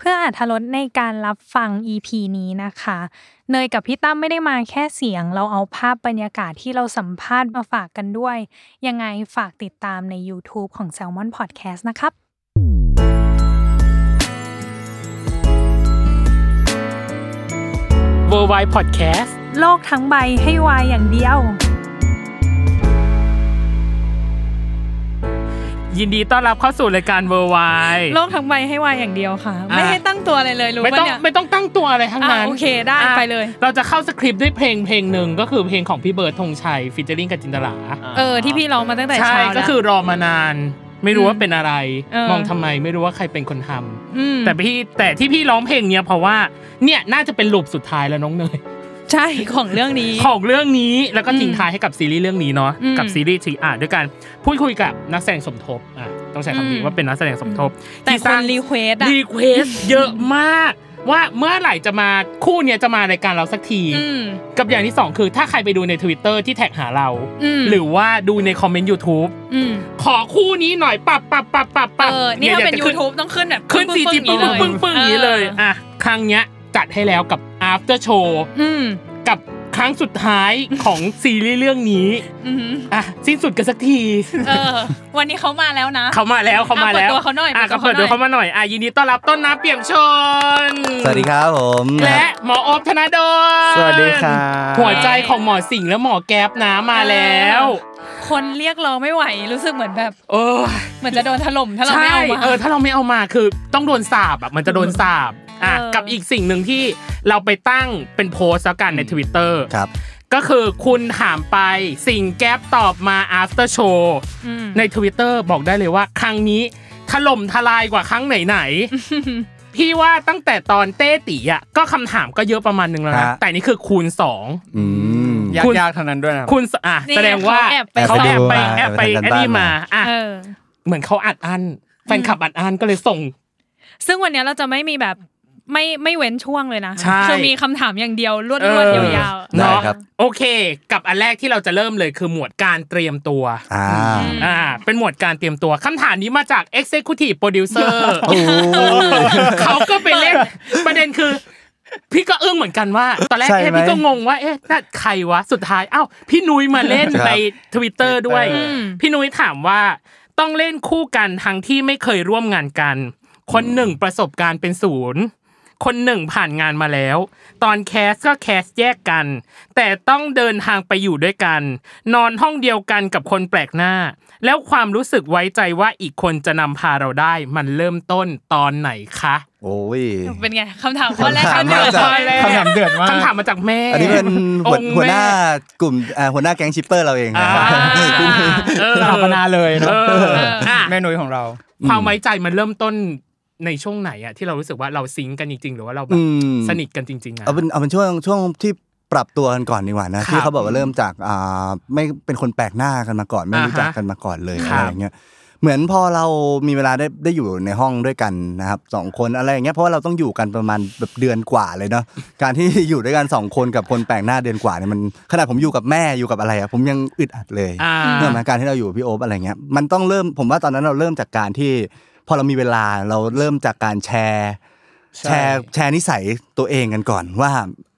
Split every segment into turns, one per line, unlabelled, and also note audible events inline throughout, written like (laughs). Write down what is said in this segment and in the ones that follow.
เพื่ออาธรสในการรับฟัง EP นี้นะคะ เนยกับพี่ตั้มไม่ได้มาแค่เสียง เราเอาภาพบรรยากาศที่เราสัมภาษณ์มาฝากกันด้วย ยังไงฝากติดตามใน YouTube ของ Salmon Podcast นะครับ
w o r l d w i d e Podcast
โลกทั้งใบให้วายอย่างเดียว
ยินดีต้อนรับเข้าสู่รายการ w o r l d w i d e
โลกทั้งใบให้วายอย่างเดียวค่ะ ไม่ให้ตั้งตัวอะไรเลยรู้
ไม่
ปะ
ต้อง
เนี่ย
ไม่ต้องตั้งตัวอะไรทั้งนั้น
อ่ะโอเคได้
อ่ะ
ไปเลย
เราจะเข้าสคริปต์ด้วยเพลงเพลงหนึ่งก็คือเพลงของพี่เบิร์ดธงชัยฟิชเจอริงกับจินตลา
เออที่พี่ร้องมาตั้งแต่
ใช่
เช้าแล้ว
ก็คือรอมานาน ไม่รู้ว่าเป็นอะไร
เออ
มองทำไมไม่รู้ว่าใครเป็นคนทำ
ม
แต่พี่แต่ที่พี่ร้องเพลงเนี้ยเพราะว่าเนี่ยน่าจะเป็นลูปสุดท้ายแล้วน้องเนย
ใช่ของเรื่องนี้
ของเรื่องนี้แล้วก็
อืม
ทิ้งท้ายให้กับซีรีส์เรื่องนี้เนาะ
อืม
กับซีรีส์ทีอาร์ด้วยกันพูดคุยกับนักแสดงสมทบอ่ะต้องใช้คำนี้
อืม
ว่าเป็นนักแสดงสมทบ
แต่
ที่
ค
สร้าน ง
รีเควสอะ
รีเควสเยอะมาก ว่าเมื่อไหร่จะมาคู่เนี้ยจะมารายการเราสักที
อืม
กับอย่างที่สองคือถ้าใครไปดูใน Twitter ที่แท็กหาเรา
อืม
หรือว่าดูในคอมเมนต์ YouTube
อืม
ขอคู่นี้หน่อยปับปับปับปับ
เอ
ปับ
อนี่
ดี๋
ถ้าเป็น
ดี๋จะขึ้
YouTube ต้องขึ้นแบบ
ขึ้น
ปึ้
สี่
งๆ
สิบ
อย่างนี้เลย
ปึ้งปึ้งๆอย่างนี้เลย
ออ
อ่ะครั้งเนี้ยจัดให้แล้วกับ after show
อืม
กับครั้งสุดท้ายของซีรีส์เรื่องนี้
อือหือ
อ่ะสิ้นสุดกันสักที
เออ วันนี้เขามาแล้วนะ
เขามาแล้วเขามาแล้ว
อ่ะเปิดตัวเขาหน่อย
อ่ะ
เปิดตัว
เปิดตัว
เขา
เขา
หน่อย
มาหน่อยอ่ะยินดีต้อนรับต้นน้ำเปี่ยมชน
สวัสดีครับผม
และหมออบธนาดล
สวัสดีครับ
หัวใจของหมอสิงห์และหมอแก๊ปนะมาแล้ว
คนเรียกร้องไม่ไหวรู้สึกเหมือนแบบ
โอ้ย
เหมือนจะโดนถล่มถ้าเรา
ใช่
ไม่เอามา
เออถ้าเราไม่เอามาคือต้องโดนสาบอ่ะมันจะโดนสาบอ่ะ
เออ
กับอีกสิ่งหนึ่งที่เราไปตั้งเป็นโพสต์แล้วกันใน Twitter
ครับ
ก็คือคุณถามไปสิ่งแก๊ปตอบมา after show
ม
ใน Twitter บอกได้เลยว่า ครั้งนี้ถล่มทลายกว่าครั้งไหนๆ (laughs) พี่ว่าตั้งแต่ตอนเต้ตีอ่ะก็คำถามก็เยอะประมาณนึงแล้วนะ
ฮะ
แต่นี่คือคูณสอง
อืม
ยากๆเท่านั้นด้วยนะคุณสอ่ะ
นี่
แสดงว่า
เขแอบไป
แอบ
เขา
ส่
แอ
อง
บไป
ดูมา
แอบไป
แอบไป
อันนี้มาอ่ะ
เออ
เหมือนเขาอัดอันแฟนคลับอัดอันก็เลยส่ง
ซึ่งวันเนี้ยเราจะไม่มีแบบไม่ไม่เว้นช่วงเลยนะ
ใช่
คือมีคำถามอย่างเดียวรวดรวด
เออย
าวๆ
ได้
เนาะ
ครับ
โอเค กับอันแรกที่เราจะเริ่มเลยคือหมวดการเตรียมตัว
อ่า
อืม
อ่าเป็นหมวดการเตรียมตัวคำถามนี้มาจาก Executive
(laughs)
Producer
โอ้โห
เขาก็ไปเล่นประเด็นคือ พี่ก็อึ้งเหมือนกันว่า ตอนแรก
ใช่
เอ๊ะ
ไหม
พี่ก็งงว่าเอ๊ะน่าใครวะสุดท้ายอ้าวพี่นุ้ยมาเล่น
ครับ
ในทวิตเตอร์ด้วย
อืม
พี่นุ้ยถามว่าต้องเล่นคู่กันทั้งที่ไม่เคยร่วมงานกัน คนหนึ่งประสบการณ์เป็นศูนย์ คนหนึ่งผ่านงานมาแล้ว ตอนแคสก็แคสแยกกัน แต่ต้องเดินทางไปอยู่ด้วยกัน นอนห้องเดียวกันกับคนแปลกหน้า แล้วความรู้สึกไว้ใจว่าอีกคนจะนำพาเราได้ มันเริ่มต้นตอนไหนคะ
โอ้ย
เป็นไงคำถามข้อแรก
คำถาม
คำถาม
มาจาก
ข้อแรก
คำถามเดือดมากคำถามมาจากแม่
อันนี้เป็น
อ
หัว
งค์
หัวห
แม่
น้ากลุ่มอ่าหัวหน้าแก๊งชิปเปอร์เราเองนะ
อ่า
ครับ
สถาปนาเลยเนอะ
เออ
เออ
อ่ะ
แม่นุ้ยของเรา
ความไว้ใจมันเริ่มต้นในช่วงไหนอะที่เรารู้สึกว่าเราซิงค์กันจริง ๆ หรือว่าเราแบ
อื
บ
ม
สนิทกันจริงๆอะ
เอาเป็นเอาเป็นช่วงช่วงที่ปรับตัวกันก่อนดีกว่านะ
ครับ
ที่เขาบอกว่าเริ่มจากอ่าไม่เป็นคนแปลกหน้ากันมาก่อน ไม่รู้
อ่าฮะ
จักกันมาก่อนเลย
ครับ
อะไรอย่างเงี้ยเหมือนพอเรามีเวลาได้ได้อยู่ในห้องด้วยกันนะครับสองคนอะไรอย่างเงี้ยเพราะว่าเราต้องอยู่กันประมาณแบบเดือนกว่าเลย
(laughs)
เนาะการที่ อยู่ด้วยกันสองคนกับคนแปลกหน้าเดือนกว่าเนี่ยมันขนาดผมอยู่กับแม่อยู่กับอะไรอะผมยังอึดอัดเลย
อ่า
เรื่องการที่เราอยู่กับพี่โอ๊บอะไรเงี้ยมันต้องเริ่มผมว่าตอนนั้นเราเริ่มจากการที่ พอเรามีเวลาเราเริ่มจากการแชร์
ใช่
แชร์แชร์นิสัย ตัวเองกันก่อนว่า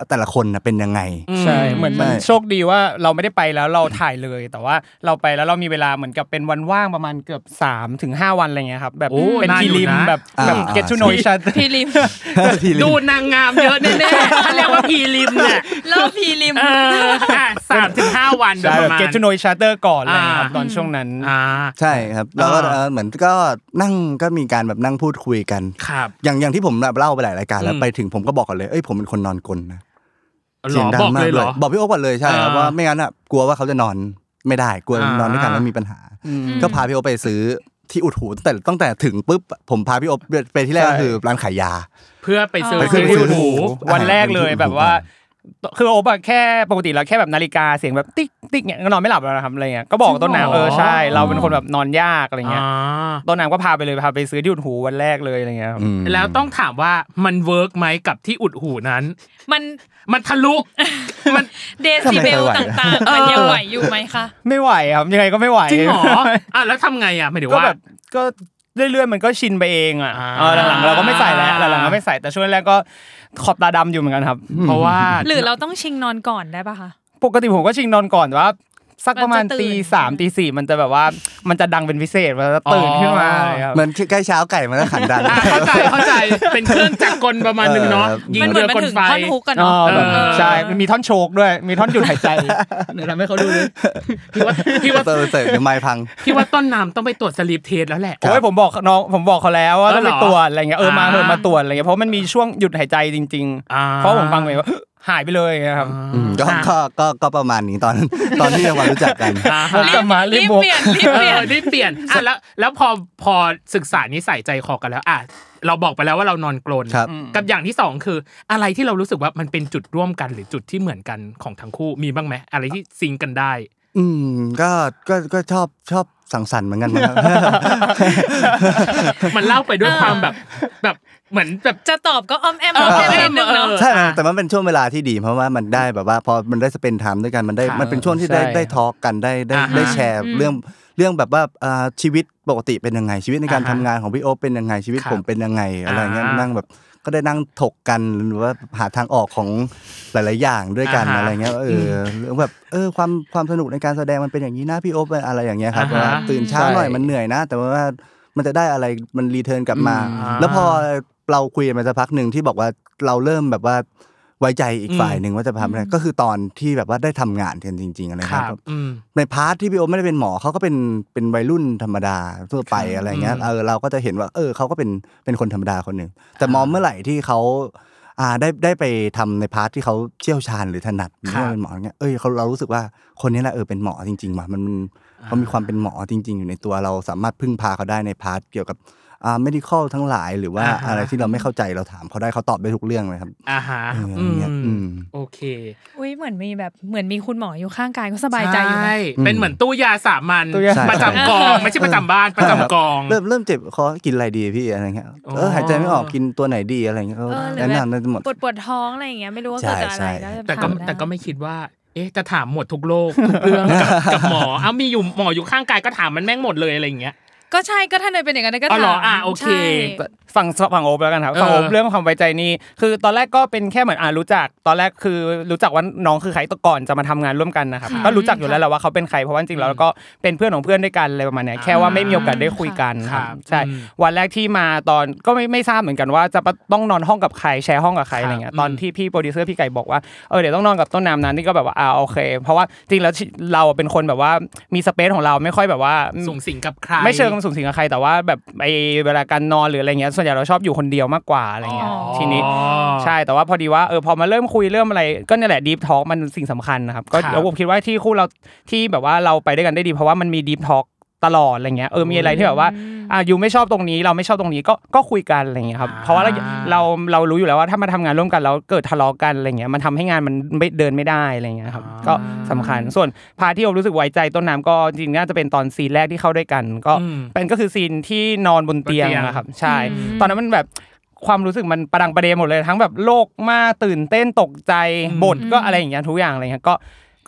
แต่ละคนน่ะเป็นยังไง
ใช่เหมือนมัน
ใช่
โชคดีว่าเราไม่ได้ไปแล้วเราถ่ายเลย แต่ว่าเราไปแล้วเรามีเวลาเหมือนกับเป็นวันว่างประมาณเกือบ3ถึง5วันอะไรเงี้ยครับแบบ
โอ้
เป็น
นาน
ที
อยู่
ริม
นะ
แบบ
อ่า
แบบ
อ่า
get to know each other
พีริม
ทีละ
ดูนางงามเยอะแน่ๆเขาเรียกว่าพีริมเนี่ย
เล่าพีริม
เอออ่ะสามถึงห้าวันโดย
ใช่
ป
แบบ
ระมาณ
get to know each other ก่อนอะไรเลยครับ
อ่า
ตอนช่วงนั้น
อ่า
ใช่ครับแล้วก็
อ่า
เอ่อเหมือนก็นั่งก็มีการแบบนั่งพูดคุยกัน
ครับ
อย่างอย่างที่ผมแบบเล่าไปหลายรายการแล้ว
อืม
ไปถึงผมก็บอกก่อนเลยเอ้ยผมเป็นคนนอนกลนะ
หรอบอกเลยเหรอ
บอกพี่โอ๊คก่อนเลยใช่ครับ
อ่า
ว่าไม่งั้นอ่ะกลัวว่าเขาจะนอนไม่ได้กลัว
อ่าน น
อนด้วยกันแล้วมีปัญหา ก็พาพี่โอ๊คไปซื้อที่อุดหูตั้งแต่ตั้งแต่ถึงปุ๊บผมพาพี่โอ๊คไปที่แรก
ใช่
ก็คือร้านขายยา
เพื่อไปซื้อ
ไป
ซื้อ
ที่
หู
หู
วันแรกเลยแบบว่า คือโอบอะแค่ปกติแล้วแค่แบบนาฬิกาเสียงแบบติ๊กติ๊กเนี่ยก็นอนไม่หลับแล้วนะครับอะไรเงี้ยก็บอกต้นน้ำเออใช่ เราเป็นคนแบบนอนยากอะไรเงี้ย
อ่า
ต้นน้ำก็พาไปเลยพาไปซื้อที่อุดหูวันแรกเลยอะไรเงี้ยครับ
อืม
แล้วต้องถามว่ามันเวิร์กไหมกับที่อุดหูนั้น
มัน
มันทะลุมัน
เดซิเบล
ทำไม
ต่างๆ
ไม่ไหว
มัน
เออ
ยังไหวอยู่ไหมคะ
ไม่ไหวครับยังไงก็ไม่ไหว
จริงเหรออ่ะแล้วทำไงอ่ะหมายถึง
ก็
ว่า
แบบก็เรื่อยๆมันก็ชินไปเองอ่ะ
อ่า
เออหลังๆเราก็ไม่ใส่แล้วหลังๆก็ไม่ใส่แต่ช่วงแรกก็ขอบตาดำอยู่เหมือนกันครับ
เพราะว่า
หรือเราต้องชิงนอนก่อนได้ปะคะ
ปกติผมก็ชิงนอนก่อนแต่ว่าสักประมา
มั
ณ
นจะตื่
ตี
น
สามตีสี่มันจะแบบว่ามันจะดังเป็นพิเศษมันจะตื่นขึ้นมาอะไรครับ
เหมือนใกล้เช้าไก่มาแล้วขันดัน
อ่ะเข้าใจเข้าใจเป็นเครื่องจักรกลประมาณหนึงเนาะ
เออ
ยิง
มันเหมื
เรือ อน
มัน
กล
ถึง
ไฟ
ท่อนฮุกกัน
อ๋อ
เนาะ
แบบ
เออ
ใช่มันมีท่อนโชกด้วย มีท่อนหยุดหายใจเดี๋ยวทำให้เขาดูเลย
พี่ (laughs) ว่าพี่ว่า
เตอร์เสร็จไม้พัง
พี่ว่าต้นน้ำต้องไปตรวจสลีปเทสแล้วแหละ
โอ้ยผมบอกน้องผมบอกเขาแล้วว่า
เอ
ต้
อ
อง
เหรอ
ไปตรวจอะไรเงี้ยเออมาเถอะ
อ่าม
มาตรวจอะไรเงี้ยเพราะมันมีช่วงหยุดหายใจจริง
อ่า
ๆ เพราะผมฟังไปว่า (gasps) หายไปเลยอย่างเงี้ยครับ
อืมก็
อ่ะ
ก็ก็ก็ประมาณนี้ตอนตอนที่เรารู้จักกัน
อ่าฮะ
กลับมารี
รี
บบ บอก
เปลี่ยนรีบ
เอ
เปลี่ย
อน ได้เปลี่ยนอ่ะแล้วแล้วพอพอศึกษานิสัยใจคอกันแล้วอ่ะเราบอกไปแล้วว่าเรานอนกลน
ครับ
กับอย่างที่สองคือ อะไรที่เรารู้สึกว่ามันเป็นจุดร่วมกันหรือจุดที่เหมือนกันของทั้งคู่มีบ้างไหมอะไรที่ซิงค์กันได้
อืมก็ก็ก็ชอบชอบสังสรรค์เหมือนกันนะครับ
มันเล่าไปด้วยความแบบแบบเหมือนแบบ
จะตอบก็อ้อมแอมอ้อมแอมนิดนึงเนาะ
ใช่ครับแต่มันเป็นช่วงเวลาที่ดี เพราะว่ามันได้แบบว่าพอมันได้สเปนไทม์ด้วยกันมันได้
ครับ
มันเป็นช่วงที่ได้
ใช่
ได้ทอล์กกันได้ได้
อ่าฮะ
ได้แชร์เรื่องเรื่องแบบว่าอ่าชีวิตปกติเป็นยังไงชีวิตในการ
อ่า
ทำ
ฮะ
งานของพี่โอ๊คเป็นยังไงชีวิต
ครับ
ผมเป็นยังไงอะไรเงี้ย
อ่านั่
นั่งแบบก็ได้นั่งถกกันหรือว่าหาทางออกของหลาย ๆ อย่างด้วยกัน
อ่าฮะ
อะไรเงี้ยเออเรื่องแบบเออความความสนุกในการแสดงมันเป็นอย่างนี้นะพี่โอ๊คเป็นอะไรอย่างเงี้ยครับ
อ่าฮะ
ว่าตื่นเช้าหน่อยมันเหนื่อยนะ แต่ว่ามันจะได้อะไรมันรีเทิร์นกลับมา
อืม
แล้วพอ พอเราคุยกันมาสักพักหนึ่งที่บอกว่าเราเริ่มแบบว่าไว้ใจอีกฝ่ายหนึ่งว่าจะทำอะไรก็คือตอนที่แบบว่าได้ทำงานกันจริง ๆ อะไร
ค
ค
รั
รั
บบ อืม
ในพาร์ทที่พี่โอไม่ได้เป็นหมอเขาก็เป็นเป็นวัยรุ่นธรรมดาทั่วไปอะไรเงี้ย
อืม
เออเราก็จะเห็นว่า เออเขาก็เป็นเป็นคนธรรมดาคนหนึ่งแต่มองเมื่อไหร่ที่เขาอ่าได้ได้ไปทำในพาร์ทที่เขาเชี่ยวชาญหรือถนัดหรือ
ครับ
ว่าเป็นหมออะไรเงี้ยเอ้ยเขาเรารู้สึกว่าคนนี้แหละเออเป็นหมอจริงๆว่ะมันมันเขามีความเป็นหมอจริง ๆ อยู่ในตัวเราสามารถพึ่งพาเขาได้ในพาร์ทเกี่ยวกับอ่า medical ทั้งหลายหรือว่า
อ่าฮะ
อะไรที่เราไม่เข้าใจเราถามเขาได้เขาตอบได้ทุกเรื่องเลยครับ
อ่าฮะ
เอ
อืม
ออย่างเงี้ยอืม
โอเค
อุ้ยเหมือนมีแบบเหมือนมีคุณหมออยู่ข้างกายก็สบายใจอยู่นะ
ช่เป็นเหมือนตู้ยาสามัญ
ตู้ยา
ประจำกอง ไม่ใช่ประจำบ้านประจำกอง
เริ่มเริ่มเจ็บคอกินอะไรดีพี่อะไรเงี้ย
อ๋อ
เออหายใจไม่ออกกินตัวไหนดีอะไรเงี้ยเออ
เออหรือ
แนะ
แบบ
นำได้หมด
ปวดปวดท้องอะไรอย่างเงี้ยไม่รู้ว่า
ใช่
เกิดจากอะไร
ใช่
แล้วจะ
แต่ก็
ถามได้
แต่ก็ไม่คิดว่า เอ๊ะจะถามหมดทุกโลกทุกเรื่อง
(laughs)
กับกับหมอเอ้ามีอยู่หมออยู่ข้างกายก็ถามมันแม่งหมดเลยอะไรอย่างเงี้ย
ก็ใช่ก็ถ้าเนยเป็นอย่างนั้นเนยก็
อ๋อเหรอ
ถาม
อ่ะโอเค
ใช่
ฝั่งฝั่งโอบแล้วกันครับ
เออ
ฝั่งโอบเรื่องความไว้ใจนี่คือตอนแรกก็เป็นแค่เหมือนอ่ารู้จัก ตอนแรกคือรู้จักว่าน้องคือใครก่อนจะมาทำงานร่วมกันนะครับก็รู้จักอยู่แล้วแหละว่าเขาเป็นใครเพราะว่าจริงๆแล้วก็เป็นเพื่อนของเพื่อนด้วยกันอะไรประมาณเนี้ยแค่ว่าไม่มีโอกาสได้คุยกันครับ
ครับ
ใช่
อืม
วันแรกที่มาตอนก็ไม่ไม่ทราบเหมือนกันว่าจะต้องนอนห้องกับใครแชร์ห้องกับใครอะไรเงี้ย
ครับ
ตอนที่พี่โปรดิวเซอร์พี่ไก่บอกว่าเออเดี๋ยวต้องนอนกับต้นน้ำนั้นนี่ก็แบบว่าอ่าโอเค เพราะว่าจริงๆแล้วเราเป็นคนแบบว่ามีสเปซของเราไม่ค่อยแบบว่า
สูงสิงกับใคร
ไม่เชิงสูงสิงกับใครแต่ว่าแบบไอเวลาการนอนหรืออะไรเงี้ยส่วนใหญ่เราชอบอยู่คนเดียวมากกว่าอะไรเงี้ยทีนี้ใช่แต่ว่าพอดีว่าเออพอมาเริ่มคุยเริ่มอะไรก็เนี่ยแหละดีฟทอล์กมันสิ่งสำคัญนะครับก็
ครับ
แล้วผมคิดว่าที่คู่เราที่แบบว่าเราไปด้วยกันได้ดี เพราะว่ามันมีดีฟทอล์กตลอดอะไรเงี้ยเออมีอะไรที่แบบว่าอ่ะอยู่ไม่ชอบตรงนี้เราไม่ชอบตรงนี้ก็ก็คุยกันอะไรเงี้ยครับ
อ่า
เพราะว่าเราเราเรารู้อยู่แล้วว่าถ้ามาทำงานร่วมกันแล้วเกิดทะเลาะกันอะไรเงี้ยมันทำให้งานมันไม่เดินไม่ได้อะไรเงี้ยครับก็สำคัญส่วนพาที่ผมรู้สึกไว้ใจต้นน้ำก็จริงๆน่าจะเป็นตอนซีนแรกที่เข้าด้วยกันก็
อืม
เป็นก็คือซีนที่นอนบนเตียง
บนเตียง
นะครับใช่ ตอนนั้นมันแบบความรู้สึกมันประดังประเดหมดเลยทั้งแบบโลกมากตื่นเต้นตกใจบ่นก็อะไรอย่างเงี้ยทุกอย่างอะไรเงี้ยก็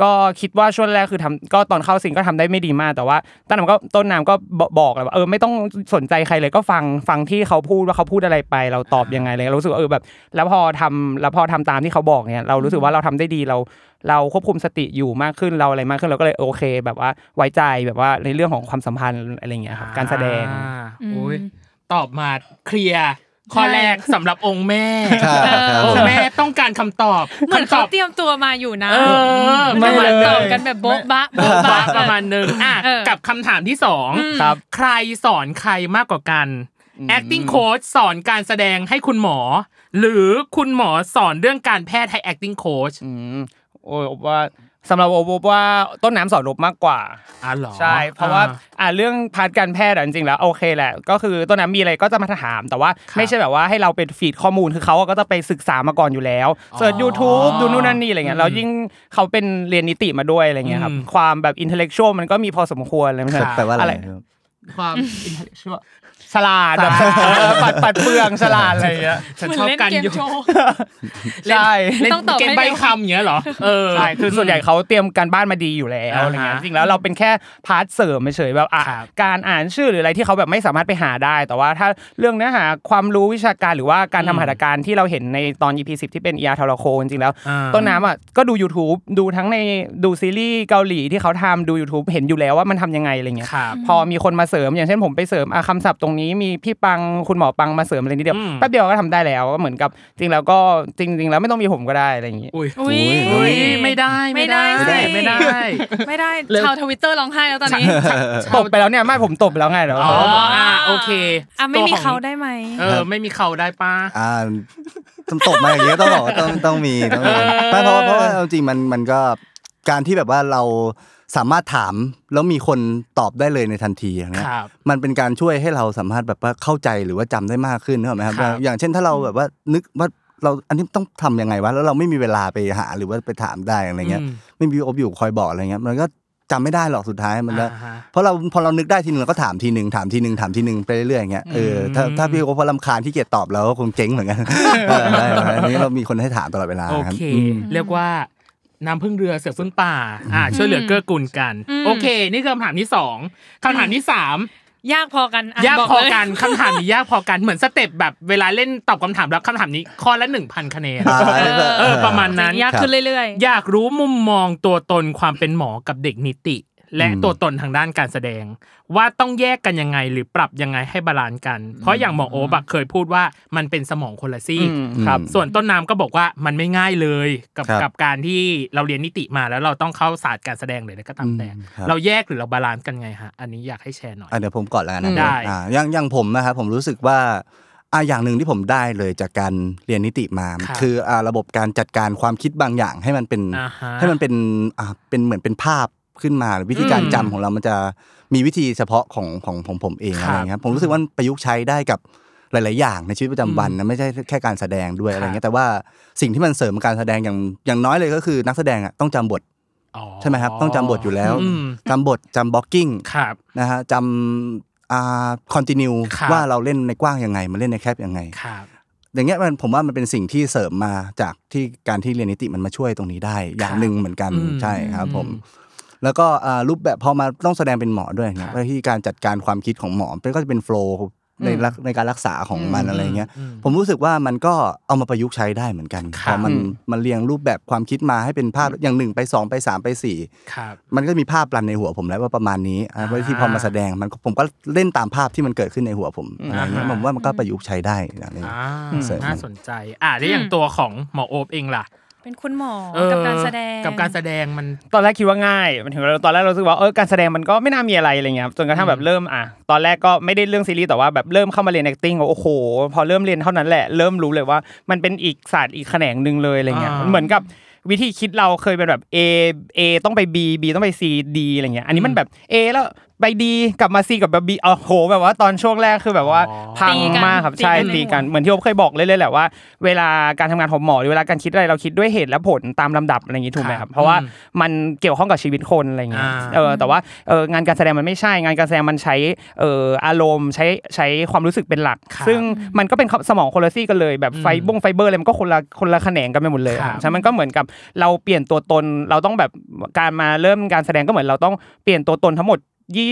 ก็คิดว่าช่วงแรกคือทำก็ตอนเข้าซิงก็ทำได้ไม่ดีมากแต่ว่าต้นน้ำก็ต้นน้ำก็บอกบอกเลยว่าเออไม่ต้องสนใจใครเลยก็ฟังฟังที่เขาพูดว่าเขาพูดอะไรไป เราตอบยังไงเลยเรารู้สึกว่าเออแบบ แล้วพอทำแล้วพอทำตามที่เขาบอกเนี่ยเรารู้สึกว่าเราทำได้ดีเรา เราควบคุมสติอยู่มากขึ้นเราอะไรมากขึ้นเราก็เลยโอเค แบบว่าไว้ใจแบบว่าในเรื่องของความสัมพันธ์อะไรอย่างเงี้ยครับการแสดง
อ่า
อืม
โอ้ยตอบมาเคลียร์ข้อแรกสำหรับองค์แม่
ครับครับ
องค์แม่ต้องการคำตอบ
เหมือน
คำต
เขา
อบ
เตรียมตัวมาอยู่นะ
เออ
มันจะ
ไม่
มา
เลย
ตอบกันแบบโบ๊ะบะโบ๊ะบะ
(laughs) ประมาณหนึ่งอ่ะ
เออ
กับคำถามที่สอง
ครับ
ใครสอนใครมากกว่ากัน acting coach สอนการแสดงให้คุณหมอ หรือคุณหมอสอนเรื่องการแพทย์ให้ acting coach
อืมโอ้ยอบว่าสำหรับโอบอบว่าต้นน้ำสอนลบมากกว่า
อ๋อเหรอ
ใช่ เพราะว่าอ่าเรื่องพาร์ทการแพทย์อะจริงๆแล้วโอเคแหละ ก็คือต้นน้ำมีอะไรก็จะมาถาม แต่ว่าไม่ใช่แบบว่าให้เราเป็นฟีดข้อมูลคือเขาก็จะไปศึกษามาก่อนอยู่แล้วเสิร์ช YouTube ดูนู่นนั่นนี่อะไรเงี้ยแล้วยิ่งเขาเป็นเรียนนิติมาด้วยอะไรเงี้ยครับความแบบอินเทเล็กชวลมันก็มีพอสมควรเลยไม่ใช่
แปลว่าอะไรครับ
ความ intellectual
ฉลาดแบบเออปัดปัดเปลืองฉลาดอะไรเงี้ย
ฉัน
เหมือ
ช
น
อบ
เล่น
การ
เกม
โยน
โชว์
ใช่
เล่น
ต้องตอบ
เกม
ให้
ใบ
เร็ว
คำอย่างเงี้ยเหรอเออ
ใช่คือส่วนใหญ่เขาเตรียมการบ้านมาดีอยู่แล้วอะไรเงี้ย
อ่าฮะ
จริงๆแล้วเราเป็นแค่พาร์ทเสริมเฉยๆแบบอ่ะ
ครับ
การอ่านชื่อหรืออะไรที่เขาแบบไม่สามารถไปหาได้ แต่ว่าถ้าเรื่องเนื้อหาความรู้วิชาการหรือว่าการ
อืม
ทำหัตถการที่เราเห็นในตอน EP 10ที่เป็น ER ทรโคจริงๆแล้ว
อ่า
ต้นน้ำอ่ะก็ดู YouTube ดูทั้งในดูซีรีส์เกาหลีที่เขาทำดู YouTube เห็นอยู่แล้วว่ามันทำยังไงอะไรเงี้ย
ครับ
พอมีคนมาเสริมอย่างเช่นผมไปเสริมอ่ะคำศัพท์ตรงนี้มีพี่ปังคุณหมอปังมาเสริมอะไรนิดเดียว
อืม
แป๊บเดียวก็ทำได้แล้วก็เหมือนกับจริงแล้วก็จริง ๆ แล้วไม่ต้องมีผมก็ได้อะไรอย่างงี้
อุ้ย
อุ้ย
อุ้ยไม่ได้
ไม่ได้สิ
ไม่ได้
ไม่ได้
เร็ว
ชาวทวิตเตอร์ร้องไห้แล้วตอนนี้
ตบไปแล้วเนี่ยไม่ผมตบไปแล้วไงเดี๋ยว
อ๋ออ่ะโอเค
อ่ะไม่มี
ตัวของ
เขาได้ไหม
เออไม่มีเขาได้ป้า
อ่าต้องตกมาอย่างเงี้ยต้องบอกว่าต้องต้องมีต้องมีไม่เพราะว่าเพราะว่าเอาจริงมันมันก็การที่แบบว่าเราสามารถถามแล้วมีคนตอบได้เลยในทันทีอย่างเงี้ย
ครับ
มันเป็นการช่วยให้เราสามารถแบบว่าเข้าใจหรือว่าจำได้มากขึ้นนึกออกไหมครับ
ครับ
อย่างเช่นถ้าเราแบบว่านึกว่าเราอันนี้ต้องทำยังไงวะแล้วเราไม่มีเวลาไปหาหรือว่าไปถามได้อะไรเงี้ย
ม
ไม่มีอบอยู่คอยบอกอะไรเงี้ยมันก็จำไม่ได้หรอกสุดท้ายมันก็
อ่าฮะ
เพราะเราพอเรานึกได้ทีนึงเราก็ถามทีนึงถามทีนึงถามทีนึงไปเรื่อยๆอย่างเงี้ยเออถ้าถ้าพี่โอ๊คพอลำคาญที่เกียจตอบเราก็คงเจ๊งเหมือนกัน (laughs) เออได้ครับอันนี้เรามีคนให้ถามตลอดเวลา
โอ
ครับ
เค เรียกว่าน้ำพึ่งเรือเสือพึ่งป่า อ่า ช่วยเหลือเกื้อกูลกัน
อืม
โอเค นี่คือคำถามที่สองคำถามที่สาม
ยากพอกันะ
ยาก
บ
พอ
เล
กันคำถามนี้ยากพอกันเหมือนสเต็ปแบบเวลาเล่นตอบคำถามรับคำถามนี้ข้อละหนึ่งพันคะแนน
อ่า
เออประมาณนั้น
ยากขึ้นเรื่อย
อยากรู้มุมมองตัวตนความเป็นหมอกับเด็กนิติ และตัวตนทางด้านการแสดง ว่าต้องแยกกันยังไงหรือปรับยังไงให้บาลานซ์กัน เพราะอย่างหมอโอบักเคยพูดว่ามันเป็นสมองคนละซีก
ครับ
ส่วนต้นน้ำก็บอกว่ามันไม่ง่ายเลยกับ
ครับ
กับการที่เราเรียนนิติมาแล้วเราต้องเข้าศาสตร์การแสดงเลยนะก็ตามแต่
อืมครับ
เราแยกหรือเราบาลานซ์กันไงฮะ อันนี้อยากให้แชร์หน่อย
อ่ะเดี๋ยวผมก่อนแล้วกันนะ
ได้
อ่าอย่างอย่างผมนะครับผมรู้สึกว่าอ่าอย่างหนึ่งที่ผมได้เลยจากการเรียนนิติมา
ครับ
ออ่าระบบการจัดการความคิดบางอย่างให้มันเป็น
อ่าฮะ
ให้มันเป็นอ่าเป็นเหมือนเป็นภาพขึ้นมาหรือวิธีการ
อืม
จำของเรามันจะมีวิธีเฉพาะของของของผมเอง
ครับ
อะไรเงี้ยผมรู้สึกว่ามันประยุกต์ใช้ได้กับหลาย ๆ อย่างในชีวิตประจำวันนะไม่ใช่แค่การแสดงด้วย
ครับ
อะไรเงี้ยแต่ว่าสิ่งที่มันเสริมการแสดงอย่างอย่างน้อยเลยก็คือนักแสดงอ่ะต้องจำบท
อ๋อ
ใช่ไหมครับต้องจำบทอยู่แล้ว
อืม
จำบทจำบล็อกกิ้ง
ครับ
นะฮะจำอ่าคอนติเนีย
ครับ
ว่าเราเล่นในกว้างยังไงมาเล่นในแคบยังไง
ครับ
อย่างเงี้ยมันผมว่ามันเป็นสิ่งที่เสริมมาจากที่การที่เรียนนิติมันมาช่วยตรงนี้ได้ อย่างหนึ่งเหมือนกัน
อืม
ใช่ครับผม แล้วก็อ่ารูปแบบพอมาต้องแสดงเป็นหมอด้วย
ครั
นะ
บ
วิธีการจัดการความคิดของหมอมันก็จะเป็นโฟล์ในรักในการรักษาของมันอะไรเงี้ย
ม
ผมรู้สึกว่ามันก็เอามาประยุกต์ใช้ได้เหมือนกัน
ค
พ
รับ
อมันมันเรียงรูปแบบความคิดมาให้เป็นภาพอย่างหนึ่งไปสองไปสามไปสี่
ครับ
มันก็มีภาพรันในหัวผมแล้วว่าประมาณนี้อ่ะ
อ่า
เวลาที่พอมาแสดงมันก็ผมก็เล่นตามภาพที่มันเกิดขึ้นในหัวผม
อืม
อะไรเงี้ย
อ่าฮะ
ผมว่ามันก็ประยุกต์ใช้ได้อย่างนี้
อ่า
เสริม
น่าสนใจ อ่าแล้วอย่างตัวของหมอโอบเองล่ะ
ๆ เป็นคุณหมอ
เออ
กับการแสดง
กับการแสดงมัน
ตอนแรกคิดว่าง่ายมันถึงตอนแรกเรารู้สึกว่าเออการแสดงมันก็ไม่น่ามีอะไรอะไรเงี้ยครับจนกระทั่งแบบเริ่มอ่ะตอนแรกก็ไม่ได้เรื่องซีรีส์แต่ว่าแบบเริ่มเข้ามาเรียน acting ก็โอ้โห พอเริ่มเรียนเท่านั้นแหละเริ่มรู้เลยว่ามันเป็นอีกศาสตร์อีกแขนงหนึ่งเลยอะไรเงี้ย
อ่า
เหมือนกับวิธีคิดเราเคยเป็นแบบ A A ต้องไป B B ต้องไป C D อะไรเงี้ยอันนี้มันแบบ A แล้ว ไปดีกลับมาซีกับแบบบีเอาโหแบบว่าตอนช่วงแรกคือแบบว่า
อ๋อ
พัง
ตีกัน
มากครับ
ตีกัน
ใช่
ในหัว
ตีกันเหมือนที่ผมเคยบอกเรื่อยๆแหละว่าเวลาการทำงานของหมอหรือเวลาการคิดอะไรเราคิดด้วยเหตุและผลตามลำดับอะไรอย่างนี้ถูกไหมครับเพราะว่า มันเกี่ยวข้องกับชีวิตคนอะไรอย่างเงี้ย
อ่า
เออ แต่ว่าเอองานการแสดงมันไม่ใช่ งานการแสดงมันใช้เอ่ออารมณ์ใช้ใช้ความรู้สึกเป็นหลัก
ครับ
ซึ่งมันก็เป็นสมองคนละซี่กันเลย แบบไฟบงไฟเบอร์อะไรมันก็คนละคนละแขนงกันไปหมดเลย
ครับ
ใช่มันก็เหมือนกับเราเปลี่ยนตัวตน เราต้องแบบการมาเริ่มการแสดงก็เหมือนเราต้องเปลี่ยนตัวตนทั้งหมด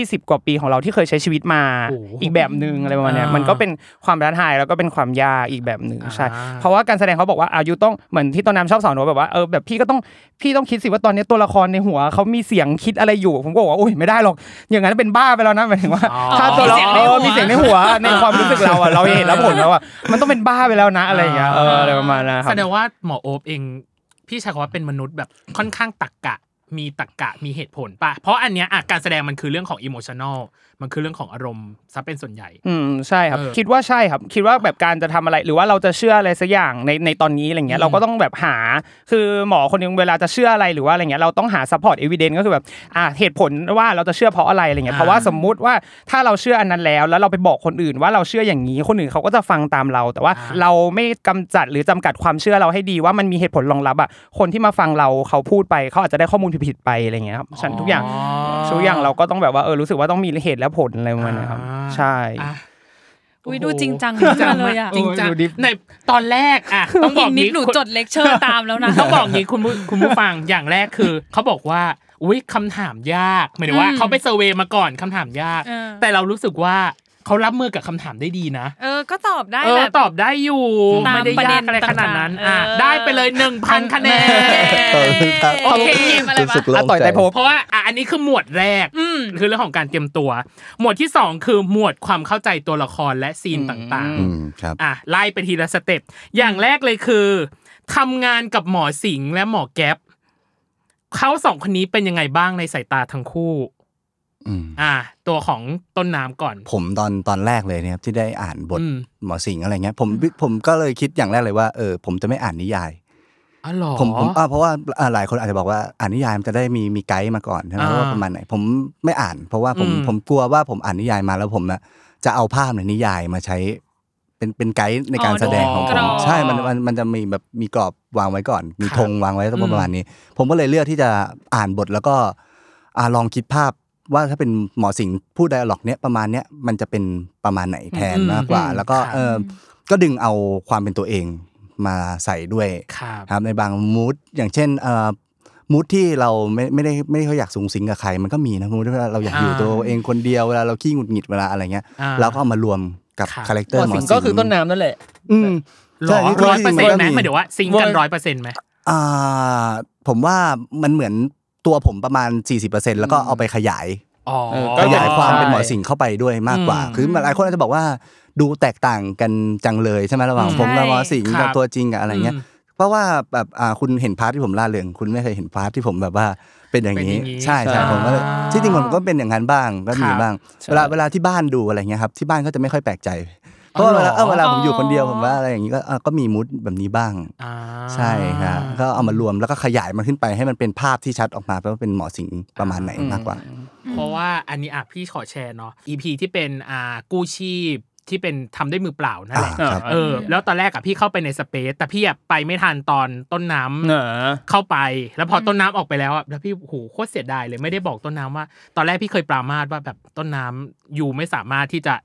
20 กว่าปีของเราที่เคยใช้ชีวิตมา
โอ้โห
อีกแบบหนึ่งอะไรประมาณเนี้ย
อ่ามั
มันก็เป็นความท้าทายแล้วก็เป็นความยากอีกแบบหนึ่งใช่
อ่า
เพราะว่าการแสดงเขาบอกว่าอายุต้องเหมือนที่ต้นน้ำชอบสอนหนูแบบว่าเออแบบพี่ก็ต้องพี่ต้องคิดสิว่าตอนนี้ตัวละครในหัวเขามีเสียงคิดอะไรอยู่ ผมก็บอกว่าโอ้ยไม่ได้หรอก อย่างนั้นเป็นบ้าไปแล้วนะหมายถึงว่า
อ๋อ
ถ้าตัวละ
มีเสียง
เอ
ในหัว
อมีเสียงในหัวในความรู้สึกเราอะเราเห็นแล้วผลแล้วอะมันต้องเป็นบ้าไปแล้วนะอะไรอย่างเงี้ยเอออะไรประมาณนั้นครั
แส
บ
ดงว่าหมอโอบเอง พี่ใช้คำว่าเป็นมนุษย์แบบค่อนข้างตักกะ มีตักกะมีเหตุผลป่ะ เพราะอันเนี้ยอ่ะการแสดงมันคือเรื่องของอิโมชันอลมันคือเรื่องของอารมณ์ซะเป็นส่วนใหญ่
อืมใช่ครับ
เออ
คิดว่าใช่ครับ คิดว่าแบบการจะทำอะไร หรือว่าเราจะเชื่ออะไรสักอย่างในในตอนนี้อะไรเงี้
อื
ย
ม
เราก็ต้องแบบหา คือหมอคนหนึงเวลาจะเชื่ออะไรหรือว่าอะไรเงี้ยเราต้องหา support evidence ก็คือแบบอ่าเหตุผลว่าเราจะเชื่อเพราะอะไรอะไรเงี้ย
อ่า
เพราะว่าสมมุติว่าถ้าเราเชื่ออันนั้นแล้ว แล้วเราไปบอกคนอื่นว่าเราเชื่ออย่างนี้คนอื่นเขาก็จะฟังตามเรา แต่ว่า
อ่า
เราไม่กำจัดหรือจำกัดความเชื่อเราให้ดีว่ามันมีเหตุผลรองรับอ่ะคนที่มาฟังเราเขาพูดไปเขาอาจจะได้ข้อมูลผิดๆไปอะไรเงี้ยครับฉะนันทุกอย่างทุกอย่างเราก็ต้องแบบว่าเออรู้สึกว่าต้องมีเหตุและผลอะไรประมาณเนี้ยครับ
อ่า
ใช่
อ่ะ
อุ้ย
โโห
ดูจริงจัง
จริงจัง
เล
มาก
ยอ่ะ
จริงจัง
โอ้ยดูดิ
ในตอนแรกอ่ะต้องบอก
นิด
งี้
หนู
คุณ
จดเลคเชอร์ตามแล้วนะ
ต้องบอกงี้คุณผู้คุณผู้ฟังอย่างแรกคือ เขาบอกว่าอุ้ยคำถามยากหมายถึงว่า
อืม
เขาไปเซอร์เวย์มาก่อนคำถามยาก
เออ
แต่เรารู้สึกว่าเขารับมือกับคำถามได้ดีนะ
เออก็ตอบได้
เอ
แบ
อบ ตอบได้อยู่
ตาม
ไม่ได้
ประเด็
ยาก
น
อะไรขนาดนั้น
ต่างๆ
อ่ะ
เออ
ได้ไปเลยหนึ่งพันคะแนน
เย้
เออครับ
โอเคเกมอะไร
รู้
วะ
สึกโล่
อ่ะ
ง
ต่อย
ใจ
ไตรภพ
เพราะว่าอ่ะอันนี้คือหมวดแรก
อืม
คือเรื่องของการเตรียมตัว หมวดที่สองคือหมวดความเข้าใจตัวละครและซีนต่าง
อื
ๆ
มครับ
อ่ะไล่ไปทีละสเต็ปอย่างแรกเลยคือทำงานกับหมอสิงห์และหมอแก๊ปเขาสองคนนี้เป็นยังไงบ้างในสายตาทั้งคู่
อืม
อ่ะตัวของต้นน้ำก่อน
ผมตอนตอนแรกเลยเนี่ยครับที่ได้อ่านบท
อืม
หมอสิงห์อะไรเงี้ยผมผมก็เลยคิดอย่างแรกเลยว่าเออผมจะไม่อ่านนิยาย
อ๋อเหรอ
ผมผมอ่าเพราะว่าอ่าหลายคนอาจจะบอกว่าอ่านนิยายมันจะได้มีมีไกด์มาก่อนใช่ไหม
อ่า
ว่าประมาณไหนผมไม่อ่าน เพราะว่าผม
อืม
ผมกลัวว่าผมอ่านนิยายมาแล้วผมน่ะจะเอาภาพในนิยายมาใช้ เป็นเป็นไกด์ในการ
อ๋อ
แสดงของผ
กร
ม
อบ
ใช่มันมันมันจะมีแบบมีกรอบวางไว้ก่อน มี
ครับ
ธงวางไว้
อืม
ประมาณนี้ ผมก็เลยเลือกที่จะอ่านบทแล้วก็อ่าลองคิดภาพว่าถ้าเป็นหมอสิงห์พูดไดอะล็อกเนี้ยประมาณเนี้ยมันจะเป็นประมาณไหนแทนมากกว่า แล้วก็เออก็ดึงเอาความเป็นตัวเองมาใส่ด้วย
ครับ
ครับในบางมูดอย่างเช่นเอ่อมูดที่เราไม่ไม่ได้ไม่ได้เขาอยากสูงสิงกับใคร มันก็มีนะมูดที่เราอยากอยู่ตัวเองคนเดียวเวลาเราขี้หงุดหงิดเวลาอะไรเงี้ย
อ่
เราก็เอามารวมกับ
ครับ
คาแรคเตอร์หมอ
สิ
สิ
ง
ง
ก็คือต้นน้ำนั่นแหละ
อืม
หร
ใช่
อ
ที่
ร้อยเปอร์เซ็นต์ไหม
ก็
หมายถึงว่าซิงค์กันร้อยเปอร์เซ็นต์ไหม
อ่าผมว่ามันเหมือนตัวผมประมาณ 40%แล้วก็เอาไปขยาย
อ๋อ
ก็
ขยายความ
ใช่
เป็นหมอสิงเข้าไปด้วยมากกว่า
อืม
คือหลายคนอาจจะบอกว่าดูแตกต่างกันจังเลยใช่ไหมระหว่าง
ใช่
ผมกับหมอสิง
ค
กับบ ตัวจริงกับอะไรเงี้ย เพราะว่าแบบอ่าคุณเห็นพาร์ทที่ผมล่าเริงคุณไม่เคยเห็นพาร์ทที่ผมแบบว่าเป็นอย่าง
เป็นอ
นี้
ย่างนี้
ใช่ใช่
อ่า
ผมก็เลยที่จริงผมก็เป็นอย่างนั้นบ้างก็มีบ้างเวลาเวลาที่บ้านดูอะไรเงี้ยครับที่บ้านก็จะไม่ค่อยแปลกใจเพราะว่าเวลาเออเวลาผมอยู่คนเดียวผมว่าอะไรอย่างนี้ก็เออก็มีมูดแบบนี้บ้าง
อ่า
ใช่ครับก็เอามารวมแล้วก็ขยายมันขึ้นไปให้มันเป็นภาพที่ชัดออกมาว่าเป็นหมอสิงประมาณไหนมากกว่า
เพราะว่าอันนี้อ่ะพี่ขอแชร์เนาะ EP ที่เป็นอ่ากู้ชีพที่เป็นทำด้วยมือเปล่านั่นแหละ
อ่าครับ
เออแล้วตอนแรกอะพี่เข้าไปในสเปซแต่พี่อะไปไม่ทันตอนต้นน้ำ
เออ
เข้าไป แล้วพอต้นน้ำออกไปแล้วอะแล้วพี่โหโคตรเสียดายเลยไม่ได้บอกต้นน้ำว่า ตอนแรกพี่เคยปรามาสว่าแบบต้นน้ำอยู่ไม่สามารถที่จะ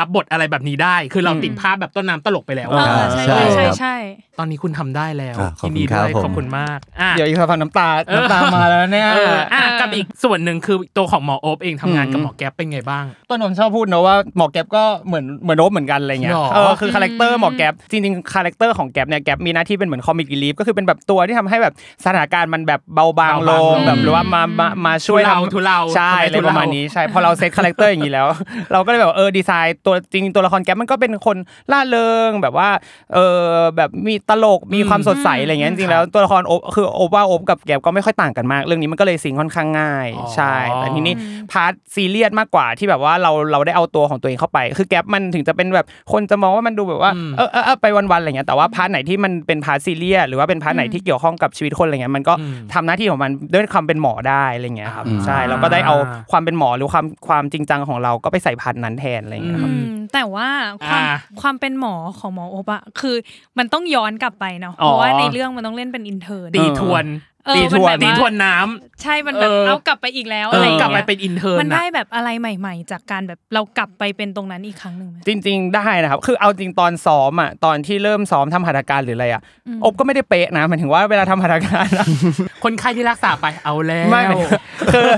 รับบทอะไรแบบนี้ได้ คือเราติดภาพแบบต้นน้ำตลกไปแล้ว
เอ
อะ
อใช่
ใช่
ใช่ใช่
ครับ
ใช่
ตอนนี้คุณทำได้แล้ว
อ่ะขอบ
ยิน
คุ
ดี
ณครั
ด้ว
บ
ย
ผม
ขอบคุณมากอ่ะ
เดี๋ยวอีกสักพักน้ำตา น้ำตามาแล้วเนี่ย
เอออ่ะกับอีกส่วนหนึ่งคือตัวของหมอโอบเองทำงานกับหมอแก๊ปเป็นไงบ้าง
ต้นนมชอบพูดเนอะว่าหมอแก๊ปก็เหมือนเหมือนโนบเหมือนกันอะไรเงี้ย
หรอ
เออคือคาแรคเตอร์หมอแก๊ปจริงๆคาแรคเตอร์ของแก๊ปเนี่ยแก๊ปมีหน้าที่เป็นเหมือนคอมิกรีลีฟก็คือเป็นแบบตัวที่ทำให้แบบสถานการณ์มันแบบเบาบางล
เบาบางล
ง
ง
แบบหรือว่ามามามาช่วย
ทุเลา
ทำ
ทุเลา
ใช่
ทำให้
อะไรประมาณ
ทุเลานี้
นี้ใช่พอเราเซตคาแรคเตอร์อย่างนี้แล้ว เราก็เลยแบบเออดีไซน์ ตัวจริงตัวละครแก๊ปมันก็เป็นคนล่าเริงแบบว่าเออแบบมีตลกมีความสดใสอะไรอย่างเงี้ยจริงๆแล้วตัวละครโอบคือโอบว่าโอบกับแก๊ปก็ไม่ค่อยต่างกันมาก เรื่องนี้มันก็เลยสิงค่อนข้างง่าย
อ๋อ
ใช่แต่ทีนี้พาร์ทซีเรียสมากกว่าที่แบบว่าเราเราได้เอาตัวของตัวเองเข้าไป คือแก๊ปมันถึงจะเป็นแบบคนจะมองว่ามันดูแบบว่าเออเออเออไปวันๆอะไรเงี้ยแต่ว่าพาร์ทไหนที่มันเป็นพาร์ทซีเรียสหรือว่าเป็นพาร์ทไหนที่เกี่ยวข้องกับชีวิตคนอะไรเงี้ยมันก็ทำหน้าที่ของมันด้วยความเป็นหมอได้อะไรเงี้ยครับ
อืม
ใช่แล้วก็ได้เอาความเป็นหมอหรือความความจริงจังของเราก็ไปใส่พาร์ทนั้นแทนอะไรเงี้ยครับ
อืมแต่ว่าความ
อ่า
ความเป็นหมอของหมอโอบอะคือมันต้องย้อนกลับไปเนาะ
อ๋
เพ
อ
ราะว่าในเรื่องมันต้องเล่นเป็นอินเทอร์
ตีทวน
เออ
ตีทวน
มันแบบว่า
ตีทวนน้ำ
ใช่มันแบบ
เออ
เอากลับไปอีกแล้ว
เอ
อะไร
อ
อย่าง
กลับไป
เงี้ย
เป็นอินเทอร์
มัน
นอะ
ได้แบบอะไรใหม่ ๆ จากการแบบเรากลับไปเป็นตรงนั้นอีกครั้งหนึ่งไหม
จริง ๆ ได้นะครับ คือเอาจริงตอนซ้อมอ่ะ ตอนที่เริ่มซ้อมทำหัตถการหรืออะไรอ่ะ อบก็ไม่ได้เป๊ะนะหมายถึงว่าเวลาทำหัตถการอะ
คนไข้ที่รักษาไปเอาแล้ว
ไม่ (laughs) ไม่คือ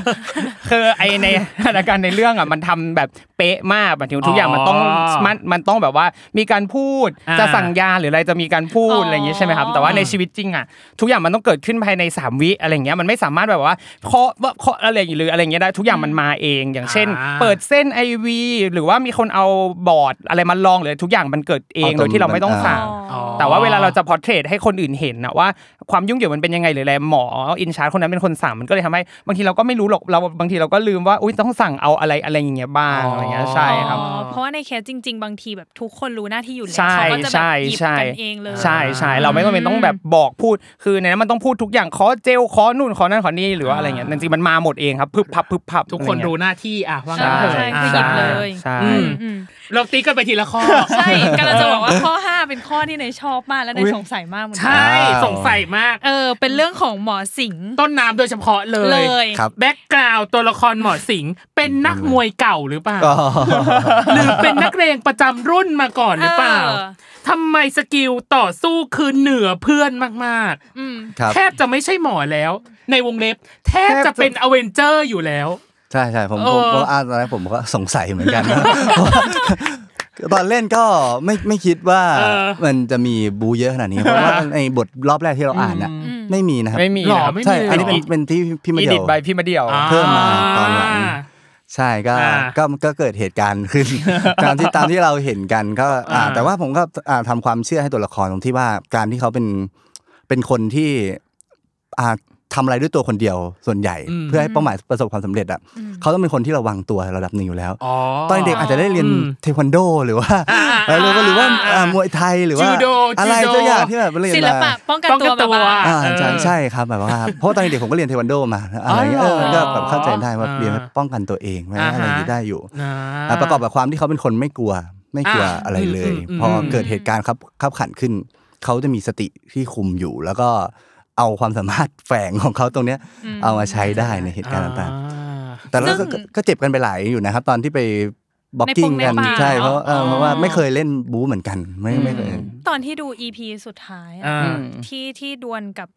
คือไอในสถานการณ์ในเรื่องอ่ะมันทำแบบเป๊ะมากหมายถึงทุกอย่างมันต้อง
อ๋อ
มันมันต้องแบบว่ามีการพูด
อ่า
จะสั่งยาหรืออะไรจะมีการพูดอะไรอย่างงี้ใช่ไหมครับ แต่ว่าในชีวิตจริงอ่ะทุกอย่างมันต้องเกิดขึ้นภายในสามวิอะไรอย่างเงี้ยมันไม่สามารถแบบว่าเคาะว่าเคาะอะไรอย่างงี้หรืออะไรอย่างเงี้ยได้ทุกอย่างมันมาเอง อย่างเช่น
อ่า
เปิดเส้นไอวีหรือว่ามีคนเอาบอร์ดอะไรมาลองหรือทุกอย่างมันเกิดเองโดยที่เราไม่ต้องสั่ง
อ๋อ
แต่ว่าเวลาเราจะพอร์เทรตให้คนอื่นเห็นนะว่าความยุ่งเหยิงมันเป็นยังไงหรืออะไรหมออินชาร์จคนนั้นเป็นคนสั่งมันก็เลยทำให้บางทีเราก็ไม่รู้หรอกเราบางทีเราก็ลืมว่าอุ้ยต้องสั่งเอาอะไรอะไรอย่างเงี้ยบ้าง
อ๋ออ
อะไรเงี้ยใช่ครับ
อ๋อเพราะว่าในเคสจริง ๆ บางทีแบบทุกคนรู้หน้าที่อยู่แล้ว
ใช่
เขาก็จะแบ
ใช่
บหยิบ
ใช่
กันเองเลย
ใช่ใช่เราไม่จำเป็นต้องแบบบอกพูดคือในนั้นมันต้องพูดทุกอย่างขอเจลขอนู่นขอนั่นขอนี่หรือว่าอะไรเงี้ยจริงๆมันมาหมดเองครับพึบพับพึบพับ
ทุกคนรู้หน้าที่อ่ะว่างั้นเถอะ
ใช่
อ่า
คือหยิบเลย
ใช่
อืมเราตีกันไปทีละข้อ
ใช่กำลังจะบอกว่าข้อ 5 เป็นข้อที่ในยชอบมากและในยสงสัยมากเหมือน
ใช
กัน่
สงสัยมาก
เออ เป็นเรื่องของหมอสิงห์
ต้นน้ำโดยเฉพาะเล
เลย ย
ครับ
แบ็กกราวตัวละครหมอสิงห์เป็นนักมวยเก่าหรือเปล่า
ก็
หรือเป็นนักเลงประจำรุ่นมาก่อนหรือเปล่า
เออ
ทำไมสกิลต่อสู้คือเหนือเพื่อนมาก
อืม
ครับ
ๆ แทบจะไม่ใช่หมอแล้ว ในวงเล็บ แทบจะเป็นอเวนเจอร์อยู่แล้ว
ใช่ใช่ผม
เอ
ผ
อ
มผมอ่านตอนแรกผมก็สงสัยเหมือนกัน (laughs) ตอนเล่นก็ไม่ไม่คิดว่า
เออ
มันจะมีบูเยอะขนาดนี้เพราะว่าในบทรอบแรกที่เราอ่านน่ะไม่มีนะครับ
ไม่มี
หรอ
นะครับ
ไม่มี
ใช่
เลย
อันนี้เป็น
หรอ
เป็นที่พี่มา
อี
เดี
ดิ
ย
ท
ว
ใบพี่มาเดียว
เพิ่มมาตอนหลัง
อ่า
ใช่ก็
อ่า
ก็ก็เกิดเหตุการณ์ (laughs)
(laughs)
ขึ้น ตามที่ตามที่เราเห็นกันก็อ่า
อ่า
แต่ว่าผมก็อ่าทำความเชื่อให้ตัวละครตรงที่ว่าการที่เขาเป็นเป็นคนที่อ่าทำอะไรด้วยตัวคนเดียวส่วนใหญ่ เพื่อให้เป้าหมายประสบความสำเร็จอ่ะเขาต้องเป็นคนที่ระวังตัวระดับหนึ่งอยู่แล้ว
อ๋อ
ตอนเด็กอาจจะได้เรียน
อืม
เทควันโดหรือว่า
อ่า
เออหรือว่าหรือว่า
อ่า
อ่ามวยไทยหรือว่า
จูโด
อะไร
จูโด
ตัวอย่างที่แบบเรียน
ศิลปะป้องกัน
ป้อง
ตั
กั
วน
ตั
แบบ
ว
ว่า
อ่า
เออ
ใช่ใช่ครับแบบว่าเพราะว่าตอนเด็กผมก็เรียนเทควันโดมาอะไรเงี้ย
อ๋
เอ
อ
อมันก็แบบเข้าใจได้ว่า
อ่า
เรียนไว้ป้องกันตัวเองไว้
อ่า
อะไรอย่างนี้
ฮะ
ได้อยู่
อ่า
อ่ะประกอบกับความที่เขาเป็นคนไม่กลัวไม่กลัว
อ่ะ
อะไรเลย
อืมอืม
พอเกิดเหตุการณ์ครับขับขันขึ้น เขาจะมีสติที่คุมอยู่ แล้วก็เอาความสามารถแฝงของเขาตรงเนี้ยเอามาใช้ได้ในเหตุการณ์ต่างๆ แต่แล้วก็ก็เจ็บกันไปหลายอยู่นะครับ ตอนที่ไปบ็อกกิ้งกัน
ในปงในป่า
ใช่เพราะเออ
เนอะ
เพราะว่าไม่เคยเล่นบู๊เหมือนกันไม่ไม่เคย
ตอนที่ดู EP สุดท้ายอะ
อ่า
ที่ที่ดวลกับ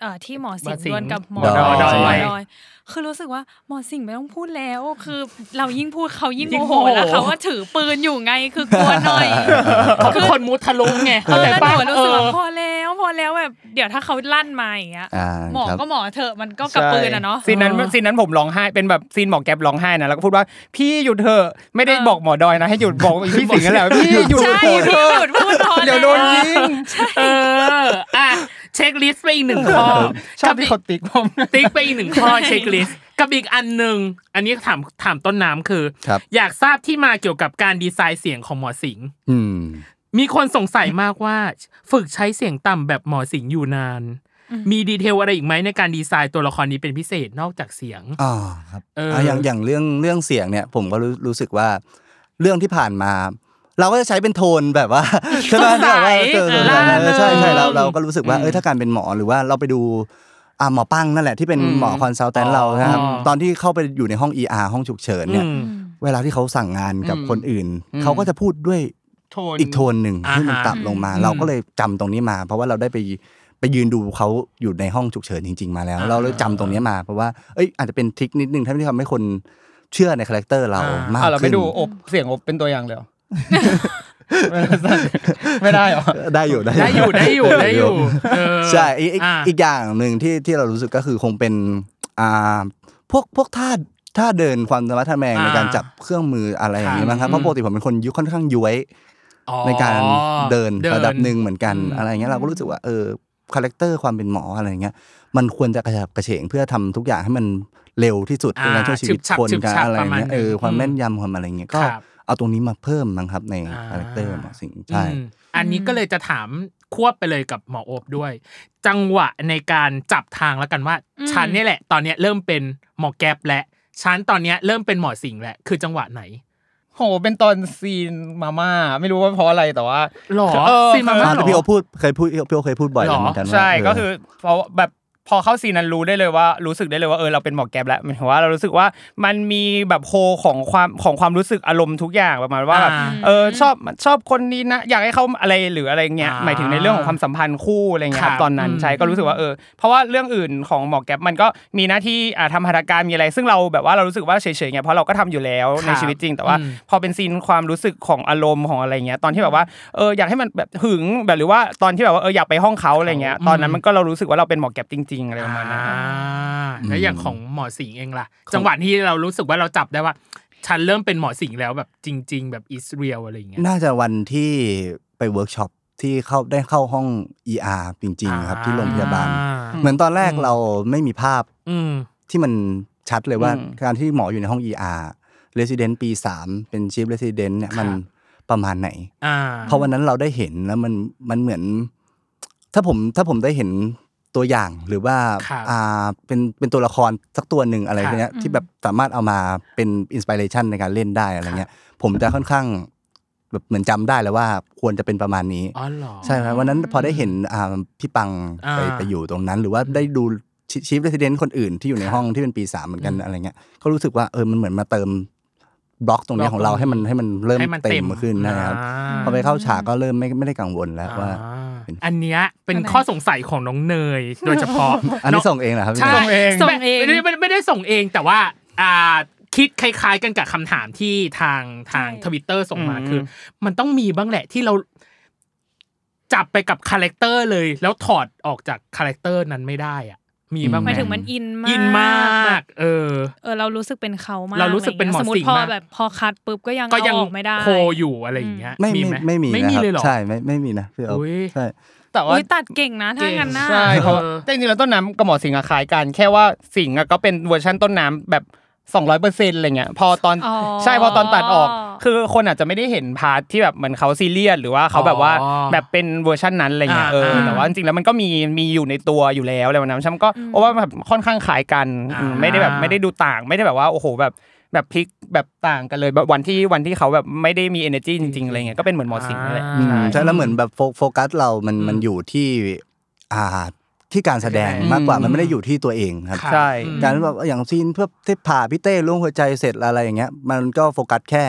เอ่อที่หมอสิง
หมอ
ห์
สิงห์
ดวลกับหมอ
ดอย
ดอย
ดอย
ดอย คือรู้สึกว่าหมอสิงห์ไม่ต้องพูดแล้ว คือเรายิ่งพูดเขายิ่ง
ยิ่ง
โมโห
โมโห
แล้วเขาว่าถือปืนอยู่ไงคือกลัวหน่อย
เขาเป็นคนมุทะลุไง
เอ
เข้า
อ
ใจ
แล้วห
ป่ะ
นูรู้สึกว่า
เออ
พอแล้วพอแล้วแบบเดี๋ยวถ้าเขาลั่นมาอย่างเงี้ย
อ่า
หมอ
ครับ
ก็หมอเถอะมันก็กับปืนอะเนาะ
ซีนนั้นซีนนั้นผมร้องไห้เป็นแบบซีนหมอแก๊ปร้องไห้นะแล้วก็พูดว่าพี่หยุดเถอะไม่ได้
เออ
บอกหมอดอยนะให้หยุดบอกพี่สิงห์นั่นแหละพี่หยุด
(laughs) ใช่
พูดเถ
พี่
อะ
หยุดพูดพอ
เดี๋ยวโดนยิง
เออ อ่ะ เช็คลิสต์ไปอีกหนึ่งข้อ
ชอ
กั
บ
บ
ที่เขาติ๊กผม
ติ๊กไปอีกหนึ่งข้อเช็คลิสต์กับอีกอันหนึ่ง อันนี้ถามถามต้นน้ำคือ
ครับ
อยากทราบที่มาเกี่ยวกับการดีไซน์เสียงของหมอสิงห์
อืม
มีคนสงสัยมากว่า ฝึกใช้เสียงต่ำแบบหมอสิงห์อยู่นาน มีดีเทลอะไรอีกไหมในการดีไซน์ตัวละครนี้เป็นพิเศษนอกจากเสียง
อ่าครับ
เอออ่
ะอย่างอย่างเรื่องเรื่องเสียงเนี่ยผมก็รู้รู้สึกว่าเรื่องที่ผ่านมา เราก็จะใช้เป็นโทนแบบว่า (laughs) ใช่ไหม
สดใส
แบบว่าเออ
ร่าเริง
ใช่ใช่เราเราก็รู้สึกว่า
อืม
เอ้ยถ้าการเป็นหมอหรือว่าเราไปดูอ่ะหมอปังนั่นแหละที่เป็น
อืม
หมอคอนซัลแทนเรานะครับ
อ๋อ
ตอนที่เข้าไปอยู่ในห้อง ER ห้องฉุกเฉินเนี่ย
อืม
เวลาที่เขาสั่งงานกับ
อืม
คนอื่น เขาก็จะพูดด้วย
โทน
อีกโทนหนึ่ง
อ่าฮะ
ที่มันต่ำลงมา เราก็เลยจำตรงนี้มา เพราะว่าเราได้ไปไปยืนดูเขาอยู่ในห้องฉุกเฉินจริง ๆ มาแล้ว เราเลยจำตรงนี้มาเพราะว่าเอ้ยอาจจะเป็นทริคนิดนึงที่ทำให้คนเชื่อในคาแรคเตอร์เรา
อ่าม
มาก
อ่ะเราไป
ขึ้น
ดูอบเสียงอบเป็นตัวอย่างเลยเห
(laughs)
รอ ไม่ได้เหรอ
ได้อยู่
ได้อยู่ได้อยู่ได้อยู่เออ
ใช่อีกอีก
อ่ะ
อีกอย่างหนึ่งที่ที่เรารู้สึกก็คือคงเป็นอ่าพวกพวกท่า ถ้าเดินความสามารถทะแมงในการจับเครื่องมืออะไรอย่างนี้มั้งครับเพราะปกติผมเป็นคนยุค่อนข้างย้วย
อ๋อ
ในการเดินระดับหนึ่งเหมือนกัน
อืม
อะไรเงี้ยเราก็รู้สึกว่าเออคาแรคเตอร์ความเป็นหมออะไรเงี้ยมันควรจะกระฉับกระเฉงเพื่อทำทุกอย่างให้มันเร็วที่สุด
อ่า
ในการช่วยชีวิ
ฉึบ
ต
ฉับ
คน
ฉึบ
กัน
ฉับ
อะไร
ประมาณ
เงี้ยเออ
นั้น
ความ
อืม
แม่นยำความอะไรเงี้ยก็
ครับ
เอาตรงนี้มาเพิ่มมั้งครับใน
อ่
คาแรคเตอร์หมอสิงห์
อื
ใช่
มอันนี้ก็เลยจะถามควบไปเลยกับหมอโอบด้วย จังหวะในการจับทางแล้วกันว่า
อืม
ฉันเนี่ยแหละ ตอนเนี้ยเริ่มเป็นหมอแก๊ปและฉันตอนเนี้ยเริ่มเป็นหมอสิงห์และคือจังหวะไหน
โหเป็นตอนซีนมาม่าไม่รู้ว่าเพราะอะไรแต่ว่า
หรอ
เออ
ซีนมาม่า
อ่า
หร
แต่
อ
พี่โอพูดเคยพูดพี่โอเคยพูดบ่อย
หรอ
เหมือนกันว่า
ใช่
เ
ก็คือพอแบบพอเข้าซีนนั้นรู้ได้เลยว่ารู้สึกได้เลยว่าเออเราเป็นหมอแก๊ปแล้วหมายถึงว่าเรารู้สึกว่ามันมีแบบโคของความของความรู้สึกอารมณ์ทุกอย่างประมาณว่าแบบ
อ่า
เออชอบชอบคนนี้นะอยากให้เขาอะไรหรืออะไรเงี้ย
อ่า
หมายถึงในเรื่องของความสัมพันธ์คู่อะไรเงี้ยครั
ครับ
บตอนนั้น
อืม
ใช่ก็รู้สึกว่าเออเพราะว่าเรื่องอื่นของหมอแก๊ปมันก็มีหน้าที่อ่าทำหัตถการมีอะไร ซึ่งเราแบบว่าเรารู้สึกว่าเฉยๆไงเพราะเราก็ทำอยู่แล้ว
ค
ใน
รับ
ชีวิตจริงแต่ว่า
อืม
พอเป็นซีนความรู้สึกของอารมณ์ของอะไรเงี้ยตอนที่แบบว่าเอออยากให้มันแบบหึงแบบหรือว่าตอนที่แบบว่าเอออยากไปห้องเขาอะไรเงี้ย
อืม
ตอนนั้นมันก็เรารู้สึกว่าเราเป็นหมอแก็บจริงๆอะไรประมาณนั้น
อ่าแล้วอย่างของหมอสิงห์เองล่ะ จังหวะที่เรารู้สึกว่าเราจับได้ว่า ฉันเริ่มเป็นหมอสิงห์แล้วแบบจริง ๆ แบบอิสเรียลอะไรอย่างเงี้ย
น่าจะวันที่ไปเวิร์กช็อปที่เข้าได้เข้าห้อง ER จริงๆครับที่โรงพยาบาล
อ่
เหมือนตอนแรกเราไม่มีภาพ
อืม
ที่มันชัดเลยว่าการที่หมออยู่ในห้อง ER Resident ปี 3 เป็น Chief Resident เนี่ย
ครับ
มันประมาณไหน
อ่า
เพราะวันนั้นเราได้เห็นแล้วมันมันเหมือน ถ้าผมถ้าผมได้เห็นตัวอย่างหรือว่า
ครับ
อ่าเป็นเป็นตัวละครสักตัวหนึ่งอะไร
ครับ
เนี้ยที่แบบสามารถเอามาเป็นอินสปิเรชันในการเล่นได้อะไรเงี้ย ผมจะค่อนข้างแบบเหมือนจำได้แล้วว่าควรจะเป็นประมาณนี้
๋อเหรอ
ใช่ไหมวันนั้นพอได้เห็นอ่าพี่ปังไป
อ่า
ไปอยู่ตรงนั้น หรือว่าได้ดูชีฟเรสเดนต์คนอื่นที่อยู่ใน
ครับ
ห้องที่เป็นปีสามเหมือนกัน
อืม
อะไรเงี้ยก็รู้สึกว่าเออมันเหมือนมาเติมบล็อกตรงเนี้ยของเราให้มันให้มันเริ่ม
ให้มันเต็
เต็
ม
มขึ้นนะครับ
อ่า
พอไปเข้าฉากก็เริ่มไม่ไม่ได้กังวลแล้วว่า
อ่
เป็น
อันเนี้ยเป็นข้อสงสัยของน้องเนย โดยเฉพาะ
อันนี้ส่งเองเหรอครับ
ใช่
พี่
ส่งเอง
ส่งเอง
ไม่ได้ไม่ได้ไม่ได้ส่งเองแต่ว่าอ่าคิดคล้ายๆกันกับคำถามที่ทางทางทวิตเตอร์ส่งมา
อืม
คือ มันต้องมีบ้างแหละที่เราจับไปกับคาแรคเตอร์เลย แล้วถอดออกจากคาแรคเตอร์นั้นไม่ได้อ่ะ มีบ้าง
ห
ไหม
มายถึงมันอินมาก
อินม
แบ
า
บ
ก เออ
เออเรารู้สึกเป็นเขามาก
เรารู้สึกเป็นหมอ
สมม
สิง
ติ
ห์
พอ
มาก
แบบพอคัดปุ๊บก็ยัง
ก็
เอา
ยัง
ออกไม่ได้
โคอยู่อะไรอย่างเงี้ย
ไม่
มี
ไม่
ไหม
ไม่มี
ไม่มี
นะครับ
เลยเหรอ
ใช่ไม่ไม่มีนะพี่อ๊อฟ
อุ๊ย
ใช่
แต่ว่า
อุ้ยตัดเก่งนะถ้างั้นน่ะ
ใช่เพราะว่า
เออ
แต่จริงๆแล้วต้นน้ำกับหมอสิงห์อะคล้ายกันแค่ว่าสิงห์อะก็เป็นเวอร์ชันต้นน้ำแบบ 200เปอร์เซ็นต์อะไรเงี้ยพอตอน
อ๋อ
ใช่พอตอนตัดออก คือคนอาจจะไม่ได้เห็นพาร์ทที่แบบเหมือนเขาซีเรียสหรือว่าเขาแบบว่า
อ๋อ
แบบเป็นเวอร์ชันนั้นอะไรเงี้ย
อ่า
เออ
อ่า
แต่ว่าจริงๆแล้วมันก็มีมีอยู่ในตัวอยู่แล้วอะไรแบบนั้นฉันก็เพราะว่าแบบค่อนข้างขายกัน
อ่า
อืมไม่ได้แบบไม่ได้ดูต่างไม่ได้แบบว่าโอ้โหแบบแบบพลิกแบบต่างกันเลยแบบวันที่วันที่เขาแบบไม่ได้มี energy จริงๆอะไรเงี้ยก็เป็นเหมือนหมอสิงห์นั่นแหละ
อ่า
อืมใช่แล้วเหมือนแบบโฟโฟกัสเรามัน
อืม
มันอยู่ที่อ่าที่การแสดง
อืม
มากกว่ามันไม่ได้อยู่ที่ตัวเองครับ
ครับ
ใช่
การแบบอย่างซีนเพื่อที่ผ่าพี่เต้ล่วงหัวใจเสร็จอะไรอย่างเงี้ย มันก็โฟกัสแค่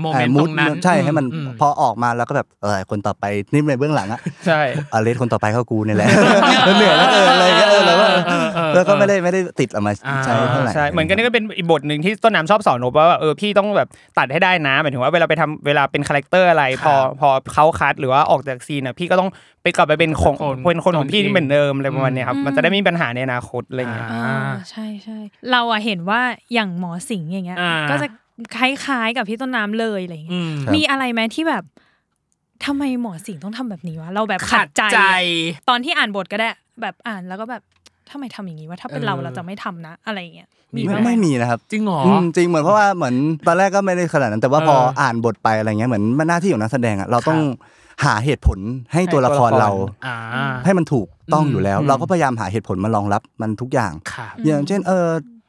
โมเมนต์
อ่า mood
ตรงนั้น
ใช่ให้มัน
อืม
พอออกมาแล้วก็แบบเออคนต่อไปนี่ในเบื้องหลังอะ
ใช่
อาเลสคนต่อไปเข้ากูเนี่ยแหละ
(laughs)
แล้วเหนื่อยแล้วเอออะไรก็เออแล้วก็
เออเออ
แล้วก็ไม่ได้ไม่ได้ติดออกมา
อ่า
ใช้เท่าไหร่
ใช่เหมือนกันนี่ก็เป็นอีกบทหนึ่งที่ต้นน้ำชอบสอนนบว่าแบบเออพี่ต้องแบบตัดให้ได้นะหมายถึงว่าเวลาไปทำเวลาเป็นคาแรคเตอร์อะไร พอพอเขาคัดหรือว่าออกจากซีนอ่ะพี่ก็ต้องไปกลับไปเป็นของ
คน
เป็นคนของพี่
คนเอง
เหมือนเดิมอะไรประมาณเนี้ยครับ
อืม
มันจะได้ไม่มีปัญหาในอนาคตอะไรเงี้ย
อ่า
อ่าใช่ใช่เราอะเห็นว่าอย่างหมอสิงห์อย่างเงี้ย
อ่า
ก็จะคล้ายๆกับพี่ต้นน้ำเลยอะไรอย่างเงี้ย
อืม
ครับ
มีอะไรไหมที่แบบทำไมหมอสิงห์ต้องทำแบบนี้วะเราแบบขั
ขั
ด
ด
ใจ
ใจ
ตอนที่อ่านบทก็ได้ แบบอ่านแล้วก็แบบทำไมทำอย่างนี้วะถ้าเป็นเรา
เออ
เราจะไม่ทำนะอะไรอย่างเงี้ยมี
ไม่
บ้างไหม
ไม่มีนะครับ
จริงเหรอ
อืมจริงเหมือนเพราะว่าเหมือนตอนแรกก็ไม่ได้ขนาดนั้น แต่ว่าพอ
เอออ่
อ่านบทไปอะไรเงี้ยเหมือนมันหน้าที่ของนักแสดงอ่ะเราต้องหาเหตุผลให้ตัวละคร
ให้ตัวละคร
เรา
่า
ให้มันถูกต้อง
อืม
อยู่แล้ว
อืม
เราก็พยายามหาเหตุผลมารองรับมันทุกอย่าง
ครับ
อย่างเช่นเออ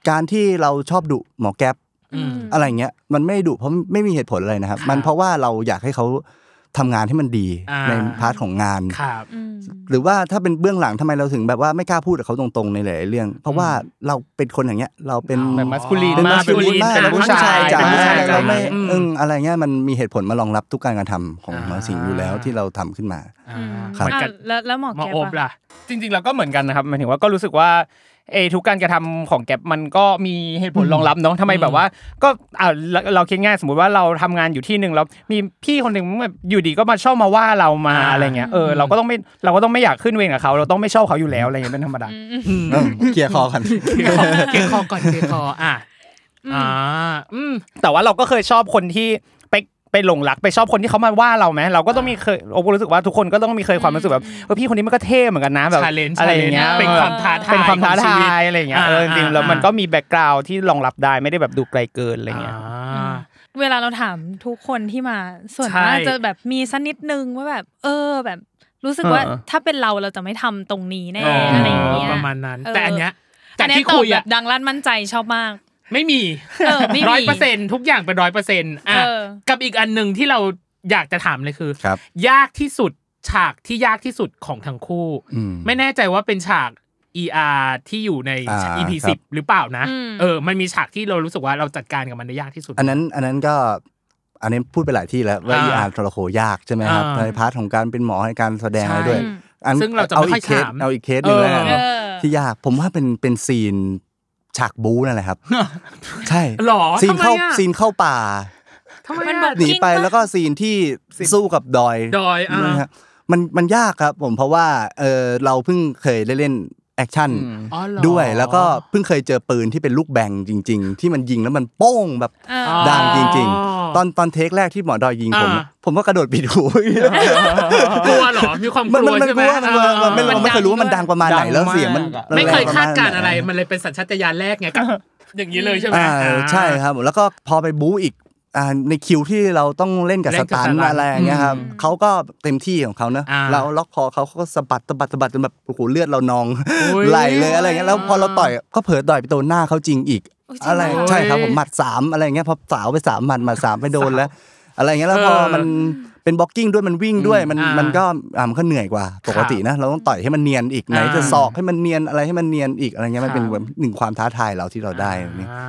การที่เราชอบดุหมอแก๊ป
อืม
อะไรเงี้ยมันไม่ดุเพราะไม่มีเหตุผลอะไรนะครับ
ครับ
มันเพราะว่าเราอยากให้เขาทำงานให้มันดี
อ่า
ในพาร์ทของงาน
ครับ
หรือว่าถ้าเป็นเบื้องหลังทำไมเราถึงแบบว่าไม่กล้าพูดกับเขาตรงๆในหลายๆเรื่อง เพราะว่าเราเป็นคนอย่างเงี้ยเราเป็น
อ๋อ
แบบมัสคูลีน
เป็น
มา
มั
ก
สคูลินมาก
เป็น
เป็น
ผู้
ผู้
ชา
ชายยจ๋า
เป็นผู้ชาย
แล้วไม่
อืม
อึ้งอะไรเงี้ยมันมีเหตุผลมารองรับทุกการกระทำของ
อ่า
หมอสิงห์อยู่แล้วที่เราทำขึ้นมา
อ่า
ครับ
เหมือนกั
อ่ะ
บ
แล้วแล้วหมอ
หมอ
แก๊ป
โอบ
อะ
ล่ะ
จริงๆเราก็เหมือนกันนะครับหมายถึงว่าก็รู้สึกว่าเออทุกการกระทำของแก๊ปมันก็มีเหตุผลรองรับเนาะทำไมแบบว่า ก็อ่าเราเราคิดง่ายสมมติว่าเราทำงานอยู่ที่หนึ่งแล้วมีพี่คนหนึ่งแบบอยู่ดีก็มาชอบมาว่าเรามา
อ่า
อะไรเงี้ยเออเราก็ต้องไม่เราก็ต้องไม่อยากขึ้นเวรกับเขาเราต้องไม่ชอบเขาอยู่แล้วอะไรเงี้ยเป็นธรรมดา
เออเคลียร์คอกัน
เกคอก่อนเกคออ่ะ อ่าอืม
แต่ว่าเราก็เคยชอบคนที่ไปไปหลงรักไปชอบคนที่เขามาว่าเราไหมเราก็ต้องมีเคยโอ้รู้สึกว่าทุกคนก็ต้องมีเคยความรู้สึกแบบเออพี่คนนี้มันก็เท่เหมือนกันนะแบบ
Challenge
อะไรอย่างเงี้ย
challenge เป็นความท้าทาย
เป็นความท้า
ของชี
ทา
วิต
ยอะไรอย่างเงี้ย
อ่า
เออจริงๆแล้ว
อ่ามั
มันก็มีแบ็กกราวที่รองรับได้ไม่ได้แบบดูไกลเกินอะไรเงี้ย
อ่า
เวลาเราถามทุกคนที่มาส่วน
ใช่
มากจะแบบมีสักนิดนึงว่าแบบ เออแบบ รู้สึกว่า
เออ
ถ้าเป็นเราเราจะไม่ทำตรงนี้แน่
อ๋ออ
อะไรอย่างเงี้ย
ประมาณนั้น
เออ
แต่อันเนี้ย
อั
จาก
นเนี้ย
ที่
ตอบ
คุย
แบ
อะ
บดังลั่นมั่นใจชอบมาก
ไม่มี
เออไม่มี
ร้อยเปอร์เซ็นทุกอย่างเป็นร้อยเปอร์เซ็นต์อ่ะ
เออ
กับอีกอันหนึ่งที่เราอยากจะถามเลยคือ
ครับ
ยากที่สุดฉากที่ยากที่สุดของทั้งคู่
อืม
ไม่แน่ใจว่าเป็นฉาก ER ที่อยู่ใน
อ่า
EP
ครั
สิ
บ
บหรือเปล่านะ
อืม
เออ มันมีฉากที่เรารู้สึกว่าเราจัดการกับมันได้ยากที่สุด
อันนั้นอันนั้นก็อันนี้พูดไปหลายที่แล้วว่า
อ่า
อ่านทรโขยากใช่ไหมครับ
อ่า
ในพาร์ทของการเป็นหมอในการแสดงอะไรด้วย
ใช่
อัน
ซึ่งเราจะไม่
เอา
ค่อย
อีกเคส
ถาม
เอาอีกเคสหนึ่งแล้วกัน
เอ
เออ
เนาะ
อ
ที่ยากผมว่าเป็นเป็นซีนฉากบู๊นั่น
(laughs)
แหละครับ ใช่
หรอ
ซีน
ทำไม
เข้า
อะ
ซีนเข้าป่า
ทำไม
มัน
อะ
แบบ
หนีไป
จริงปะ
แล้วก็ซีนที่สู้กับดอย
ดอยอ่า
นะฮะมันมันยากครับผมเพราะว่าเออเราเพิ่งเคยได้เล่นแอคชั่น
อ๋อเหรอ
ด้วยแล้วก็เพิ่งเคยเจอปืนที่เป็นลูกแบงจริง ๆ ที่มันยิงแล้วมันโป้งแบบ
เออ
ดังจริง
อ๋อ
ๆ ตอนตอนเทคแรกที่หมอดอยยิงผม
อ่า
ผมก็กระโดดปิดหู
กลัวเหรอ มีความก
มัน
ลั
มั
วน
มัน
ใช่
ก
ไหม
ลัวมันกลัวมันไม่
เออ
เรา
มัน
ไม่เคยรู้ว่ามันดังประมาณไหน
ดัง
แล้วเสียงมัน
มากอะ
น
ไม่เคย
แรงปะ
คาด
ณ
การณ์
หน
อะไร มันเลยเป็นสัญชาตญาณแรกไงกับอย่างนี้เลยใช่ไหม
อ่าใช่ครับผมแล้วก็พอไปบู๊อีกอ่าในคิวที่เราต้องเล่นกับสตันท์อะไรอย่างเงี้ยครับเขาก็เต็มที่ของเขาเนอะ
อ่า
เราล็อกคอเขาเขาก็สะบัดสะบัดสะบัดจนแบบโอ้โหเลือดเรานอง
อุ๊ย
ไหลเลยอะไรอย่างเงี้ยแล้วพอเราต่อยก็เผลอต่อยไปโดนหน้าเขาจริงอีก
อุ๊ยจริง
อะไร
เหรอ
ใช่ครับผมหมัดสามอะไรอย่างเงี้ยพอสาวไปสามหมัดหมัดสามไปโดนแล้ว อะไรอย่างเงี้ยแล้วพอ
เออ
มันเป็นบล็อกกิ้งด้วยมันวิ่งด้วยมัน
อ่ามั
มันก็อ่ามันก็เหนื่อยกว่าปกตินะ เราต้องต่อยให้มันเนียนอีกไหนจะ
อ่า
ศอกให้มันเนียนอะไรให้มันเนียนอีกอะไรเงี้ยมันเป็น
ครับ
หนึ่งความท้าทายเราที่เราได้นี่
อ่า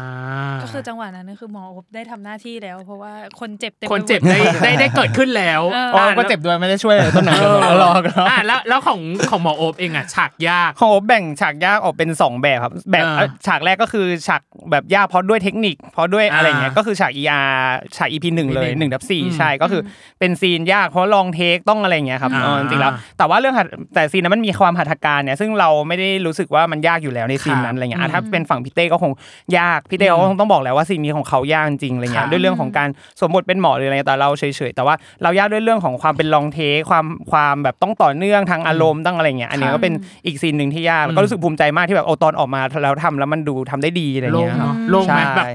ก็คือจังหวะนั้นก็คือหมอโอบได้ทำหน้าที่แล้ว เพราะว่าคนเจ็บเต็ม
คนเจ็บ
ไปหม
(laughs)
ได้ได้ได้เกิดขึ้นแล้ว
เออ
อ๋อก็เจ็บด้วยไม่ได้ช่วยอะไรต้นหนังเลยหรอกหรอก
อ่ะแล้วแล้วของของหมอโอบเองอ่ะฉากยาก
ของโอ๊บแบ่งฉากยากออกเป็น 2 แบบครับแบบ
อ่า
เอ่อฉากแรกก็คือฉากแบบยากเพราะด้วยเทคนิค เพราะด้วยอะไรอย่างเงี้ย
อ่า
ก็คือฉาก ER ฉาก EP หนึ่งเลย
หนึ่ง
1นึ่งทับสี่
อืม
ใช่ก็คืออเป็นซีนยากเพราะลองเทคต้องอะไรอย่างเงี้ยครับ
อ่า
เออจริงๆแล้วแต่ว่าเรื่องหัดแต่ซีนนั้นมันมีความหัตถการเนี่ยซึ่งเราไม่ได้รู้สึกว่ามันยากอยู่แล้วในซีนนั้
ครับ
นอะไรเงี้ยอ่ะถ้าเป็นฝั่งพี่เต้ก็คงยากพี่เต้เขาก็คงต้องบอกแล้วว่าซีนนี้ของเขายากจริงอะไร
ค
เงี้
รั
ย
บ
ด้วยเรื่องของการสวมบทเป็นหมอหรืออะไรแต่เราเฉยๆแต่ว่าเรายากด้วยเรื่องของความเป็นลองเทคความความแบบต้องต่อเนื่องทางอารมณ์ต้องอะไรเงี้ยอันนี้ก็เป็นอีกซีนหนึ่งที่ยาก แล้วก็รู้สึกภูมิใจมากที่แบบเอาตอนออกมาแล้วทำแล้วมันดูทำได้ดีอะไร
โลง
เงี้ย
เนาะ
โล
โลง
ง
ไหม
แบ
แบบ บ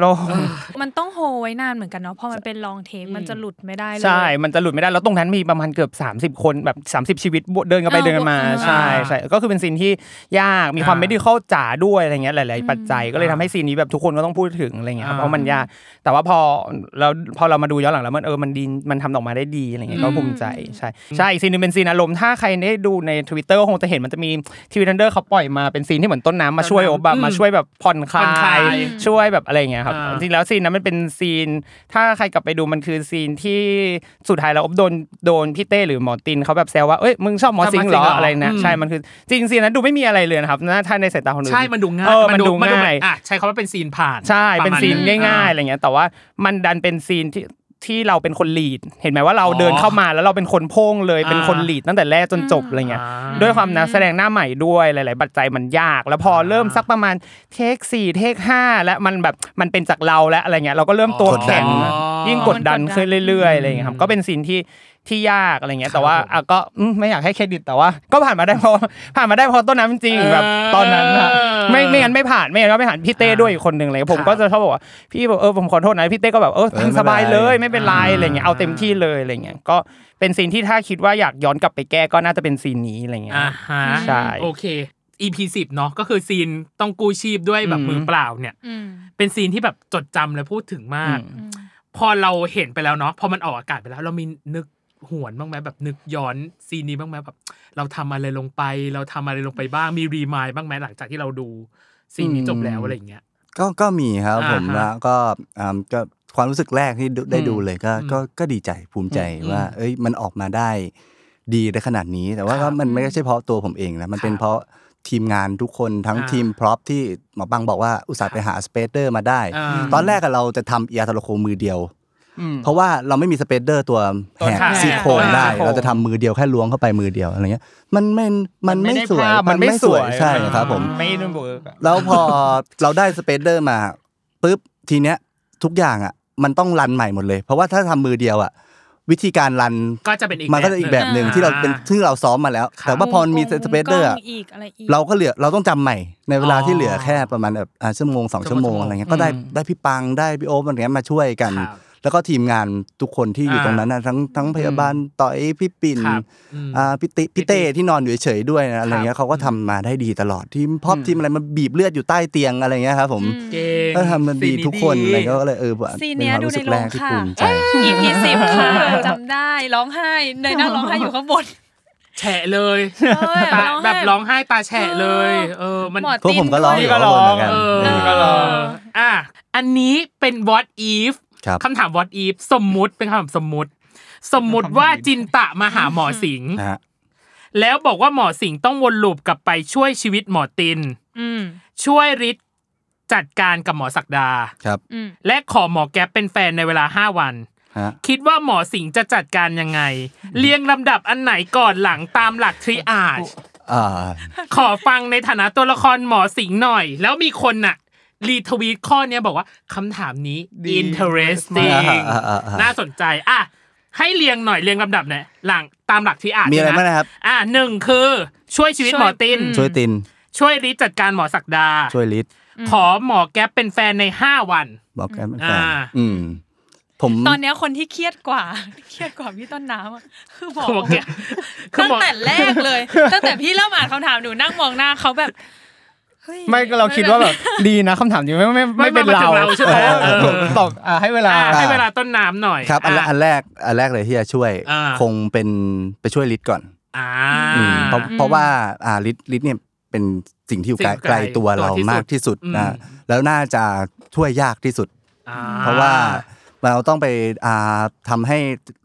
โลง
มันต้องโฮไว้นานเหมือนกันเนาะเพอมันเป็นลองเทคมันจะหลุดไม่ได้เลย
ใช่ มันจะหลุดไม่ได้แล้วตรงนั้นมีประมาณเกือบ 30 คนแบบ 30 ชีวิตเดินกันไป
เออ
เดินกันมา
เออ
ใช่ใช่ก็คือเป็นซีนที่ยากมีความ
อ่า
ไม่ได้เข้าจ๋าด้วยอะไรเงี้ยหลาย ๆ ปัจจัยก็เลยทำให้ซีนนี้แบบทุกคนก็ต้องพูดถึงอะไรเงี้ยครับ
อ่า
เพราะมันยากแต่ว่าพอเราพอเรามาดูย้อนหลังแล้วมันเออมันดีมันทำออกมาได้ดีอะไรเงี้ยก็ภูมิใจใช่ใช่อีกซีนหนึงเป็นซีนอารมณ์ถ้าใครได้ดูใน Twitter คงจะเห็นมันจะมีทวิตเดอร์เขาปล่อยมาเป็นซีนที่เหมือนต้นน้ำมาช่วยโอบะมาช่วยแบบผ่อนคล
ผ่อนค
า
ลาย ย
ช่วยแบบอะไรอย่างเงี้ยครับ
อ่า
จริงๆแล้วซีนนั้นมันเป็นซีน ถ้าใครกลับไปดูมันคือซีนที่สุดท้ายเราโดนโดนพี่เต้หรือหมอตินเขาแบบแซวว่าเอ้ยมึงชอบหมอสิงห์เหรออะไรนะใช่มันคือจริงๆซีนนั้นดูไม่มีอะไรเลยนะครับนะถ้าในสายตาคนอื่น
ใช่มันดูง่าย
เออมันดูง่าย
อ่ะใช้คำว่าเป็นซีนผ่าน
ใช่เป็นซีน
ระมณ
ง่ายๆอะไรเงี้ยแต่ว่ามันดันเป็นซีนที่ที่เราเป็นคนลีด เห็นไหมว่าเรา
อ๋อ
เดินเข้ามาแล้วเราเป็นคนโพ่งเลย
อ่า
เป็นคนลีดตั้งแต่แรกจนจบอะไรเงี้ย
อ่า
ด้วยความนักแสดงหน้าใหม่ด้วยหลาย ๆ ปัจจัยมันยาก แล้วพอเริ่มสักประมาณเทคสี่เทคห้าและมันแบบมันเป็นจากเราและอะไรเงี้ยเราก็เริ่มตัว
กดดัน
แข็ง
อ๋อ
ยิ่งกดดัน
มันกดดัน
ขึ้นเรื่อย ๆอะไรเงี้ยครับก็เป็นซีนที่ที่ยากอะไรเงี้ยแต่ว่าอ่ะก็อืมไม่อยากให้เครดิตแต่ว่า ก็ผ่านมาได้เพราะผ่านมาได้เพราะต้นน้ำจริงๆแบบตอนนั้นอะไม่ไม่งั้นไม่ผ่านไม่งั้นก็ไม่ผ่านพี่เต้ด้วยอีกคนหนึ่งเลยผมก็
ครับ
จะชอบบอกว่าพี่บอกเออผมขอโทษนะพี่เต้ก็แบบเออ
เออไม่เป็นไร
ทำสบายเลยไม่เป็นไร
อ่า
อะไรเงี้ยเอาเต็มที่เลยอะไรเงี้ยก็เป็นซีนที่ถ้าคิดว่าอยากย้อนกลับไปแก้ก็น่าจะเป็นซีนนี้อะไรเงี้ย
อ่าฮะ
ใช่
โอเค EP สิบเนาะก็คือซีนต้องกู้ชีพด้วยแบบ
อืม
มือเปล่าเนี่ย
อืม
เป็นซีนที่แบบจดจำและพูดถึงมาก พอเราเห็นไปแล้วเนาะพอมันออกอากาศไปแล้ว เรามีนึกหวนบ้างไหมแบบนึกย้อนซีนนี้บ้างไหมแบบ เราทำอะไรลงไป เราทำอะไรลงไปบ้างมีรีมายบ้างไหมหลังจากที่เราดูซีนนี้จบแล้วอะไรอย่างเงี้ย
ก็ก็มีครับผม
อ่าฮะ
แล้วก็อ่าก็ความรู้สึกแรกที่ดูได้ดูเลยก็
อืม
ก็ก็ดีใจภูมิใจ
อืม
ว่า เอ้ยมันออกมาได้ดีได้ขนาดนี้ แต่ว่า
ครั
ก็
บ
มันไม่ใช่เพราะตัวผมเองนะมันเป็นเพราะทีมงานทุกคนทั้ง
อ่า
ทีมพร็อพที่หมอบังบอกว่าอุตส่าห์ไปหาสเปเดอร์มาได้
อ่า
ตอนแรกอะเราจะทำเอียทรโคมือเดียว
อืม
เพราะว่าเราไม่มีสเปเดอร์ตัว
ตัว
แหก
แหก
ซี่โครงได้
ตัวแหก
เราจะทำมือเดียวแค่ล้วงเข้าไปมือเดียวอะไรเงี้ยมันไม่มันไม่
ด้
สวย
ภาพมันไม่สวย
ใช่ครับผม
ไม่นุ่มเบิร์กอะ
แล้วพอ เราได้สเปเดอร์มา ปุ๊บทีเนี้ยทุกอย่างอ่ะ มันต้องรันใหม่หมดเลย เพราะว่าถ้าทำมือเดียวอ่ะ วิธีการรัน
ก็จะเป็นอีก
มันก็จะอีกแบบหนึ่ง
อ่า
ที่เราเป็นซึ่งเราซ้อมมาแล้ว
ครับ
แต่ว่าพอมันมี
วงกล
สเปซเดอ
ก
ร์
ล้งอีกอะไรอีก
เราก็เหลือเราต้องจำใหม่ในเวลา
อ๋อ
ที่เหลือแค่ประมาณแบบอ่าชั่วโมงสอง
ชั่
ชั่
ว
ว
โม
โม
ง
งอะไรเงี้ยก็ได้
อืม
ได้พี่ปังได้พี่โอ๊บอะไรเงี้ยมาช่วยกัน
ครับ
แล้วก็ทีมงานทุกคนที่อยู่
อ่า
ตรงนั้นนะทั้งทั้งพยาบาลต่อยพี่ปิ่น
ครับอืม
อ่าพี่ติพี่เต้
พี่ติ
ที่นอนอยู่เฉยๆด้วยนะอะไรเงี้ยเขาก็ทำมาได้ดีตลอดทีมพอบ
อืม
ทีมอะไรมาบีบเลือดอยู่ใต้เตียงอะไรเงี้ยครับผม
เก่ง
ก็ทำมันดีทุกคน
ซี
อะไรเงี้ยก็เลยเออ
ซีน
เป็
เนี้
น
ย
ความรู้สึก
ดูใน
แร
โรง
กที่
ค่ะ
ภูมิใจ
EP สิบค่ะจำได้ร้องไห้เนยนั่งร้องไห้อยู่ข้างบน
แฉะเลย
เออ
ตา
ร้องไห้
แบบร้องไห้ตาแฉะเลย เออมัน
หมอ
พวก
ตีน
ผมก็ร้อง
ด้วย
อยู่ข้างบนเหมือนกัน
เออ
เออ
ก็รออ่ะ อันนี้เป็น what if
ครับ
คำถาม what if สมมุติเป็นคำถามสมมุติ สมมุติว่าจินตะมาหาหมอสิงห์
นะฮะ
แล้วบอกว่าหมอสิงห์ต้องวนลูปกลับไปช่วยชีวิตหมอติน
อืม
ช่วยฤทธิ์จัดการกับหมอศักดา
ครับ
อืม
และขอหมอแก๊ปเป็นแฟนในเวลา 5 วัน
ฮะ
คิดว่าหมอสิงห์จะจัดการยังไง เรียงลำดับอันไหนก่อนหลังตามหลักทริอาจ
อ่า
ขอฟังในฐานะตัวละครหมอสิงห์หน่อย แล้วมีคนน่ะ รีทวีตข้อเนี้ยบอกว่าคำถามนี้ interesting
อ่าอ่าอ่า
น่าสนใจ อ่ะ ให้เรียงหน่อยเรียงลำดับหน่อยหลังตามหลักที่อ่าน
มีอะไรบ้างนะครับ
อ่ะหนึ่งคือช่วยชีวิตหมอติน
ช่วยติน
ช่วยรีจัดการหมอศักดา
ช่วยลิศ
ขอหมอแก๊ปเป็นแฟนใน 5 วัน
บอกแอมเป็นแฟ
อ่า
นอืม ผม
ตอนเนี้ยคนที่เครียดกว่า (laughs) เครียดกว่าพี่ต้นน้ำอะคือบอก
คือหมอแก๊ปคื
(laughs) ตั้
อ
ง
หมอ
แต่แรกเลย ตั้งแต่พี่เริ่มอ่านคำถามหนูนั่งมองหน้าเขาแบบเฮ้ย
ไม่ก็เราคิดว่าแบบดีนะคำถามนี้ไม่ไม่ไม่เป็นเรา
ไม่มาถึงเราใช่ไหมเออ
ตอบอ่ะให้เวลา
อ่ะให้เวลาต้นน้ำหน่อย
ครับอันละ
ะ
อันแรกอันแรกเลยที่จะช่วย
อ่า
คงเป็นไปช่วยลิศก่อน
อ่า
อืมเพราะเพราะว่าอ่าลิศลิศเนี่ยเป็นสิ่งที่อยู่ไกล
สิ่งไกล
ไกลตัวเรา
ตัวที่สุด
มากที่สุด
อืม
นะแล้วน่าจะช่วยยากที่สุด
อ่
เพราะว่าเราต้องไปอ่าทำให้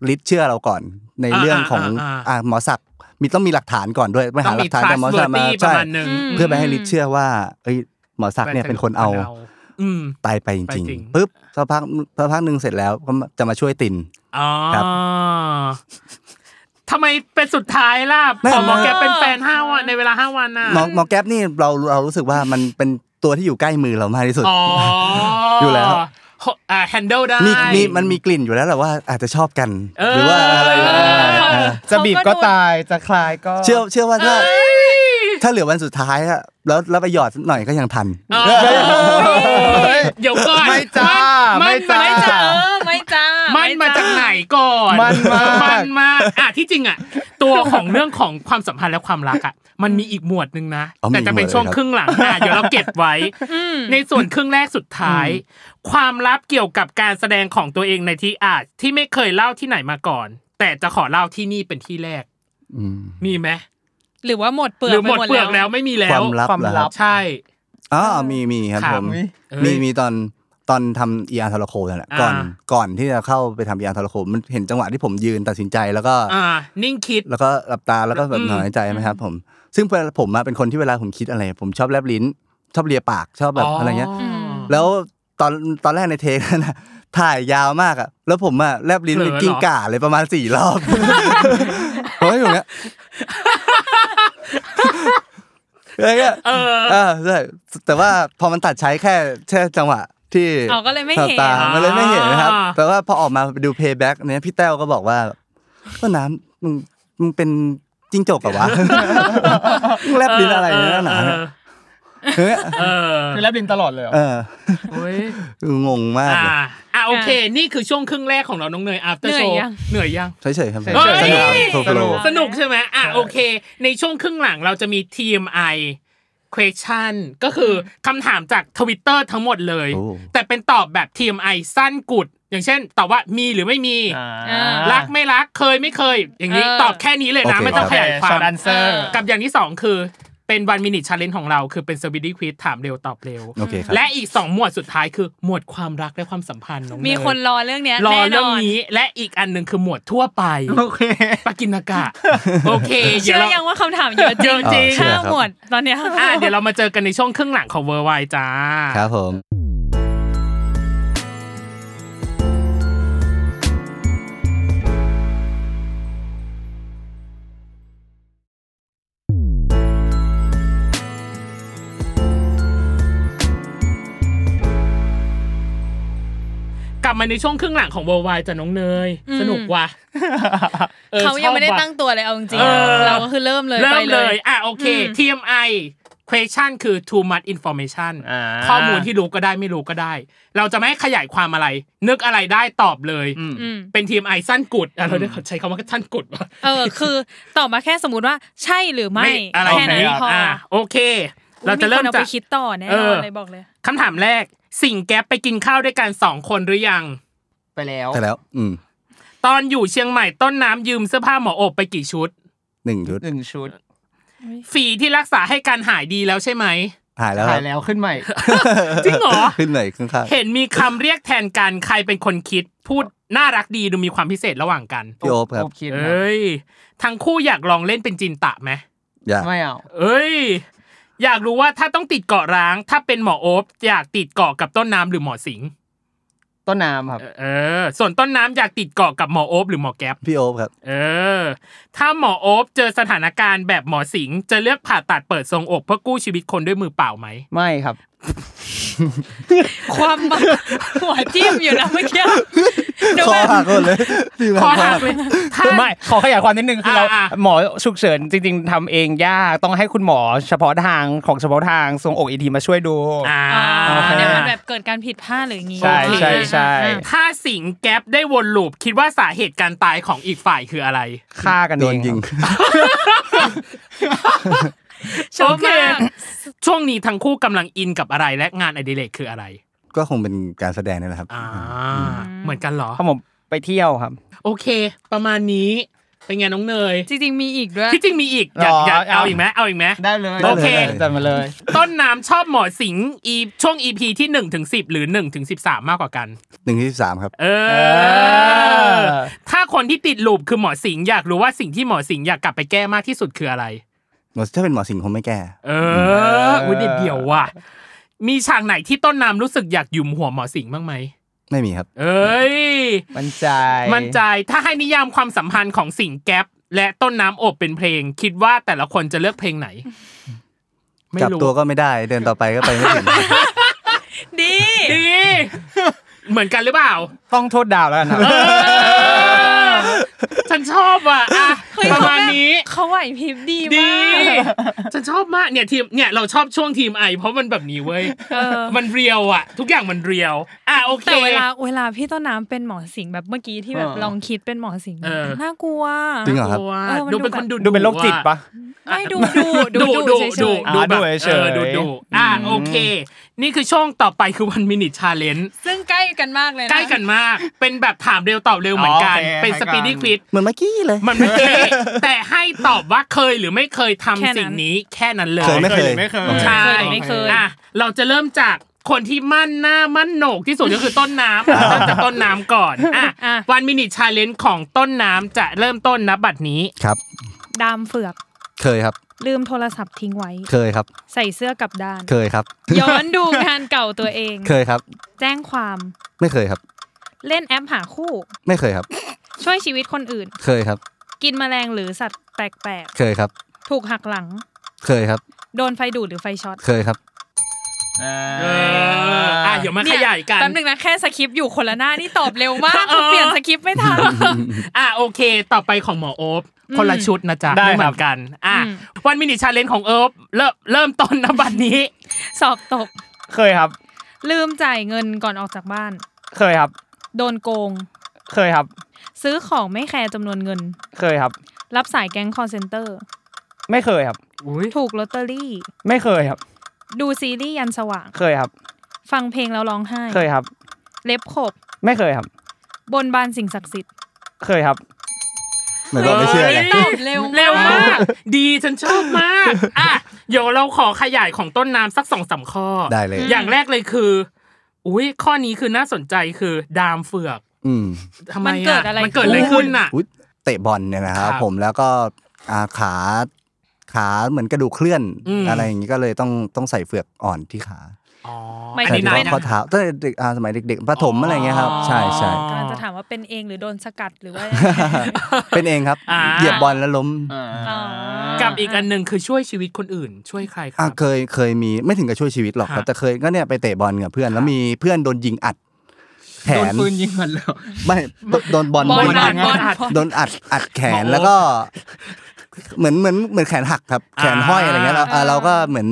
ลิศเชื่อเราก่อน ใน
อ่า
เรื่องของ
อ่าอ่า
อ่าหมอศักดิ์มีต้องมีหลักฐานก่อนด้วยไป
ต้
หา
อง
หลั
มี
กฐานจากหมอศักดิ์มา
trustworthy ป
ใช่
ระมาณหนึ่ง
เพื่อไปให้ลิศเชื่อว่าเอ้ยหมอศักดิ์เนี่ยเป็นคนเอา
อืม
ตายไปจ
ไปจริ
ริง
ง
ๆปุ๊บสักพักสักพักหนึ่งเสร็จแล้วก็มาจะมาช่วยติน
อ๋อ
ครับ
ทำไมเป็นสุดท้ายล่ะขอหมอแกปเป็นแฟนห้าวันในเวลาห้าวันน่ะ
หมอหมอแก๊ปนี่เราเรารู้สึกว่ามันเป็นตัวที่อยู่ใกล้มือเรามากที่สุด
อ๋อ
อ
อยู่
แล้ว
อ่าแฮนเดิลได้
มีมีมันมีกลิ่นอยู่แล้วแหละว่าอาจจะชอบกัน
เออ
หรือว่าอะไรแบบนั้นเออ
จะบีบก็ตายจะคลายก็
เชื่อเชื่อว่าถ้าถ้าเหลือวันสุดท้ายอะแล้วแล้วไปหยอดหน่อยก็ยังทัน
เออเดี๋ยวก่อน
ไม่จ้า
มั
ไม่
น
จ้า
นน
เออไม่จ้า
มัน
ไ
มาจากไหนก่อน
มันมาก
นมากอ่ะที่จริงอ่ะ ตัวของเรื่องของความสัมพันธ์และความรักอ่ะมันมีอีกหมวดหนึ่งนะ
อ๋อมี
แต่จะเป็นช่วง
หมวดเลยครับ
ครึ่งหลังอ่ะเดี๋ยวเราเก็บไว้ ในส่วนครึ่งแรกสุดท้าย ความลับเกี่ยวกับการแสดงของตัวเองในที่อาจที่ไม่เคยเล่าที่ไหนมาก่อน แต่จะขอเล่าที่นี่เป็นที่แรก
อืม
มีไหม
หรือว่าหมดเปลือก
หรือหมด
ไป
เปลือกแล้วไม่มีแล้
ควาว มลับ
ความ
เหรอค
ลั
รับ
บ
ใช่
อ๋อมีมีครับ
ครับ
ผม
อุ๊ย
มี
เอ้ย
มีตอนตอนทำเอียร์ทรโคนั่นแหละก่อน
อ่า
ก่อนที่จะเข้าไปทำเอียร์ทรโคมันเห็นจังหวะที่ผมยืนตัดสินใจแล้วก็
อ่า นิ่งคิด
แล้วก็หลับตาแล้วก็แบบ
อืม
หายใจไหมครับผม ซึ่งเวลาผมอะเป็นคนที่เวลาผมคิดอะไร ผมชอบแลบลิ้น ชอบเลียปากชอบแบบอะไรเงี้ย แล้วตอนตอนแรกในเทคนั้นอะ (laughs) ถ่ายยาวมากอะแล้วผมอะแลบลิ้น
เผลอ
เป็นกิ้ง
เหรอ
ก่าเลยประมาณสี่ร
(laughs)
อบ เพราะอยู่เนี้ยอะไรเงี้ย
เออ
เออใช่แต่ว่าพอมันตัดใช้แค่แค่จังหวะที่
อ๋อก็เลยไม่
หลับ
เห็น
ตามันเลยไม่เห็นนะครับ
อ่า
แต่ว่าพอออกมาดูเพย์แบ็กเนี้ยพี่แต้วก็บอกว่าก็น้ำมึงมึงเป็นจิ้งจกเหรอวะ มึงแลบลิ้นอะไรเนั่นหนาเนี่ยเฮ้ย
เออ
คือแลบลิ้นตลอดเลยเหรอ
เออ
โอ้ย
งงมาก
อ่า
เลย
อ่ะโอเค นี่คือช่วงครึ่งแรกของเราน้องเนย after
เหนื่
show
อยยัง
เหนื่อยยัง
เฉยๆครับ
เฮ้ย
สนุกโทรโฟลว์
สนุกใช่ไหมอ่ะโอเค ในช่วงครึ่งหลังเราจะมี TMI question ก็คือคำถามจาก Twitter ทั้งหมดเลย
โอ้
แต่เป็นตอบแบบ TMI สั้นกุด อย่างเช่น ตอบว่ามีหรือไม่มี
อ่า
รักไม่รักเคยไม่เคย อย่างนี้
เออ
ตอบแค่นี้เลยนะ
โอเค
ไม่ต้อง
ครับ
ขยายความ
Short answer
กับอย่างที่สองคือเป็น one minute challenge ของเรา คือเป็น speedy quiz ถามเร็วตอบเร็ว
โอเคครับ
และอีกสองหมวดสุดท้ายคือหมวดความรักและความสัมพันธ์น้องเย
มีคนรอเรื่องเนี้ย
รอ
แน่น
เรื่อง
อน
นี้และอีกอันหนึ่งคือหมวดทั่วไป
โอเค
ปากิ
(laughs)
นากะ โอเคเดี๋
เชื่
ยว
อ
เรา
ยังว่าคำถามเยอะจริง
เยอะจริง
ห้า
เชื่อครับ
หมวดตอนเนี้ย (laughs)
อ่ะเดี๋ยวเรามาเจอกันในช่วงครึ่งหลังของเวอร์ไวจ้า
ครับผม
บมาในช่วงครึ่งหลังของวอลวายจากน้องเนย
อืม
สนุกว่ะอ
(laughs)
อ
เขายังไม่ได้
ชอบว่ะ
ตั้งตัวเลยเอาจริงๆ
เออ
เราก็คือเริ่มเลย
เริ่
ไป
ม
เล
เลย ย อ่ะโอเค
อืม
TMI question คือ too much information
อ่า
ข้อมูลที่รู้ก็ได้ไม่รู้ก็ได้ เราจะไม่ขยายความอะไร นึกอะไรได้ตอบเลย
อืม
เป็น TMI สั้นกุดอ่ะเราได้ใช้คำว่าสั้นกุดวะ
เออคือตอบมาแค่สมมติว่าใช่หรือไม่
อะไร
แค่นั้น
แบบ
พอ
อ่ะโอเค
อุ๊ย
เราจะเริ่
ค
ม
นเอา
จา
ไป
ก
คิดต่อแน่
เอน
อ
อ
นเลยบอกเลย
คำถามแรก สิ่งแก๊ปไปกินข้าวด้วยกันสองคนหรือยัง
ไปแล้ว
แต่แล้ว อืม
ตอนอยู่เชียงใหม่ต้นน้ำยืมเสื้อผ้าหมออบไปกี่ชุด
หนึ่งชุด
หนึ่งชุด
ฝีที่รักษาให้การหายดีแล้วใช่ไหม
หายแล้วครับ
ถ่ายแล้วขึ้นใหม่
จริงเหรอ
ขึ้นหน่อยข้าง
เห็นมีคำเรียกแทนกันใครเป็นคนคิด พูดน่ารักดีดูมีความพิเศษระหว่างกัน
ๆพี่โอ๊บครับ
โอเค
เอ้ย ทั้งคู่อยากลองเล่นเป็นจินตะไหม
อยาก
ไม่เอา
เอ้ย อยากรู้ว่าถ้าต้องติดเกาะร้าง ถ้าเป็นหมอโอ๊บอยากติดเกาะกับต้นน้ำหรือหมอสิงห์
ต้นน้ำครับ
เออ ส่วนต้นน้ำอยากติดเกาะกับหมอโอ๊บหรือหมอแก๊ป
พี่โอ๊บครับ
เออ ถ้าหมอโอ๊บเจอสถานการณ์แบบหมอสิงห์จะเลือกผ่าตัดเปิดทรงอกเพื่อกู้ชีวิตคนด้วยมือเปล่าไหม
ไม่ครับ
ความ (laughs) แบบหัวจิ้มอยู่นะเมื่อกี้เดี๋ยว
คอ
แบบ
หักหมดเลยทีมงาน
ข
ค
อ
อ
หั
หั
ก
ก
เลย ถ้า
ไม่ขอขยายความนิดนึงคือเรา
อ่า
หมอฉุกเฉินจริง ๆทำเองยากต้องให้คุณหมอเฉพาะทางของเฉพาะทางทรงอกอีทีมาช่วยดู
อ่า
อ่า
โอเค
เดี๋ยวมันแบบเกิดการผิดพลาดหรืออย่างงี้
ใช่
โอเค
ใช่ใช่
อ่า
ถ้าสิงห์แก๊ปได้วนลูปคิดว่าสาเหตุการตายของอีกฝ่ายคืออะไร
ฆ่ากัน
โด
เอน ง
ยิง
ชอบมาก
ช่วงนี้ทั้งคู่กำลังอินกับอะไรและงานอดิเรกคืออะไร
ก็คงเป็นการแสดงนี่แหละครับ
อ่า เหมือนกันเหรอ
ครับผมไปเที่ยวครับ
โอเค ประมาณนี้ เป็นไงน้องเนย
จริงๆมีอีกด้วย
ที่จริงมีอีก อยาก
หรอ
อยากเอา
เอา
อีกไหมเอาอีกไหม
ได้เลย
โอเค
จัดมาเลย
ต้นน้ำชอบหมอสิงห์อีช่วง EP ที่1นถึงสิหรือ1นถึงสิมากกว่ากัน
หนึ่งที่สามครับ
เอ
เอ
อ
อ
ถ้าคนที่ติดลูปคือหมอสิงห์อยากรู้ว่าสิ่งที่หมอสิงห์อยากกลับไปแก้มากที่สุดคืออะไร
หมอถ้าเป็นหมอสิงคงไม่แก้
เอออุ้ยเด็ดเดี่ยวว่ะ มีฉากไหนที่ต้นน้ำรู้สึกอยากหยุมหัวหมอสิงห์บ้างไหม
ไม่มีครับ
เอ้ย
มันใจ
มั่นใจ ถ้าให้นิยามความสัมพันธ์ของสิงห์แก๊ปและต้นน้ำอบเป็นเพลง คิดว่าแต่ละคนจะเลือกเพลงไหน ไม่
จับ
รู้
ตัวก็ไม่ได้ เดินต่อไปก็ไปไม่ถึง
ดี
ดี เหมือนกันหรือเปล่า
ต้องโทษดาวแล้วกันครับ
ฉันชอบว่ะอ่ะ
เฮ้ย
ประมาณ
เขแบบ
นี้
เขาไหวพริบดี
ดี
มาก
ฉันชอบมากเนี่ยทีมเนี่ยเราชอบช่วงทีมไอ เพราะมันแบบนี้เว้ย
เออ
มันเรียวอ่ะ ทุกอย่างมันเรียวอ่ะโอเค
แต่เวลาเวลาพี่ต้นน้ำเป็นหมอสิงแบบเมื่อกี้ที่แบบ
เออ
ลองคิดเป็นหมอสิง
เออ
น่ากลัว
จริงเหรอครับ
กลัว
เออมัน
ดู
ดู
เป็นคน
แบบ
ดู
ดูเป็นโรคจิตปะ
ไม่ดูดูดู
ดูดู
ดูเฉ
ดู
ย
ดูแบบเออ
อ่ะดูเฉยๆ
ดูดูอ่ะโอเค นี่คือช่วงต่อไปคือวันมินิชาเลน
ๆซึ่งใกล้กันมากเลยนะ
ใกล้กันมาก เป็นแบบถามเร็วตอบเร็วเหมือนกัน
อ๋อโอเค
เป็น
ให้
ส
กัน
ปีด d ้ควิด
เหมือนเมื่อกี้เลย
มันไม่เก๊
(laughs)
แต่ให้ตอบว่าเคยหรือไม่เคยทำ
แค่นั้น
สิ่งนี้แค่นั้นเลย
เคยไม่เคย
ไม่เคย
ใช่
เคยหรือไม่เคย
อ่ะเราจะเริ่มจากคนที่มั่นหน้ามั่นโหนกที่สุดก็คือต้นน้ำอ่ะเริ่มจากต้นน้ำก่อนอ่ะ
อ่ะ
วันมินิชาเลนของต้นน้ำจะเริ่มต้นนับบัตรนี้
ครับ
ดามเฟือก
เคยครับ
ลืมโทรศัพท์ทิ้งไว้
เคยครับ
ใส่เสื้อกลับด้าน
เคยครับ
ย้อนดูงานเก่าตัวเอง
เคยครับ
แจ้งความ
ไม่เคยครับ
เล่นแอปหาคู่
ไม่เคยครับ
ช่วยชีวิตคนอื่น
เคยครับ
กินแมลงหรือสัตว์แปลก
เคยครับ
ๆถูกหักหลัง
เคยครับ
โดนไฟดูดหรือไฟช็อต
เคยครับ
เอออ่ะเดี๋ยวมาขยายกัน
แป๊บนึงนะแค่สคริปต์อยู่คนละหน้านี่ตอบเร็ว
(laughs)
มาก
เออ
คือเปลี่ยนสคริปต์ไม่ทัน
อ่ะโอเค ต่อไปของหมอโอ๊บคนละชุดนะจ๊ะ
ได้
ไม่เหมื
ครั
อบ นกันอ่ะ
อืม
วันมินิชาเลนของเอิบเริ่มเริ่มต้นนับบัตรนี้
สอบตก
เคยครับ
ลืมจ่ายเงินก่อนออกจากบ้าน
เคยครับ
โดนโกง
เคยครับ
ซื้อของไม่แคร์จำนวนเงิน
เคยครับ
รับสายแก๊งคอเซนเตอร์
ไม่เคยครับ
ถูกลอตเตอรี่
ไม่เคยครับ
ดูซีรีส์ยันสว่าง
เคยครับ
ฟังเพลงแล้วร้องไห้
เคยครับ
เล็บขบ
ไม่เคยครับ
บนบานสิ่งศักดิ์สิทธิ์
เคยครับ
เหมือนเราไม่เชื่อไง
ตอบเร็ว
เร็วมาก ดีฉันชอบมากอ่ะเดี๋ยวเราขอขยายของต้นน้ำสักสองสามข้อ
ได้เลย
อย่างแรกเลยคือ อุ้ยข้อนี้คือน่าสนใจคือดามเฟือก
อืม
ทำไม
มันเกิดอะไร
มันเกิดอะไรขึ้นน่ะ
อุ๊ยเตะบอลเนี่ยนะครั
ค
บ
รับ
ผม แล้วก็อ่าขาขาเหมือนกระดูกเคลื่อน
อืม
อะไรอย่างนี้ก็เลยต้องต้องใส่เฟือกอ่อนที่ขา
อ๋อ
หมาย
อัน
ถึ
ใส่
ง
นี้นา
อะไร
ย
ที่
นะ
ข้อเท้าตั้งแต่เด็กอ่าสมัยเด็กๆประถมอะไรอย่างเงี้ยครับ ใช่ใช่
กำลังจะถามว่าเป็นเองหรือโดนสกัดหรือว่า
(laughs)
เป็นเองครับ
อ่า
เหยียบบอลแล้วล้ม
อ๋อ
กับอีกอันหนึ่งคือช่วยชีวิตคนอื่น ช่วยใครครั
อ่ะ
บ
เคยเคยมีไม่ถึงกับช่วยชีวิตหรอกครับ
ฮะ
แต่เคยก็เนี่ยไปเตะบอลกับเพื่อนแล้วมีเพื่อนโดนยิงอัด แข
โดน
น
ปืนยิงกันแล้ว
ไม่โดนบอล
บอลอัด
โด
บอน ล
อัด
อัด
โดนอัดอัดแขน
หมอ
แล้วก็ เหมือนเหมือนเหมือนแขนหักครับ แขนห้อยอะไรเงี้ยเราอ่าเราก็เหมือน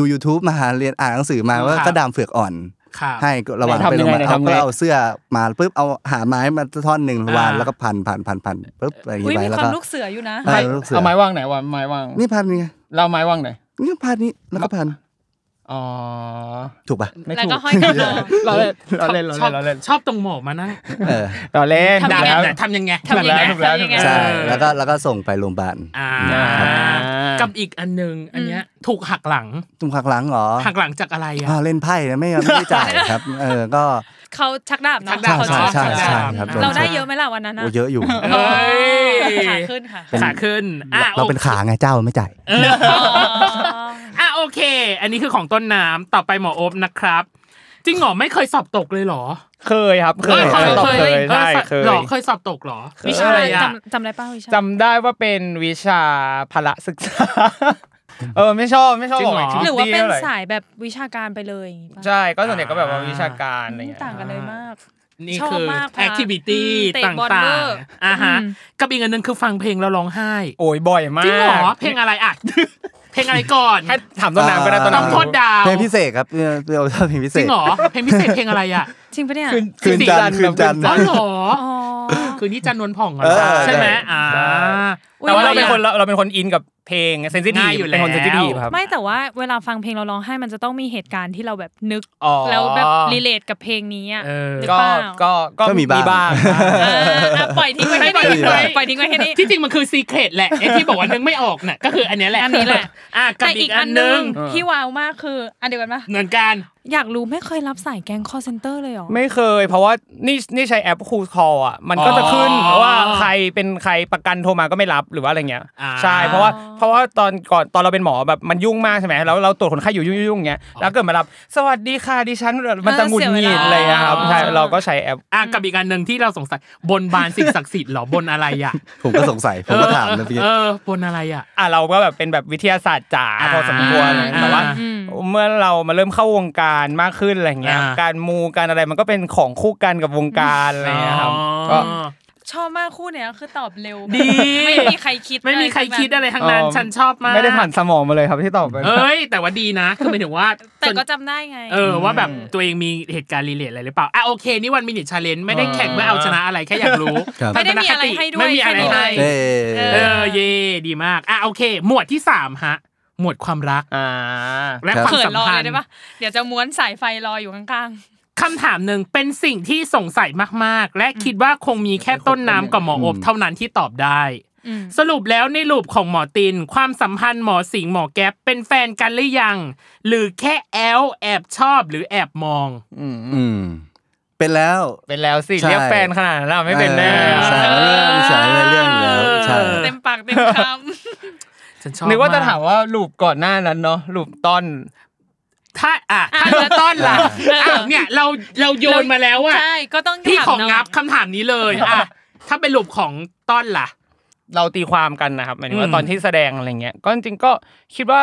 ดู YouTube มาเรียนอ่านหนังสือมาว่าก็ดามเฟือกอ่อน
ค่ะ
ให้ก็ระหว่าง
ไหนทำ
ไปโรงพยาบาล
ยัง
เอา
ไงไหนทำไง
ก็เอาเสื้อมาปุ๊บเอาหาไม้มาท่อนหนึ่ง
อ่า
วางแล้วก็พันพันพันพันปุ๊บอะไรอย่าง
อุ้ย
งี้ไป
มี
แล้ว
ความ
ก็
ลูกเสืออยู่นะ
เออลูกเสือ
เอาไม้วางไหนวะไม้วาง
นี่พันนี่ไง
เราไม้วางไหน
นี่พันนี้แล้วก็พัน
อ๋อ
ถูกป่ะ
ไม่
แล้ว
ถูก
ก็ห้อยกระโดด
(laughs) เราเล่นเราเล่นเรา
ชอบ
เล่นเราเล่น
ชอบตรงหมอมานั่ง
เออ
เราเล่น
ทำ
ดา
ยังไง
บ
แล้ว
ทำยังไง
ทำยังไง
ถูกแล้ว
ทำ
ถู
ยัง
ก
ไง
แล้ว
ใช่แล้วก็แล้วก็ส่งไปโรงพยาบาล
อ่า
อ่า
กับอีกอันหนึงอันเนี้ยถูกหักหลัง
ตุ้มขักหลังเหรอ
หักหลังจากอะไรอ่ะ
อ่าวเล่นไพ่นะไม่ไม่ได้จ่ายครับ เออก็
เขาชักดาบเน
ชั
อะ
กดาบ
เขา
ใช่
ชอบ
ใช่
ชัก
ใช่
ดาบ
ครับ
เราได้เยอะไหมล่ะวันนั้นนะ
โอ้เยอะอยู่
เอ้ย
ขาขึ้นค่ะ
ขาขึ้นอ่ะ
เราเป็นขาไงเจ้าไม่จ่าย
เอออ่ะโอเค อันนี้คือของต้นน้ำต่อไปหมอโอบนะครับ จริงเหรอไม่เคยสอบตกเลยเหรอ
เคยครับเคย
อ้
เคย
ตอบเคย
ออ
ใช่
สอบ
เคย
หรอเคยสอบตกเหรอ
เคย
วิชาอะไรอ่ะ
จำจำได้ป้าวิชา
จำได้ว่าเป็นวิชาพละศึกษา (laughs) เออไม่ชอบไม่ชอบก
หรือว่าเป็น
ท่ไห
สายแบบวิชาการไปเลยอย่างงี้ป่ะ
ใช่ก็ส่วนใหญ่ก็แบบว่าวิชาการอะไร
ไม่
เงี้ย
ต่างกันเลยมาก
นี่
ชอบ
คือ
มากพ
แอ
ละ
คทิวิตี้
อืมเตะ
ต่าง
บอลเวอร์
ๆอ่ะฮะกับอีกอันหนึงคือฟังเพลงแล้วร้องไห้
โอ้ยบ่อยมา
จริงเหรอก เพลงอะไร (laughs) อ่ะ เพลงอะไรก่อน
ให้ถามต้นน้ำก็ได้ต้น
ต้อง
น้ำ
โทษดาว
เพลงพิเศษครับเออเราชอบเพลงพิเศ
จริ
ษ
งเหรอเพลงพิเศษเพลงอะไรอ่ะ
จริงปะเนี่ย
คืน
คืนจันทร์คืนจันทร์
อ๋อเหรอ
อ๋อ
คืนนี้จันนวลผ่องเหรอ
เออ
ใช่ไหมอ่า
อุ๊ย
แต่ว่าเราเป็นคนเราเราเป็นคนอินกับเพลงเซนซิที
ง่า
ฟ
ยอยู่
เป็นคน
แล้ว
เซนซิทีฟครับ
ไม่แต่ว่าเวลาฟังเพลงเราร้องไห้มันจะต้องมีเหตุการณ์ที่เราแบบนึก
อ๋อ
แล้วแบบรีเลทกับเพลงนี้อ่ะ
เออ
หรื
ก็
เปล่า
ก็
ก็มีบ้าง
อ่าอ่ะปล่อยทิ้งไว้แค่
ปล่อยทิ้
นี้
งไว้
ปล่อยทิ้งไว้แค่นี้
ที่จริงมันคือซีเครตแหละไอ้ที่บอกว่านึกไม่ออกน่ะก็คืออันเนี้ยแหละ
อันนี้แหละ
อ่ะกับ
แต่
อี
อี
ก
ก
อั
อั
น
น
ห
ห
นึ
นึ
ง
งที่ว้าวมากคือ อันเดียวกันปะ
เหมือนกัน
อยากรู้ไม่เคยรับสายแก๊งคอเซนเตอร์เลยเหรอ
ไม่เคย เพราะว่านี่นี่ใช้แอปคูลคออ่ะมันก็จะขึ้น
อ๋อ
ว่าใครเป็นใครประกันโทรมาก็ไม่รับหรือว่าอะไรเงี้ย
อ่า
ใช่เพราะว่าเพราะว่าตอนก่อนตอนเราเป็นหมอแบบมันยุ่งมากใช่ไหมแล้วเราตรวจคนไข้อยู่ยุ่งๆอย่างเงี้ยแล้วเกิดมารับสวัสดีค่ะดิฉันมันจะหงุดหงิดอะไรอะครับใช่เราก็ใช้แอป
อ่ะกับอีกอันหนึ่งที่เราสงสัยบนบานสิ่งศักดิ์สิทธิ์เหรอบนอะไรอ่ะ
ผมก็สงสัยผมก็ถามนะพี่
เออบนอะไรอ่ะ
อ่ะเราก็แบบเป็นแบบวิทยาศาสตร์จ๋า
อ่า
พอสมควร
อ่า
แต่ว่า
อืม
เมื่อเรามาเริ่มเข้าวงการมากขึ้นอะไรเงี้ย
อ่า
การมูการอะไรมันก็เป็นของคู่กันกับวงการอะไรเงี้ยครับก็
ก็
ชอบมากคู่เนี้ยคือตอบเร็วแบบ
ดี
ไม่มีใครคิด
ไม่มีใครคิดอะไรทั้งนั้น
เออ
ฉันชอบมาก
ไม่ได้ผ่านสมองมาเลยครับที่ตอบไป
เอ้ยแต่ว่าดีนะคือหมายถึงว่า
แต่ก็
ส่วน
จำได้ไง
เออว่าแบบตัวเองมีเหตุการณ์รีเลทอะไรหรือเปล่าอ่ะโอเคนี่วันมินิชาเลนไม่ได้แข่งเพื่อเอาชนะอะไรแค่อยากรู้
ครับ
ไม่ได้มีอะไรให้ด้วย
ไม่มีอะไร
แค่นี้
ให้
เอ
เอ
อ
อเย่ดีมากอ่ะโอเค หมวดที่สามฮะ หมวดความรัก
อ่า
และ
ครับ
ความ
เขิน
สัม
รอ
พั
เลย
นธ์
ได้ปะเดี๋ยวจะม้วนสายไฟรออยู่ข้าง
คำถามหนึ่งเป็นสิ่งที่สงสัยมากๆ และคิดว่าคงมีแค่ต้นน้ำกับหมออบเท่านั้นที่ตอบได้
ๆอืม
สรุปแล้วในรูปของหมอติน ความสัมพันธ์หมอสิงห์หมอแก๊ปเป็นแฟนกันหรือยัง หรือแค่แอลแอบชอบหรือแอบมอง
อืมเป็นแล้ว
เป็นแล้วสิ
ใช่
เรียกแฟนขนาดนั้นอะไม่เป็นแน่
ออใช่เรื่องมีสารในเรื่องอยู่แล้วใช่
เต็มปากเต็มค
ฉันชอบ
นึกว่าจะถาม
ม
ว่าลูปก่อนหน้านั้นเนาะลูปต้น
ถ้าอ่ะถ้าเนื้อต้อนล่ะอ้าวเนี่ยเราเราโยนมาแล้ว
ำ
อะ
ใช่ก็ต้อง
พี่
ถาม
ของ
หน่ย
งับคำถามนี้เลยอ่ะถ้าเป็นรูปของต้อนล่ะ
เราตีความกันนะครับหมายถึง
อื
ว่าม ตอนที่แสดงอะไรเงี้ยก็จริงๆก็คิดว่า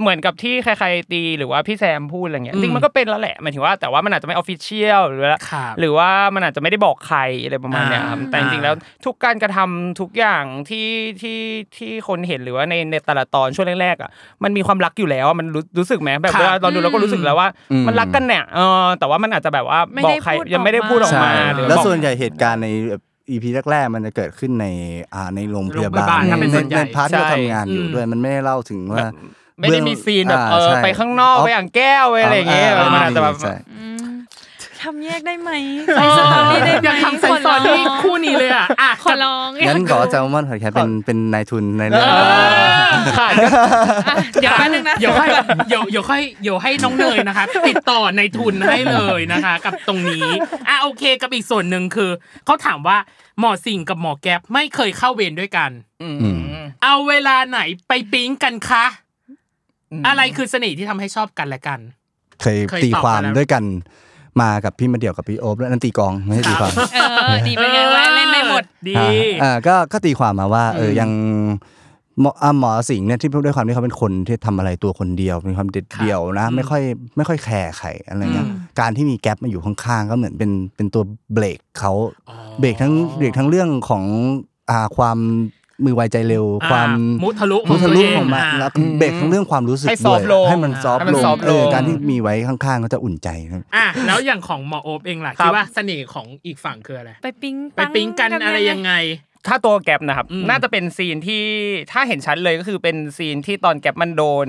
เหมือนกับที่ใครๆตีหรือว่าพี่แซมพูดอะไรเงี้ย
อืม
จริงมันก็เป็นแล้วแหละหมายถึงว่าแต่ว่ามันอาจจะไม่ออฟฟิเชียลหรือว่า
ครับ
หรือว่ามันอาจจะไม่ได้บอกใครอะไรประมาณเนี้ยครับ
อ่า
แต่จริงๆแล้วทุกการกระทำทุกอย่างที่ที่ที่คนเห็นหรือว่าในในแต่ละตอนช่วงแรกๆอ่ะมันมีความรักอยู่แล้วอะมันรู้รู้สึกไหมแบบ
ครับ
เวลาเราดูเราก็รู้สึกแล้วว่า
อืม
มันรักกันเนี่ยเออแต่ว่ามันอาจจะแบบว่าบอกใครยังไม่ได้พูดออก
ใช่
มาหรือ
แล้ว
บอก
ส่วนใหญ่เหตุการณ์ในอีพีแรกๆมันจะเกิดขึ้นในอ่าในโรงพยาบา
โรงพ
ล
ยาบาลถ้าเป็นส่วนใหญ่
ในพาร์ทที่เรา
ใช่
ทำงานอยู่ด้วยมันไม่ได้เล่าถึงว่า
ไม่ได้มีซีนแบบ
า
เออ
ใช่
ไปข้างนอก
ฟ
ไปอ่างแก้วไปอะไรอย่างเงี้ย
ฟ
มันอาจจะแบบ
ใช่
อืมทำแยกได้ไหมใส่สตอรี่ได้ไหม
อยากทำไซส์ซอรี่คู่นี้เลยอ่ะอ่ะ
ขอร้อง
งั้นขอแซลมอนขอแคปเป็นเป็นนายทุนในเรื่อง
ขาด
อ่ะเดี๋ยวแป๊บนึงนะ
เดี๋ยวค่อยเดี๋ยวเดี๋ยวค่อยเดี๋ยวให้น้องเนยนะคะติดต่อในทุนให้เลยนะคะ กับตรงนี้อ่ะโอเคกับอีกส่วนหนึ่งคือเขาถามว่าหมอสิงกับหมอแก๊ปไม่เคยเข้าเวรด้วยกัน
อืม
เอาเวลาไหนไปปิ๊งกันคะ อะไรคือเสน่ห์ที่ทำให้ชอบกันและกัน
เคย
เคย
ตี
ตอบ
ความ
มาแล้ว
ด้วยกันมากับพี่มาเดี่ยวกับพี่โอ๊บแล้วยนั่นตีกลองไม่ใช่ตีความ
เออดีไปไงวะเล่นได้หมด
ดี
อ่าอ่าก็ก็ตีความมาว่าเอออ
ม
ยัง หมออ่ะหมอสิงห์เนี่ยที่ด้วยความที่เขาเป็นคนที่ทำอะไรตัวคนเดียวมีความเด็ดเดี่ยวนะ ไม่ค่อยไม่ค่อยแคร์ใครอะไรเงี้ยการที่มีแก๊ปมาอยู่ข้างๆก็เหมือนเป็นเป็นตัวเบรกเขา
อ๋อ
เบรกทั้งเบรกทั้งเรื่องของอ่าความมือไวใจเร็ว
อ่
ความ
มุทะลุ
มุทะลุ
เ
ของมัน
อ่ะ
แล้วเบรกทั้งเรื่องความรู้สึก
ให้ซ
ด้
อ
ว
ฟ
ย
ต์ลง
ให้มันซอฟต์
ให้มัน
ลง
ซอฟต์ลง
เออการที่มีไว้ข้างๆ ก็จะอุ่นใจครับ
อ่ะแล้วอย่างของหมอโอบเองล่ะคิดว่าเสน่ห์ของอีกฝั่งคืออะไร
ไปปิ๊ง
ไปปิ๊งกันอะไรยังไง
ถ้าตัวแก็บนะครับ
อืม
น่าจะเป็นซีนที่ถ้าเห็นชัดเลยก็คือเป็นซีนที่ตอนแก็บมันโดน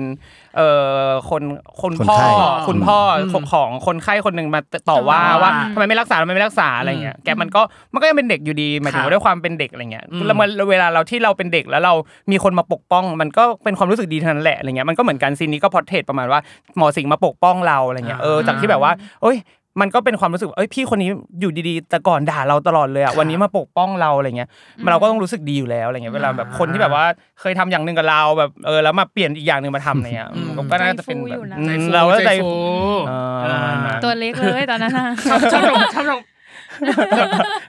เอ่อคนคน
คน
พ่อ
ไข้
คุณพ่ออ
ม
ของของคนไข้คนหนึ่งมาต่อว่า
ต่อว่า
ว่าทำไมไม่รักษาทำไมไม่รักษาอะไรเงี้ยแก็บมันก็มันก็ยังเป็นเด็กอยู่ดีหมายถึง
ครับ
ว่าด้วยความเป็นเด็กอะไรเงี้ย
อืม
แล้วมันเวลาเราที่เราเป็นเด็กแล้วเรามีคนมาปกป้อง มันก็เป็นความรู้สึกดีเท่านั้นแหละอะไรเงี้ยมันก็เหมือนกันซีนนี้ก็พอเทรประมาณว่าหมอสิงห์มาปกป้องเราอะไรเงี้ยเออจากที่แบบว่าเอ้ย มันก็เป็นความรู้สึกว่าเอ้ยพี่คนนี้อยู่ดีๆ แต่ก่อนด่าเราตลอดเลย
ครั
อะ
บ
วันนี้มาปกป้องเราอะไรเงี้ยเราก็ต้องรู้สึกดีอยู่แล้วอะไรเงี้ยเวลาแบบคนที่แบบว่าเคยทำอย่างหนึ่งกับเราแบบเออแล้วมาเปลี่ยนอีกอย่างหนึ่งมาทำอะไรเงี้ย
อืม
ผมก็น่าจะเป็นแบ
ใจ
บอืม
ฟู
เราก็
ใจ
ใจ
ฟู
เออ
เออ
ตัวเล็กเลยตอนนั้นน่ะ
ชอบชอบลงชอบลง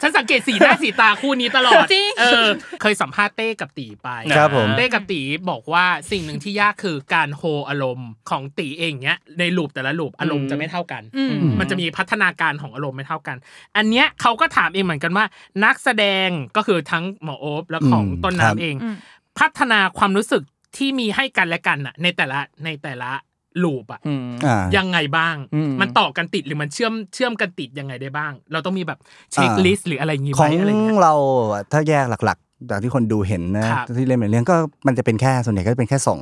ฉันสังเกตสีหน้าสีตาคู่นี้ตลอด
จริง
เออ เคยสัมภาษณ์เต้กับตีไป
ครับผม
เต้กับตีบอกว่าสิ่งหนึ่งที่ยากคือการโฮอารมณ์ของตีเองเนี้ยในลูปแต่ละลูปอารมณ์จะไม่เท่ากัน
อืม
มันจะมีพัฒนาการของอารมณ์ไม่เท่ากัน อันเนี้ยเขาก็ถามเองเหมือนกันว่า นักแสดงก็คือทั้งหมอโอ๊บและของ
อืม
ต้น
ครับ
น้ำเอง
อืม
พัฒนาความรู้สึกที่มีให้กันและกันน่ะในแต่ละในแต่ละลูปอะ
อืม
อ่า
ยังไงบ้าง
อืม
มันต่อกันติดหรือมันเชื่อมเชื่อมกันติดยังไงได้บ้าง เราต้องมีแบบเช็ค
อ่า
ลิสต์หรืออะไรอย่างงี้
ข
ไหม
อง
อะไรอย่างเงี้ย
เราอะถ้าแยกหลักๆ จากที่คนดูเห็นนะครับที่เล่นเป็นเรื่องก็มันจะเป็นแค่ส่วนใหญ่ก็จะเป็นแค่สอง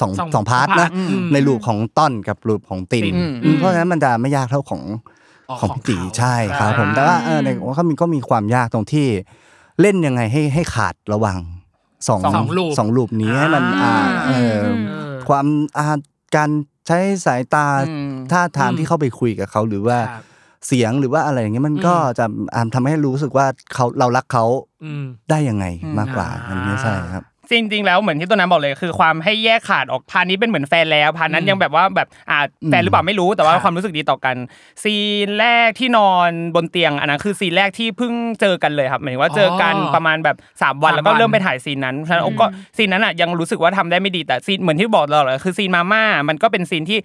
สอง
สอง
สองพาร์ท
พาร์ท
นะ
อืม
ในรูปของต้นกับรูปของติน
ติ่น
อืมเพราะฉะนั้นมันจะไม่ยากเท่าของ
อ๋อ
ของ
ของ
พี่ตี
เขา
ใช่ครับ
อ่า
ผมแต่ว่าเออในว่าเขามีก็มีความยากตรงที่เล่นยังไงให้ให้ขาดระหว่างสอง
สองรูป
สองรูปนี้ให้มัน
อ่า
อ่าเอออ
ม
เออ
ความอาการใช้สายตาท่าทางที่เข้าไปคุยกับเขาหรือว่า
ครับ
เสียงหรือว่าอะไรอย่างเงี้ยมันก็จะอ่าทำให้รู้สึกว่าเขาเรารักเขา
อืม
ได้ยังไงมากกว่า
อื
อั
ม
นนี้ใช่ครับ
จริงๆแล้วเหมือนที่ตัวนั้นบอกเลยคือความให้แยกขาดออกพาร์ทนี้เป็นเหมือนแฟนแล้วพาร์ทนั้น
อืม
ยังแบบว่าแบบอ่าแฟนหรือเปล่าไม่รู้แต่ว่า
ครับ
ความรู้สึกดีต่อกัน ซีนแรกที่นอนบนเตียงอันนั้นคือซีนแรกที่เพิ่งเจอกันเลยครับหมายถึงว่าเจอกัน
อ๋อ
ประมาณแบบสามวัน
สามวัน
แล้วก็เริ่มไปถ่ายซีนนั้นฉะนั้นโอ๊คก็ซีนนั้นอ่ะยังรู้สึกว่าทำได้ไม่ดีแต่ซีนเหมือนที่บอกเราเลยคือซีนมาม่ามันก็เป็นซีนที่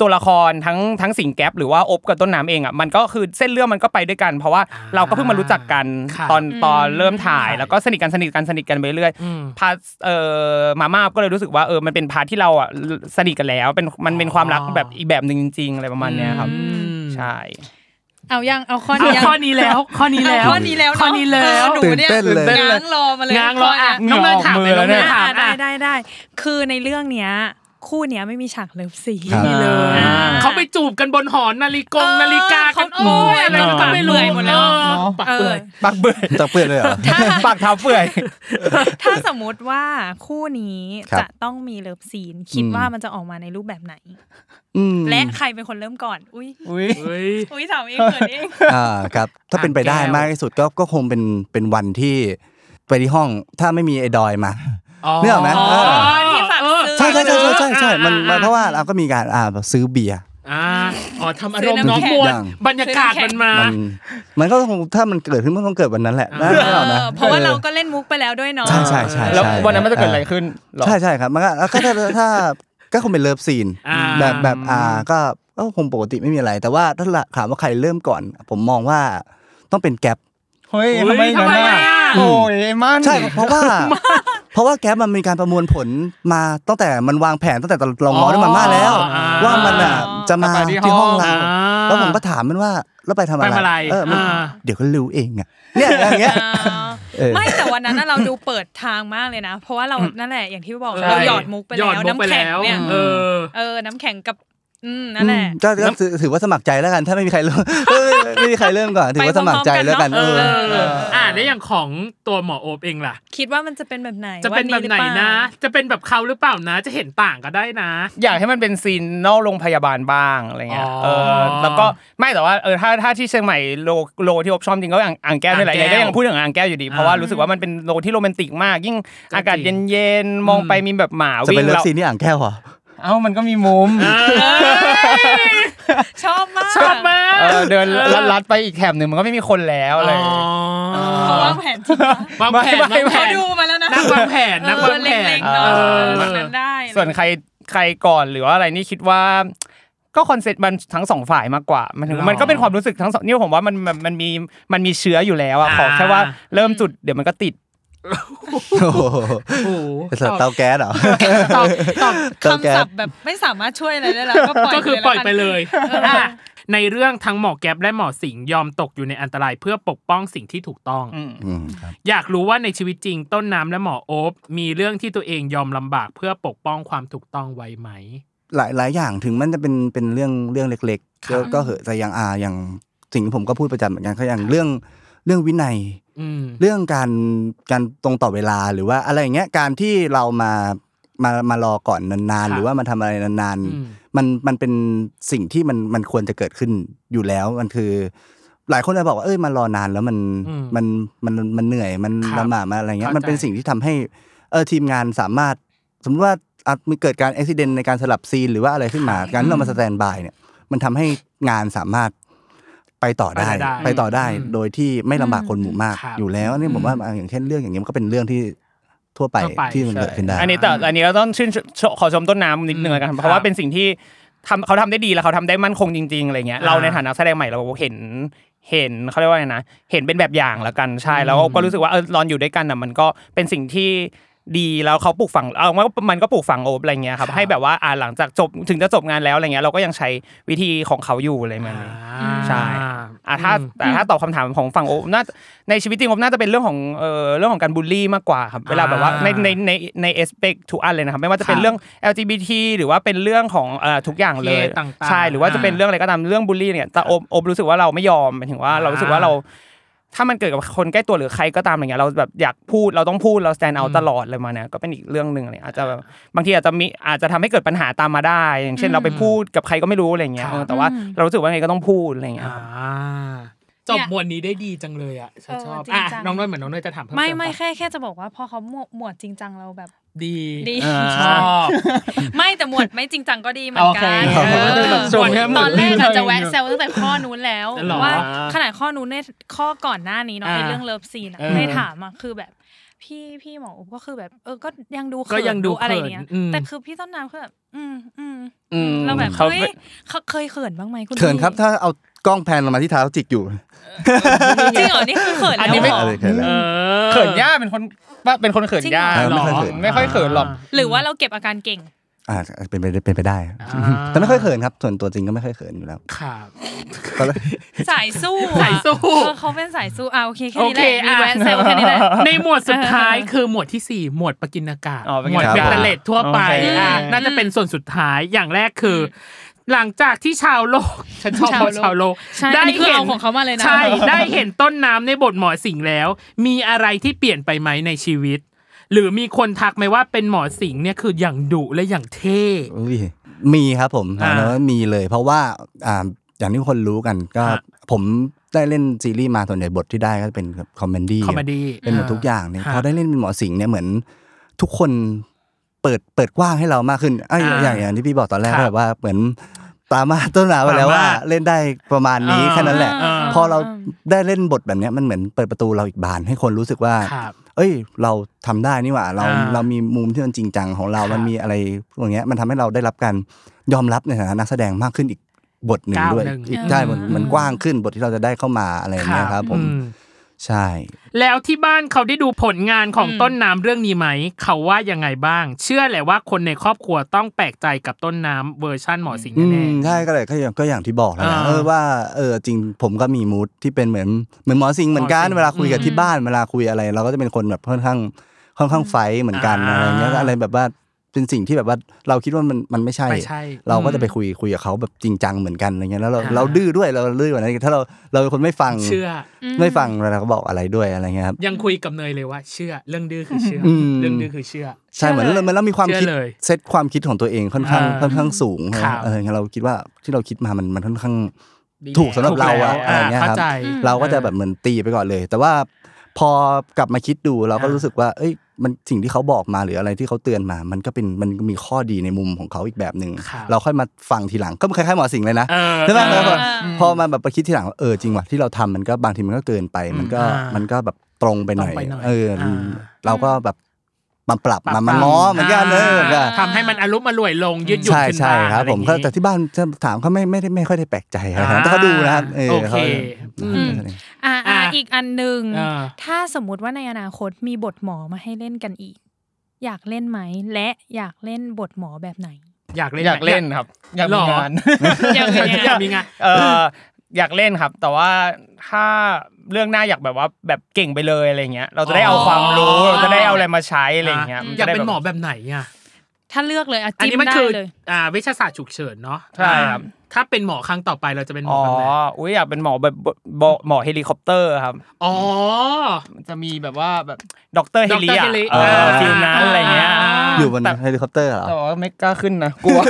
ตัวละครทั้งทั้งสิงแก๊ปหรือว่าอบกับต้นน้ำเองอ่ะมันก็คือเส้นเรื่องมันก็ไปด้วยกัน เพราะว่าเราก็เพิ่งมารู้จักกัน
ครับ
ตอนตอนเริ่มถ่ายแล้วก็สนิทกันสนิทกันสนิทกันไปเรื่อย
อืม
พาร์ทเอ่อมาม่าก็เลยรู้สึกว่าเออมันเป็นพาร์ทที่เราอ่ะสนิทกันแล้วเป็นมันเป็นความรักแบบอีกแบบหนึ่งจริงๆอะไรประมาณเนี้ยครับ
อืม
ใช่
เอายังเอาข้อ
เอา
นี้ยัง
ข้อนี้แล้ว ข้อนี้แล้ว
เอาข้อนี้แล้วเะ
ข้อนี้แล้ว
เออหนูเนี่ย
ตื่นเต้นเลย
ง้างรอมาเลย
ง้างรออ่ะน้องเนยถามเลยน้องเนยถาม
อ่ะได้
อ่ะ
ได้ได้คือในเรื่องเนี้ย คู่เนี้ยไม่มีฉากเลิฟซีน
ครับ
นี่เลย
อ่า
เขาไปจูบกันบนหอนาฬิกง
เออ
นาฬิกากัน
เขา
โอ้ยอะไร
เออ
ก็ไม่รู้
ปากเปื่อยหมดแล้ว
เออปากเปื่อย
เออ
ปาก
จะ
เปื่อย
เปื่อนเลยเหรอ
(laughs) ปากเท้าเปื่อย
ถ้าสมมติว่าคู่นี้
ครับ
จะต้องมีเลิฟซีน คิด
อืม
ว่ามันจะออกมาในรูปแบบไหน
อืม
และใครเป็นคนเริ่มก่อน อุ้ย
เฮ้ย
อุ้ยสาวเองเกิดเอง
อ่าครับ ถ้าเป็นไปได้
แก้ว
มากที่สุดก็ก็คงเป็นเป็นวันที่ไปที่ห้องถ้าไม่มีไอ้ดอยมา นึกออกไหมเออ
ที่ฝากซื้อ
เออ
ใช่ใช่ใช่ใช่ใช่ใช่มัน
อ่
มันเพราะว่าเราก็มีการอ่าซื้อเบียร์
อ่าอ๋อทำอารมณ์
ซื้อ
น้อง
น้ำแข็ง
มวล
ยัง
บรรยากาศมันมา
มันมันก็คงถ้ามันเกิดขึ้นมันต้องเกิดวันนั้นแหละนะ
เออ
นึกออกไหม
เออเพราะว่าเราก็เล่นมุกไปแล้วด้วยเนาะ
ใช่ใช่ใช่
แล้ว
ใช่
วันนั้นมันจะเกิดอะไรขึ้นหรอ
ใช่ใช่ครับมันก็แล้วก็ถ้าถ้าก็คงเป็นเลิฟซีน
อ่า
แบบแบบอ่าก็ก็คงปกติไม่มีอะไร แต่ว่าถ้าถามว่าใครเริ่มก่อน ผมมองว่าต้องเป็นแก๊ป
เฮ้ย
เฮ้ยทำ
ทำไมทำ
ไม
ไม
อ่ะ
โอ้ยมัน (laughs)
ใช่เพราะว่า เพราะว่าแก๊ปมันมีการประมวลผลมาตั้งแต่มันวางแผนตั้งแต่ลองมอด้วยมันมาแล้ว
อ๋อ
ว่ามันอ่ะจะมาที่ห้องเรา
อ่า
แล้วผมก็ถามมันว่าแล้วไปทำอะไร
ไปทำอะไร
เออมัน
อ่า
เดี๋ยวก็รู้เองอ่ะเนี่ยอย่างเงี้ย เออ
ไม่แต่วันนั้นน่ะเราดูเปิดทางมากเลยนะ เพราะว่าเรานั่นแหละอย่างที่บอก
ใช่
เราหยอดมุกไป
หยอด
แล้ว
มุก
น้ำ
ไป
แข็ง
แล้ว
เนี่ย
เออ
เออน้ำแข็งกับอืมนั่นแหละ
ก็ก็ถือถือว่าสมัครใจแล้วกัน ถ้าไม่มีใครเริ่ม (laughs) ไม่มีใครเริ่มก่อนถือว่าสมัครใจแล้วกัน
ไป
เอ
พร้อมๆ
อ
กันเนอะ
เอออ่าแล้วอย่างของตัวหมอโอบเองล่ะ
คิดว่ามันจะเป็นแบบไหน
จะเป็นแบบไหนนะ จะเป็นแบบเขาหรือเปล่านะ จะเห็นต่างก็ได้นะ
อยากให้มันเป็นซีนนอกโรงพยาบาลบ้างอะไรเงี้ย
อ๋อ
เออแล้วก็ไม่แต่ว่าเออถ้าถ้าที่เชียงใหม่โลโลที่อบชอบจริงก็อ่างอ่างแก้วนี่แหละ
อ่าง
ยัง
แก้ว
ก็ยังพูดถึงอ่างแก้วอยู่ดีเพราะว่ารู้สึกว่ามันเป็นโลที่โรแมนติกมาก ยิ่งอากาศ
จริ
เย็
ง
นเย็นๆมองไปมีแบบหมา
จะ
วิ่
เป็น
ง
เลิฟ
แล้ว
ซีนที่อ่างแก้วเหรอ
เอ้ามันก็มีมุม
ชอบมาก
ชอบมาก
เออเดินลัดลัดไปอีกแถบหนึ่งมันก็ไม่มีคนแล้วอะไร
อ๋อ
เขาวางแผนจริงนะ
วางแผน
ไม่ไม่
วางแผ
เขา
น
ดูมาแล้วนะ
นักวางแผนนักวางแผน
เล็กๆเนาะ
เออ
แบบนั้นได้อะไร
ส่วนใครใครก่อนหรือว่าอะไรนี่คิดว่า ก็คอนเซ็ปต์มันทั้งสองฝ่ายมากกว่ามันถึง
หรอ
มันก็เป็นความรู้สึกทั้งสองนี่ผมว่ามันมันมันมีมันมีเชื้ออยู่แล้วอะขอแค่
อ่า
ว่าเริ่มจุดเดี๋ยวมันก็ติด
โอ้โห
โอ้โห
ไปเสิร์ฟเตาแก๊สเหรอ
ตอบตอบ
(laughs) เตาแก๊
คำศั
ส
พท์แบบไม่สามารถช่วยอะไรได้แล้วก็ปล่อย
ก็คือปล่อยไป
กัน
เลยอ่ะในเรื่องทั้งหมอแก๊ปและหมอสิงยอมตกอยู่ในอันตรายเพื่อปกป้องสิ่งที่ถูกต้อง
อืมครับ
อยากรู้ว่าในชีวิตจริงต้นน้ำและหมอโอ๊บมีเรื่องที่ตัวเองยอมลำบากเพื่อปกป้องความถูกต้องไว้ไหม
หลายหลายอย่างถึงมันจะเป็นเป็นเรื่องเรื่องเล็ก
ครั
ๆก็
บ
ก็เหอะแต่อย่างอาอย่างสิ่งที่ผมก็พูดประจำเหมือนกันก็อย่างเรื่องเรื่องวินัย
อืม
เรื่องการการตรงต่อเวลาหรือว่าอะไรอย่างเงี้ยการที่เรามามามารอก่อนนาน
ครับ
ๆหรือว่ามาทำอะไรนาน
อืม
ๆ มันมันเป็นสิ่งที่มันมันควรจะเกิดขึ้นอยู่แล้วมันคือ หลายคนจะบอกว่าเอ้ยมารอนานแล้วมัน
อืม
มันมันมันเหนื่อยมัน
ครับ
ลำบากมาอะไรเงี้ย
เข้าใจ
มันเป็นสิ่งที่ทำให้เออทีมงานสามารถ สมมติว่าอาจมีเกิดการอุบิเหตุในการสลับซีนหรือว่าอะไรขึ้นมา การที่เรามาสแตนบายเนี่ย มันทำให้งานสามารถไปต่อได้
ไปได้
ไปต่อได้
อืม
โดยที่ไม่ลำบากคนหมู่มาก
ครับ
อยู่แล้วอันนี่ผมว่าอย่างเช่นเรื่องอย่างเงี้ยมันก็เป็นเรื่องที่ทั่วไป
ทั่วไป
ที่มันเกิดขึ้นได้
อันนี้แต่อันนี้เราต้องชื่นชมขอชมต้นน้ำนิดนึงแล้วกัน
อืม
เพราะ
ค
ว่า
รับ
เป็นสิ่งที่ทำเขาทำได้ดีแล้วเขาทำได้มั่นคงจริงๆอะไรเงี้ย
อ่า
เราในฐานะนักแสดงใหม่เราเห็นเห็นเขาเรียกว่าไงนะเห็นเป็นแบบอย่างแล้วกันใช่แล้วก็รู้สึกว่าเออรอนอยู่ด้วยกันน่ะมันก็เป็นสิ่งที่ดีแล้วเขาปลูกฝังเอามันก็มันก็ปลูกฝังโอบอะไรเงี้ยครับ
ครับ
ให้แบบว่าอ่าหลังจากจบถึงจะจบงานแล้วอะไรเงี้ยเราก็ยังใช้วิธีของเขาอยู่อะไรประมาณนี้
อ่า
ใช่ อ่ะถ้าแต่ถ้าตอบคำถามของฝั่งโอมน่าในชีวิตจริงโอมน่าจะเป็นเรื่องของเอ่อเรื่องของการบูลลี่มากกว่าครับเวลาแบบว่าในในในในเอสเปกทุกอันเลยนะครับไม่ว่าจะเป็
ค
น
รับ
เรื่อง LGBT หรือว่าเป็นเรื่องของเอ่อทุกอย่างเลย
เพศต่างๆ
ใช่หรือว่าจะเป็นเรื่องอะไรก็ตามเรื่องบูลลี่เนี่ยแต่โอมโอมรู้สึกว่าเราไม่ยอมหมายถึงว่าเรารู้สึกว่า
อ่า
เรา ถ้ามันเกิดกับคนใกล้ตัวหรือใครก็ตามอะไรเงี้ยเราแบบอยากพูดเราต้องพูดเราสแตนเอาตลอดเลยมาเนี่ยก็เป็นอีกเรื่องหนึ่งเลยอาจจะแบบบางทีอาจจะมีอาจจะทำให้เกิดปัญหาตามมาได้ อย่างเช่นเราไปพูดกับใครก็ไม่รู้อะไรเงี้ยเออแต่ว่าเรารู้สึกว่าไงก็ต้องพูดอะไรเงี้ยครับ
อ่าจบหมวดนี้ได้ดีจังเลยอ่ะฉันชอบ
เออจริง
อ่ะ
จัง
น้องน้อยเหมือนน้องน้อยจะถามเพิ่ม
ไม่
เติ
ไม่
ปะ
แค่แค่จะบอกว่าพอเขาหมวดหมวดจริงจังเราแบบ
ดี
ดี
อ่าชอบ
ไม่แต่หมวดไม่จริงจังก็ดีเหมือนกัน
โอเค
เออ
แบบชมแค่หมวด
ตอนแรกอาจจะแวะแซวตั้งแต่ข้อนู้นแล้ว
เหรอ
ว่าขนาดข้อนู้นในข้อก่อนหน้านี้เนาะ
อ่า
ในเรื่องเลิฟซีนอะ
เออ
ในถามอะคือแบบ พี่พี่หมออุ๊บก็คือแบบ เออก็ยังดูเขิน
ก็ยังดู
อะไร
เขิน
เนี้ย
อืม
แต่คือพี่ต้นน้ำคือแบบอืมอืม
อืม
เราแบบ
เขา
เฮ้ยเขาเคยเขินบ้างไหมคุณ
เขินครับ
พี่
ถ้าเอากล้องแพนลงมาที่เท้าจิกอยู่
จริงเหรอนี่คือเขิน
อัน
แล้ว
นี้ไม่
เหรอ
อะไรเขินแล้ว
เออ
เขินยากเป็นคนว่าเป็นคนเขินยาก
จริงเหรอ
หรอไม่ค่อยเขินหรอก
หรือว่าเราเก็บอาการเก่ง
อ่าเป็นไปได้เป็นไปได้
อ่า
แต่ไม่ค่อยเขินครับส่วนตัวจริงก็ไม่ค่อยเขินอยู่แล้ว
ครับ
ก็เลย
สายสู้
สายสู้
เออเขาเป็นสายสู้อ่ะโอเคแค่
โอ
นี้แหละมี
เคอ่ะ
แวะแซวแค่
(laughs)
นี้แหละ (laughs)
ในหมวดสุดท้ายคือหมวดที่สี่หมวดปกินากาศ
อ๋อปกิ
หมว
ณ
ด
กาศ
เบตเตอร์เลตทั่วไป
โอเค
อ่ะน่าจะเป็นส่วนสุดท้ายอย่างแรกคือ หลังจากที่ชาวโลก (laughs) ฉันชอบ
ชาว
เขา
โลก
ชาวโลก
ใช่อันนี้คือเอาของเขามาเลยนะ
ใช่ ได้เห็นต้นน้ำในบทหมอสิงห์แล้ว มีอะไรที่เปลี่ยนไปไหมในชีวิต หรือมีคนทักไหมว่าเป็นหมอสิงห์เนี่ยคืออย่างดุและอย่างเท่
อุ้ยมีครับผม
อ่า
ถามแล้วว่ามีเลย เพราะว่าอ่าอย่างที่คนรู้กันก็
ฮะ
ผมได้เล่นซีรีส์มาส่วนใหญ่บทที่ได้ก็เป็นแบบคอมเมดี้
คอมเมดี้
เป็นหมดทุกอย่างเนี่ย
ฮะ
พอได้เล่นเป็นหมอสิงห์เนี่ยเหมือนทุกคนเปิดเปิดกว้างให้เรามากขึ้นไอ้ย
อ่า
อย่างอย่างที่พี่บอกตอนแรก
ครับ
แบบว่าเหมือนตามมาต้นหนาไปแล้วว่า
ตามมา
เล่นได้ประมาณนี้
อ่า
แค่นั้นแหละ
อ่า
พอเราได้เล่นบทแบบเนี้ยมันเหมือนเปิดประตูเราอีกบานให้คนรู้สึกว่า
ครับ
เอ้ยเราทำได้นี่หว่าเรา
อ่า
เรามีมุมที่มันจริงจังของเรา
ครับ
มันมีอะไรพวกเนี้ยมันทำให้เราได้รับการยอมรับในฐานะนักแสดงมากขึ้นอีกบทหนึ่ง
ก้าว
ด้วย
หนึ่ง
อีกใช่มัน
อืม
มันกว้างขึ้นบทที่เราจะได้เข้ามาอะไรอย่างเงี้ยครับ ผม
อืม
ใช่
แล้วที่บ้านเขาได้ดูผลงานของต้นน้ำเรื่องนี้ไหม เขาว่ายังไงบ้าง เชื่อแหละว่าคนในครอบครัวต้องแปลกใจกับต้นน้ำเวอร์ชั่นหมอสิงห์
อื
แน่
มใช่ก็เลยก็อย่างก็อย่างที่บอกแล้วนะ
อ่า
เออว่าเออจริงผมก็มีมูดที่เป็นเหมือนเหมือนหมอสิงห์เหมือนกัน
หมอสิงห์
เวลาคุยกับที่บ้านเวลาคุยอะไร เราก็จะเป็นคนแบบค่อนข้างค่อนข้างไฟท์เหมือนกัน
อ่า
อะไรเงี้ยอะไรแบบว่าเป็นสิ่งที่แบบว่าเราคิดว่ามันมันไม่ใช่
ๆไม่ใช่
เราก็จะไปคุยคุยกับเขาแบบจริงจังเหมือนกันอะไรเงี้ยแล้วเรา
อ่า
เราดื้อด้วยเราดื้อกว่านั้นถ้าเราเราเป็นคนไม่ฟัง
เชื่อ
ไม่ฟังเราก็บอกอะไรด้วยอะไรเงี้ยครับ
ยังคุยกับเนยเลยว่า เชื่อเรื่องดื้อคือเชื่อ
อืม
เรื่องดื้อคือเชื่อ
ใช่เหมือนเหมือนเรามีความ
เชื่อ
คิด
เลย
เซตความคิดของตัวเองค่อนข้าง
อ่า
ค่อนข้างสูง
ครับ
เออเราคิดว่าที่เราคิดมามันมันค่อนข้าง ถูกสำหรับเราอะ
ถูกแล้ว
อะไรเงี้ย
เข้า
ครับ
ใจ
เราก็จะแบบเหมือนตีไปก่อนเลย แต่ว่าพอกลับมาคิดดูเราก็รู้สึกว่า เอ้ยมันสิ่งที่เขาบอกมาหรืออะไรที่เขาเตือนมา มันก็เป็นมันมีข้อดีในมุมของเขาอีกแบบหนึ่ง
ครับ
เราค่อยมาฟังทีหลังก็คล้ายๆหมอสิงห์เลยนะ
เออ
ใช่ไหมแล้วก็
อ่า
พอมาแบบไปคิดทีหลังว่าเออจริงว่ะที่เราทำมันก็บางทีมันก็เกินไป มันก็
อ่ามั
มันก็แบบตรงไปหน่อ
ต
ย
รงไปหน่อย
เอออา เราก็แบบ มาปรับ
ปรับ
มามาง้อเหมือนกันเออแบบว่า
ทำให้มันอารมณ์อร่วยลงยืดหยุ่น
ใช่
ขึ้
ใช่
นาง
ครับ
อะไอ
ผ
ย่าม ง
ก็
งี้
แต่ที่บ้านจะถามเขาไม่ไม่ได้ไม่ค่อยได้แปลกใจครับแต่เขาดูนะครับเออ
โอเค
เขา
อืม อ่า
อ่ะ
อีกอันหนึ่ง
อ่า
ถ้าสมมุติว่าในอนาคตมีบทหมอมาให้เล่นกันอีก อยากเล่นไหมและอยากเล่นบทหมอแบบไหน
อยากเล่น
อยากเล่นครับ อยากมีงาน
อยาก
(laughs)
เล่นอยากมีงาน
เอออยากเล่นครับ แต่ว่าถ้าเรื่องหน้าอยากแบบว่าแบบเก่งไปเลยอะไรเงี้ย เราจะได้เอาความรู้
อ๋อ
เราจะได้เอาอะไรมาใช้อะไรเงี้ย
อ่ะ
มั
อยา
จะ
ก
ได้
เป็นหมอ
แบบ
แบบไหนอ่ะ
ถ้าเลือกเลยอ่ะ
อัน
จิ้
นี้
ม
มัน
ได้
คือ
เลย
อ่าเวชศาสตร์ฉุกเฉินเนาะ
ใช่ครับ
อ่าถ้าเป็นหมอครั้งต่อไปเราจะเป็นหมอ
อ๋อ
แบบไหน
อุ้ยอยากเป็นหมอแบบบหมอเฮลิคอปเตอร์ครับ
อ๋อ
มันจะมีแบบว่าแบบด็อกเตอร์เฮลิ
ด็อกเตอร์
อะ
เฮลิ
เออฟิลนั้น
อ่า
อะไรเงี้ย
อยู่บน
แต่
เฮลิคอปเตอร์เหรอ
แต่ว่าไม่กล้าขึ้นนะกลัว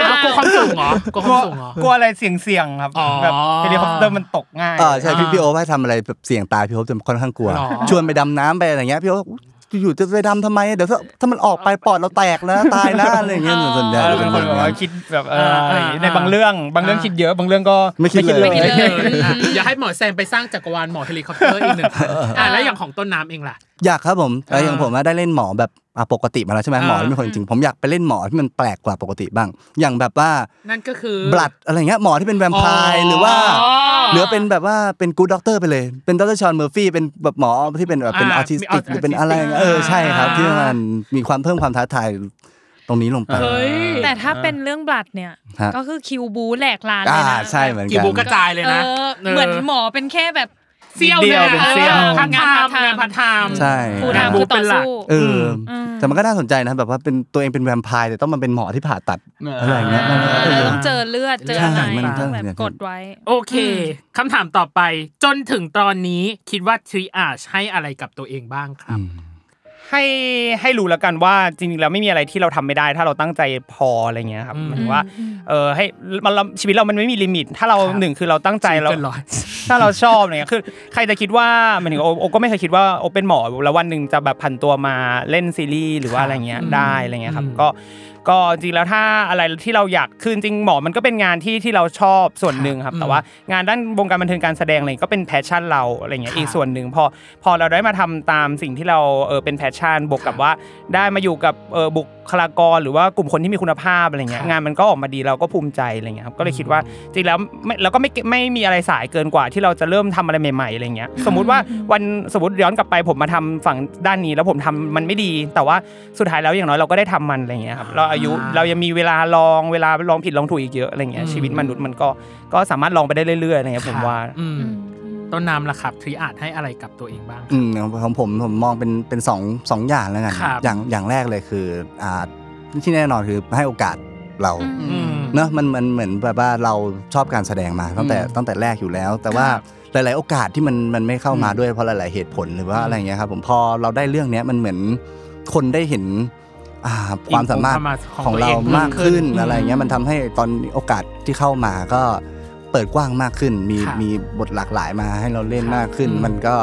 อ้าวกลัวความสูงเหรอกลัวความสูงเหรอ
กลัวอะไรเสี่ยงเสี่ยงๆครับ
อ๋อ
แบบเฮลิคอปเตอร์มันตกง่าย
เออใช่พี่
อ่า
พี่โอให้ทำอะไรแบบเสี่ยงตายพี่โอจะค่อนข้างกลัว
หรอ
ชวนไปดำน้ำไปอะไรเงี้ยพี่โอบอกอุ๊ยอยู่ๆจะไปดำทำไมเดี๋ยวถ้าถ้ามันออกไปปอดเราแตกนะตายนะอะไรอย่างเงี้ยส่วนใหญ่
เออเป็นคนแบบว่าคิดแบบเอออะไรอย่างงี้ในบางเรื่องบางเรื่องคิดเยอะบางเรื่องก็
ไม่คิดเลย
ไม่คิดเลย
อ่ะอย่าให้หมอแซมไปสร้างจักรวาลหมอเฮลิคอปเตอร์อีกหนึ่งอ่าแล้วอย่างของต้นน้ำเองล่ะ
อยากครับผมแล้วอย่างผมอะได้เล่นหมอแบบอ่ะปกติมาแล้วใช่ไหม
อ่า
หมอที่เป็นคนจริงๆผมอยากไปเล่นหมอที่มันแปลกกว่าปกติบ้าง อย่างแบบว่า
นั่นก็คือบ
ลัดอะไรเงี้ยหมอที่เป็นแวมไพร์หรือว่า หรือเป็นแบบว่าเป็นกูด็อกเตอร์ไปเลย เป็นดรชอนเมอร์ฟี่เป็นแบบหมอที่เป็นแบบเป็นอ
อ่า
อทิสติก
มี
หรือเป็นอะไร
autistic
เออใช่ครับ
อ่า
ที่มันมีความเพิ่มความท้าทายตรงนี้ลงไป
เฮ้
เฮ้
ย
ย
แต่ถ้าเป็นเรื่องบลัดเนี่ย
ฮะ
ก็คือคิวบูแหลกลานเล
อ่าย
นะ
ใช่เหมือน
กี่
กัน
บูกระจายเลยนะ
เออเหมือนหมอเป็นแค่แบบ
เซี่ยว
เดียวเป็นเซี่ยว
พันทามงานพันทาม
ใช่
ครู
งา
ทาน ม
บู
คือต่
เป็
อน
หลัก
สู้
เออ
อืม
แต่มันก็น่าสนใจนะแบบว่าเป็นตัวเองเป็นแวมไพร์แต่ต้องมาเป็นหมอที่ผ่าตัดอะไรอย่างเงี้ยมันก็เอ
แล้ว
อ
ต้องเจอเลือดเจออะไร
ใช่มันก็
ต้องแบบ
เนี่ย
กดไว้
โอเคคำถามต่อไป จนถึงตอนนี้คิดว่าทริอาชให้อะไรกับตัวเองบ้างครับ
ให้ให้รู้แล้วกันว่าจริงๆแล้วไม่มีอะไรที่เราทำไม่ได้ ถ้าเราตั้งใจพออะไรเงี้ยครับ
อืม
หมายถึงว่าเออให้มันเราชีวิตเรามันไม่มีลิมิต ถ้าเรา
ครับ
หนึ่งคือเราตั้งใจเรา
เกินร้อย
ถ้าเราชอบเนี่ยคือใครจะคิดว่าหมันถึงโอโอก็ไม่เคยคิดว่าโอเป็นหมอแล้ววันหนึ่งจะแบบผันตัวมาเล่นซีรีส์หรือว่าอะไรเงี้ยได้อะไรเงี้ยครับ
อืม
ก็ก็จริงแล้วถ้าอะไรที่เราอยากคือจริงหมอมันก็เป็นงานที่ที่เราชอบส่วนหนึ่งครั
ครับ
บแต่ว่างานด้านวงการบันเทิงการแสดงอะไรก็เป็นแพชชั่นเราอะไรเงี้ย
ครับ
อีกส่วนหนึ่งพอพอเราได้มาทำตามสิ่งที่เราเออเป็นแพชชั่นบวกกับว่า ได้มาอยู่กับเออบุคลากรหรือว่ากลุ่มคนที่มีคุณภาพอะไรเงี้
ค
ย
รับ
งานมันก็ออกมาดีเราก็ภูมิใจอะไรเงี้ยครับก็เลยคิดว่า จริงแล้วไม่เราก็ไม่ไม่มีอะไรสายเกินกว่าที่เราจะเริ่มทำอะไรใหม่ๆอะไรเงี้ยสมมุติว่าวันสมมติย้อนกลับไปผมมาทำฝั่งด้านนี้แล้วผมทำมันไม่ดี แต่ว่าสุดท้ายแล้วอย่างน้อยเราก็ได้ทำมันอะไรเงี้ยครับเราอายุ
อ่า
เรายังมีเวลาลองเวลาลองผิดลองถูกอีกเยอะอะไรเงี้ย
อืม
ชีวิตมนุษย์มันก็ก็สามารถลองไปได้เรื่อยๆอะไรเงี้ยผมว่า
อืมต้นน้ำล่ะครับทริอาชให้อะไรกับตัวเองบ้าง
อืมของผมผมมองเป็นเป็นสองสองอย่างแล้วกัน
ครับ
อย่างอย่างแรกเลยคืออ่าที่แน่นอนคือให้โอกาสเรา
อืม
เนอะมันมันเหมือนแบบว่าเราชอบการแสดงมาตั้งแต่
อืม
ตั้งแต่แรกอยู่แล้ว แต่ว่า
ครับ
หลาย ๆ โอกาสที่มันมันไม่เข้ามา
อืม
ด้วยเพราะหลาย ๆ เหตุผลหรือว่า
อืม
อะไรเงี้ยครับผมพอเราได้เรื่องเนี้ยมันเหมือนคนได้เห็นอ่าความสามารถ
ของ
ของ
ตัว
เรา
เอง
มาก
มาก
ขึ้น
ขึ้น
อะไรเงี้ยมันทำให้ตอนโอกาสที่เข้ามาก็เปิดกว้างมากขึ้น มี
ครับ
มีบทหลากหลายมาให้เราเล่น
ครับ
มากขึ้น
อืม
มัน ก็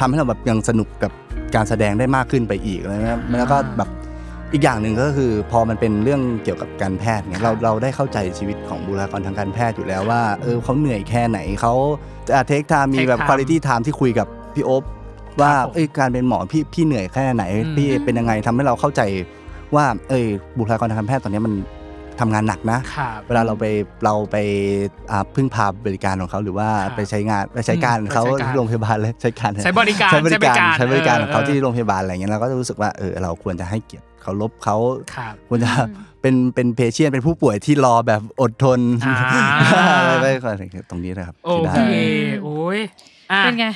ทำให้เราแบบยังสนุกกับการแสดงได้มากขึ้นไปอีกอะไรเงี้ยแล้วก็แบบอีกอย่างหนึ่งก็คือ พอมันเป็นเรื่องเกี่ยวกับการแพทย์เนี่ยเราเราได้เข้าใจชีวิตของบุคลากรทางการแพทย์อยู่แล้วว่าเออเขาเหนื่อยแค่ไหนเขาเทคไทม์มี
Take
แบบ
time
คุณ i t y time ที่คุยกับพี่โอ๊บว่า
ครับผม
เอ้ยการเป็นหมอพี่พี่เหนื่อยแค่ไหน
อืม
พี่เป็นยังไงทำให้เราเข้าใจว่าเอ้ยบุคลากรทางการแพทย์ตอนเนี้ยมันทำงานหนักนะ
ครับ
เวลาเราไปเราไปอ่าพึ่งพาบริการของเขาหรือว่า
ครับ
ไปใช้งานไปใช้การ
อืม
เขา
ไปใช้การ
โรงพยาบาล (laughs) เลยใช้การ
ใช้บริการ
ใช้บริการใช้บริการ
ออ
ของเขาที่โรงพยาบาลอะไรเงี้ยเราก็จะรู้สึกว่าเออเราควรจะให้เกียรติเขารบเขา
ครับ
ควรจะเป็นเป็นเพเชียนเป็นผู้ป่วยที่รอแบบอดทน
อ่า
อะไรไปก่อนตรงนี้นะครับ
โอ
ที่ได้
เคโอ้ยอ่ะ
เป็นไง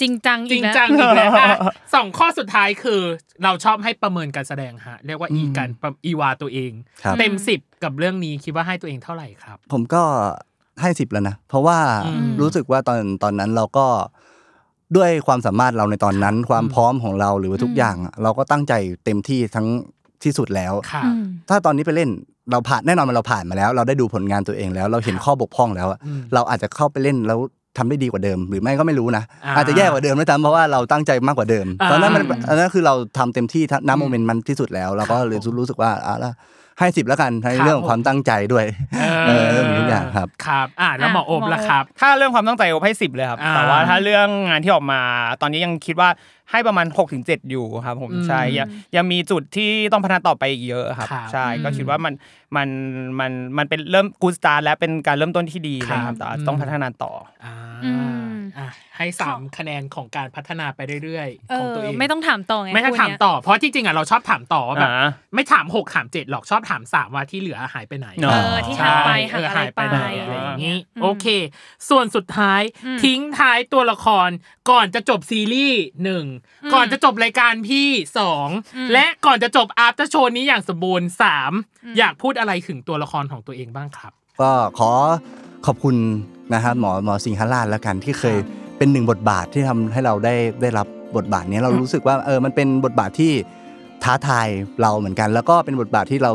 จริงจัง
จ
อี
ริ
ก
ง
แล้ว
จังอีกแล้ว
(laughs)
อ่ะสองข้อสุดท้ายคือ เราชอบให้ประเมินการแสดงฮะ เรียกว่าอีการประอีวาตัวเอง
ครับ
เต็มสิบกับเรื่องนี้คิดว่าให้ตัวเองเท่าไหร่ครับ
ผมก็ให้สิบแล้วนะ เพราะว่า
อืม
รู้สึกว่าตอนตอนนั้นเราก็ด้วยความสามารถเราในตอนนั้น ความ
อืม
พร้อมของเราหรือว่าทุกอย่างอะเราก็ตั้งใจเต็มที่ทั้งที่สุดแล้ว
ค่ะ
ถ้าตอนนี้ไปเล่นเราผ่านแน่นอนมันเราผ่านมาแล้ว เราได้ดูผลงานตัวเองแล้ว เราเห็นข้อบกพร่องแล้วอะ
อืม
เราอาจจะเข้าไปเล่นแล้วทำได้ดีกว่าเดิม หรือไม่ก็ไม่รู้นะ
อ่า
อาจจะแย่กว่าเดิมด้วยซ้ำเพราะว่าเราตั้งใจมากกว่าเดิม
อ่า
ตอนนั้นมัน
อืม
อันนั้นคือเราทำเต็มที่ณโมเมนต์มันที่สุดแล้ว เราก็เล
ครั
ย
บผม
รู้สึกว่าอ่ะแล้ว ให้สิบแล้วกันใน
ครับ
เรื่องของความตั้งใจด้วย เออเรื่องนี้ทุกอย่างครับ
ครับอ่ะแล้วหมอโอบล่ะครับ
ถ้าเรื่องความตั้งใจโอบให้สิบเลยครับ
อ่า
แต่ว่าถ้าเรื่องงานที่ออกมา ตอนนี้ยังคิดว่าให้ประมาณ6กถึงเอยู่ครับผม
อืม
ใช่ยังยังมีจุดที่ต้องพัฒนาต่อไปอีกเยอะครับ
ครับ
ใช่ก็
อืม
คิดว่ามันมันมันมันเป็นเริ่มกูสตาร์และเป็นการเริ่มต้นที่ดีเลย
ค
ค
รั
รั
บบ
แต่อาจ
อืม
จะต้องพัฒนาต่อ
อ่า
อืม
อ่ะให้สามคะแนนของการพัฒนาไปเรื่อย
เอ
ๆของ
อ
ตัวเอง
ไม่ต้องถามต่อไง
ไม่ต้อง
คู่
ถาม
เนี้ย
ต่อ เพราะที่จริงอ่ะเราชอบถามต่อว่าแบบ
อ่า
ไม่ถามหกถามเจ็ดหรอกชอบถามสามว่าที่เหลือหายไปไหน
เออที่หายไป
ใช่
หาอะไรไป
เออหายอะไรอย่างนี้
อืม
โอเค ส่วนสุดท้าย
อืม
ทิ้งท้ายตัวละคร ก่อนจะจบซีรีส์หนึ่ง
อืม
ก่อนจะจบรายการพี่สอง
อืม
และก่อนจะจบอาร์ตโชว์นี้อย่างสมบูรณ์สามอยากพูดอะไรถึงตัวละครของตัวเองบ้างครับ
ก็ขอขอบคุณนะครับหมอหมอสิงหราชแล้วกันที่เคยเป็นหนึ่งบทบาทที่ทำให้เราได้ได้รับบทบาทเนี้ยเรารู้สึกว่าเออมันเป็นบทบาทที่ท้าทายเราเหมือนกัน แล้วก็เป็นบทบาทที่เรา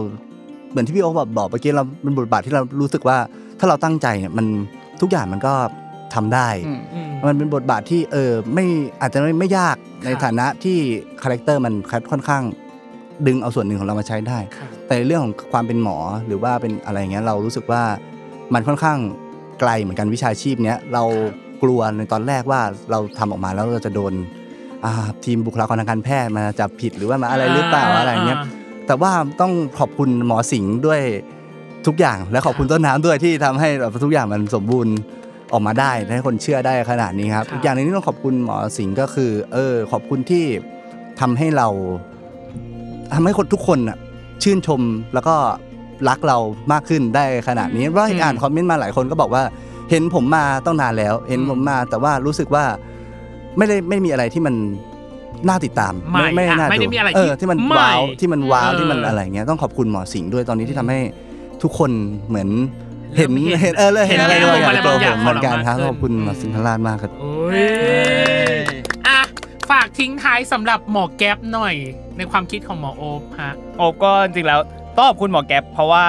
เหมือนที่พี่โอ๊คแบบบอกเมื่อกี้เราเป็นบทบาทที่เรารู้สึกว่าถ้าเราตั้งใจเนี่ยมันทุกอย่างมันก็ทำได้
อืม
มันเป็นบทบาทที่เออไม่อาจจะไม่ไม่ยากในฐานะที่คาแรคเตอร์มันค่อนข้างดึงเอาส่วนหนึ่งของเรามาใช้ได้
ครับ
แต่เรื่องของความเป็นหมอหรือว่าเป็นอะไรอย่างเงี้ยเรารู้สึกว่ามันค่อนข้างไกลเหมือนกันวิชาชีพเนี้ยเรากลัวในตอนแรกว่าเราทำออกมาแล้วเราจะโดนอ่าทีมบุคลากรทางการแพทย์มาจับผิดหรือว่ามาอะไรหรือเปล่าอะไรอย่างเงี้ย แต่ว่าต้องขอบคุณหมอสิงห์ด้วยทุกอย่างและขอบคุณต้นน้ำด้วยที่ทำให้แบบทุกอย่างมันสมบูรณ์ออกมาได้ให้คนเชื่อได้ขนาดนี้ครับ
ครับ
อีกอย่างหนึงที่ต้องขอบคุณหมอสิงห์ก็คือ เออ ขอบคุณที่ทำให้เราทำให้คนทุกคนน่ะชื่นชมแล้วก็รักเรามากขึ้นได้ขนาดนี้เพราะอ่านคอมเมนต์มาหลายคนก็บอกว่า เห็นผมมาต้องนานแล้ว เห็นผมมาแต่ว่ารู้สึกว่าไม่ได้ไม่มีอะไรที่มันน่าติดตาม
ใหม่อ่ะ
น่า
ไม่ได้
ดู
มีอะไรที่
เออที่มัน
ใหม่
ว้าวที่มันว้าว
เออ
ที่มันอะไรเงี้ยต้องขอบคุณหมอสิงห์ด้วยตอนนี้ที่ทำให้ทุกคนเหมือน
เริ่
เห็น
มเห็น
เห็นเออเลยเห็น
เห็น
อะไร
แรง
บางอย่าง
อะไร
ในตัว
บางอ
ผ
ย่าง
มเหมือนกันครับ
ของเรามากขึ้น
ขอบคุณหมอสิงห์ทราชมากครับ
โอ้ยอ่ะฝากทิ้งท้ายสำหรับหมอแก๊ปหน่อย ในความคิดของหมอโอบฮะ
โอบก็จริงๆแล้วต้องขอบคุณหมอแก๊ปเพราะว่า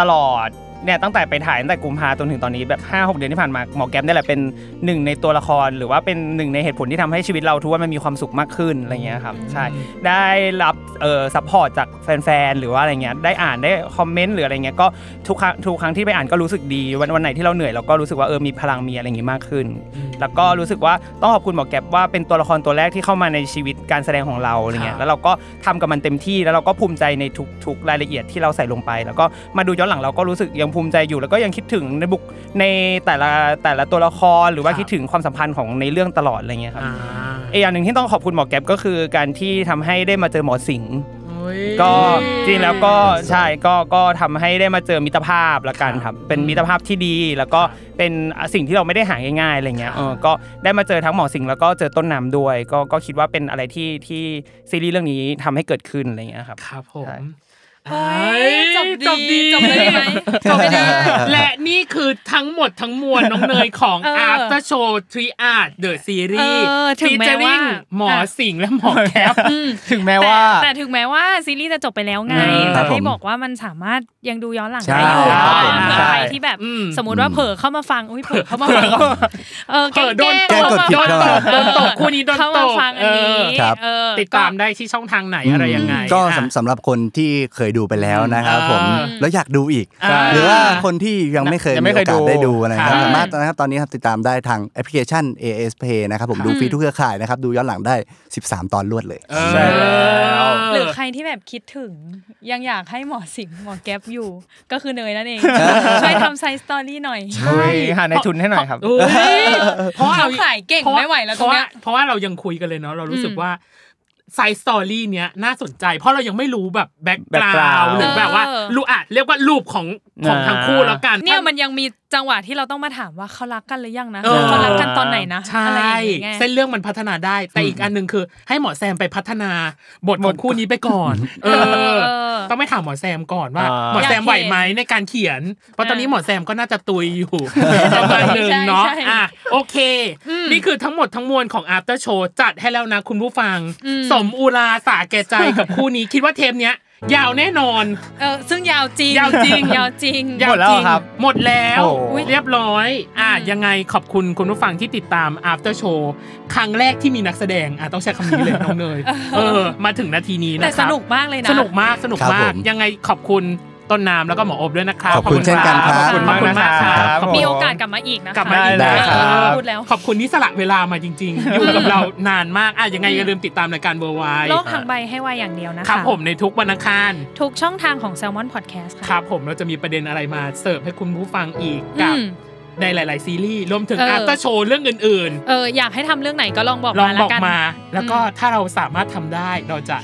ตลอดเนี่ยตั้งแต่ไปถ่ายตั้งแต่กุมภาจนถึงตอนนี้แบบ5 6 เดือนที่ผ่านมาหมอแก๊ปเนี่ยแหละเป็นหนึ่งในตัวละคร หรือว่าเป็นหนึ่งในเหตุผลที่ทำให้ชีวิตเราทุกวันมันมีความสุขมากขึ้นอะไรเงี้ยครับใช่ได้รับเอ่อซัพพอร์ตจากแฟนๆหรือว่าอะไรเงี้ยได้อ่านได้คอมเมนต์หรืออะไรเงี้ยก็ทุกครั้งทุกครั้งที่ไปอ่านก็รู้สึกดีวันวันไหนที่เราเหนื่อยเราก็รู้สึกว่าเออมีพลังมีอะไรอย่างงี้มากขึ้น แล้วก็รู้สึกว่าต้องขอบคุณหมอแก๊ปว่าเป็นตัวละครตัวแรกที่เข้ามาในชีวิตการแสดงของเราอะไร
ค
เงี้
รั
ย
บ
แล้วเราก็ทำกับมันเต็มที่แล้วเราก็ภูมิใจในทุกๆ รายละเอียดที่เราใส่ลงไป แล้วก็มาดูย้อนหลังเราก็รู้สึกยังภูมิใจอยู่ แล้วก็ยังคิดถึงในบุกในแต่ละแต่ละตัวละครหรือว่าคิดถึงความสัมพันธ์ของในเรื่องตลอดอะไรเงี้ยครับ
อ่า
อีกอย่างหนึ่งที่ต้องขอบคุณหมอแก๊ปก็คือการที่ทำให้ได้มาเจอหมอสิงห์
โอ้ย
ก็จริงแล้วก็ใช่ก็ก็ทำให้ได้มาเจอมิตรภาพละกันครับ เป็นมิตรภาพที่ดีแล้วก็
ครับ
เป็นสิ่งที่เราไม่ได้หาง่ายๆอะไรเงี้ยเออก็ได้มาเจอทั้งหมอสิงห์แล้วก็เจอต้นน้ำด้วย ก็ก็คิดว่าเป็นอะไรที่ที่ซีรีส์เรื่องนี้ทำให้เกิดขึ้นอะไรเงี้ยครับ
ครับผม
ใช่
เฮ้ยจบดีจบได้ไหม
จบดี และนี่คือทั้งหมดทั้งมวลน้องเนยของ
เออ
After Show t r i a r t The Series
เออถึงแม้ว่า
featuring หมอสิงห์และหมอแคป
ถึงแม้ว่า
แต่ถึงแม้ว่าซีรีส์จะจบไปแล้วไง
อืม
แต่
ครับผ
ที่
ม
บอกว่ามันสามารถยังดูย้อนหลัง
ใช่
ได้อยู่
ครับผม
เผื่อ
ใช่
ใครที่แบบ
อืม
สมมติว่าเผลอเข้ามาฟังอุ้ยเผลอเข้ามาฟังเออ
เออโดน
แก
แกล้
ล้ง
ง
เข้าก
ด
มา
ผิด
ฟัง
เข้ามา
โดนตกคู่นี้โดน
เข้า
ต
มาก ฟังอันนี้
เออ
ครับ
เออ
ติดตามได้ที่ช่องทางไหนอะไรยังไง
ก็
อ่ะ
สำสำหรับคนที่เคยดูไปแล้วนะครับผม
อ่า
แล้วอยากดูอีก
อ่า
หรือว่าคนที่ยังไม่เคย
ยังไม่เคย
โอกาส
ดู
ได้ดูนะ
ค
ครั
รับ บ
สามารถนะครับตอนนี้ครับติดตามได้ทางแอปพลิเคชัน AS Play นะครับผมดูฟรีทุกเครือข่ายนะครับดูย้อนหลังได้ 13 ตอนรวดเลย
เออ
ใช่แล้ว
หรือใครที่แบบคิดถึงยังอยากให้หมอสิงห์หมอแก๊ปอยู่ ก็คือเนยนั่นเอง ช่วยทำไซส์สตอรี่หน่อย
ใช่หาในทุนให้หน่อยครับ
เอ้ยเพราะ
เขาขายเก่งไม่ไหวแล้วตรงเนี้ย
เพราะาเพราะว่าเรายังคุยกันเลยเนาะเรารู้สึกว่าไซส์สตอรี่เนี้ยน่าสนใจ เพราะเรายังไม่รู้แบบแบ็กกราว
background
หรือแบบว่า
เออ
ลูอ่ะเรียกว่ารูปของของทั้งคู่แล้วกัน
เนี่ยมันยังมีจังหวะที่เราต้องมาถามว่าเขารักกันหรือยังนะ
เออ
เขารักกันตอนไหนนะ
ใช่
อะไรอย่างเงี้ย
เส้นเรื่องมันพัฒนาได้ แต่อีกอันหนึ่งคือ ให้หมอแซมไปพัฒนาบทของคู่นี้ไปก่อน เออ
เออ
ต้องไปถามหมอแซมก่อนว่าห
อ่า
มอแซมไหวไหม
อยากเห็น
ในการเขียน เพราะตอนนี้หมอแซมก็น่าจะตุยอยู่ ประมาณหนึ่ง
ใช่
เนาะ
ใช่
อ่ะโอเค นี่คือทั้งหมดทั้งมวลของ after show จัดให้แล้วนะคุณผู้ฟัง
อืม
สมอุราสาแก่ใจกับคู่นี้ คิดว่าเทปเนี้ย ยาวแน่นอน
เออซึ่งยาวจริง
ยาวจริง
ยาวจริง
ยา
หมดแล้ว
จง
ครับ
หมดแล้ว
โอ้โห
เรียบร้อย อ่ะยังไงขอบคุณคุณผู้ฟังที่ติดตาม after show ครั้งแรกที่มีนักแสดงอ่ะต้องใช้คำนี้เลยน้องเนยเออมาถึงนาทีนี้นะค
แต่
รับ
สนุกมากเลยนะ
สนุกมากสนุก
ครับ
มา
ผ
ก
ม
ยังไงขอบคุณ ต้นน้ำแล้วก็หมออบด้วยนะครับ
ขอบคุณเช่นกันครับ
ขอบคุณมากนะค
ขอบคุณมากครั
รับบ ขอบคุณ
มีโอกาสกลับมาอีกนะคะ
กลับมาอีก
ได้
นะค
ครั
รับ บ
พูดแล้ว
ขอบคุณที่สละเวลามาจริง ๆ อยู่กับเรานานมากอ่ะยังไงอย่าลืมติดตามรายการเบอร์ไว
โลกทางใบให้ไวอย่างเดียวนะคะ
ครับผมในทุกวันอังคาร
ทุกช่องทางของ Salmon Podcast ค่ะ
ครับผมเราจะมีประเด็นอะไรมาเสิร์ฟให้คุณผู้ฟังอีกกับ
อืม
ในหลาย ๆ ซีรีส์รวมถึง
เออ
อาร์ตโชว์เรื่องอื่น
เอออยากให้ทำเรื่องไหนก็ลองบอก
ๆ ลอง
มาละ
บอก
กัน
มา แล้วก็
อืม
ถ้าเราสามารถทำได้เราจะ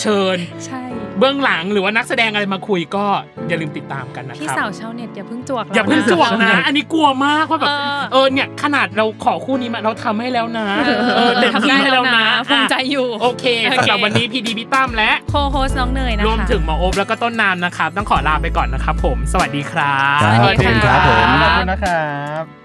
เชิญ
ใช่
เบื้องหลังหรือว่านักแสดงอะไรมาคุยก็อย่าลืมติดตามกันนะ
พี่
ครั
สา
บ
วชาวเน็ตอย่าเพิ่งจวกเรา
อย่าเพิ่ง
น
จวกนะ อันนี้กลัวมากว่าแบบ
เออ
เออเนี่ยขนาดเราขอคู่นี้มาเราทำให้แล้วนะ
เออ
เออเต็ม
ทำ
ที่
ได้
ให้
แล้
แล้ว ว
นะ
นะ
ภูมิใจอยู่
โอเค
โอเค
สำหรับวันนี้พีดีพี่ตั้มและ
โคโฮสน้องเนยนะคะ
รวมถึงหมอโอบแล้วก็ต้นน้ำนะครับ ต้องขอลาไปก่อนนะครับผม สวัสดีครับ
ครับขอบคุณครับผม
ขอบคุณนะครับ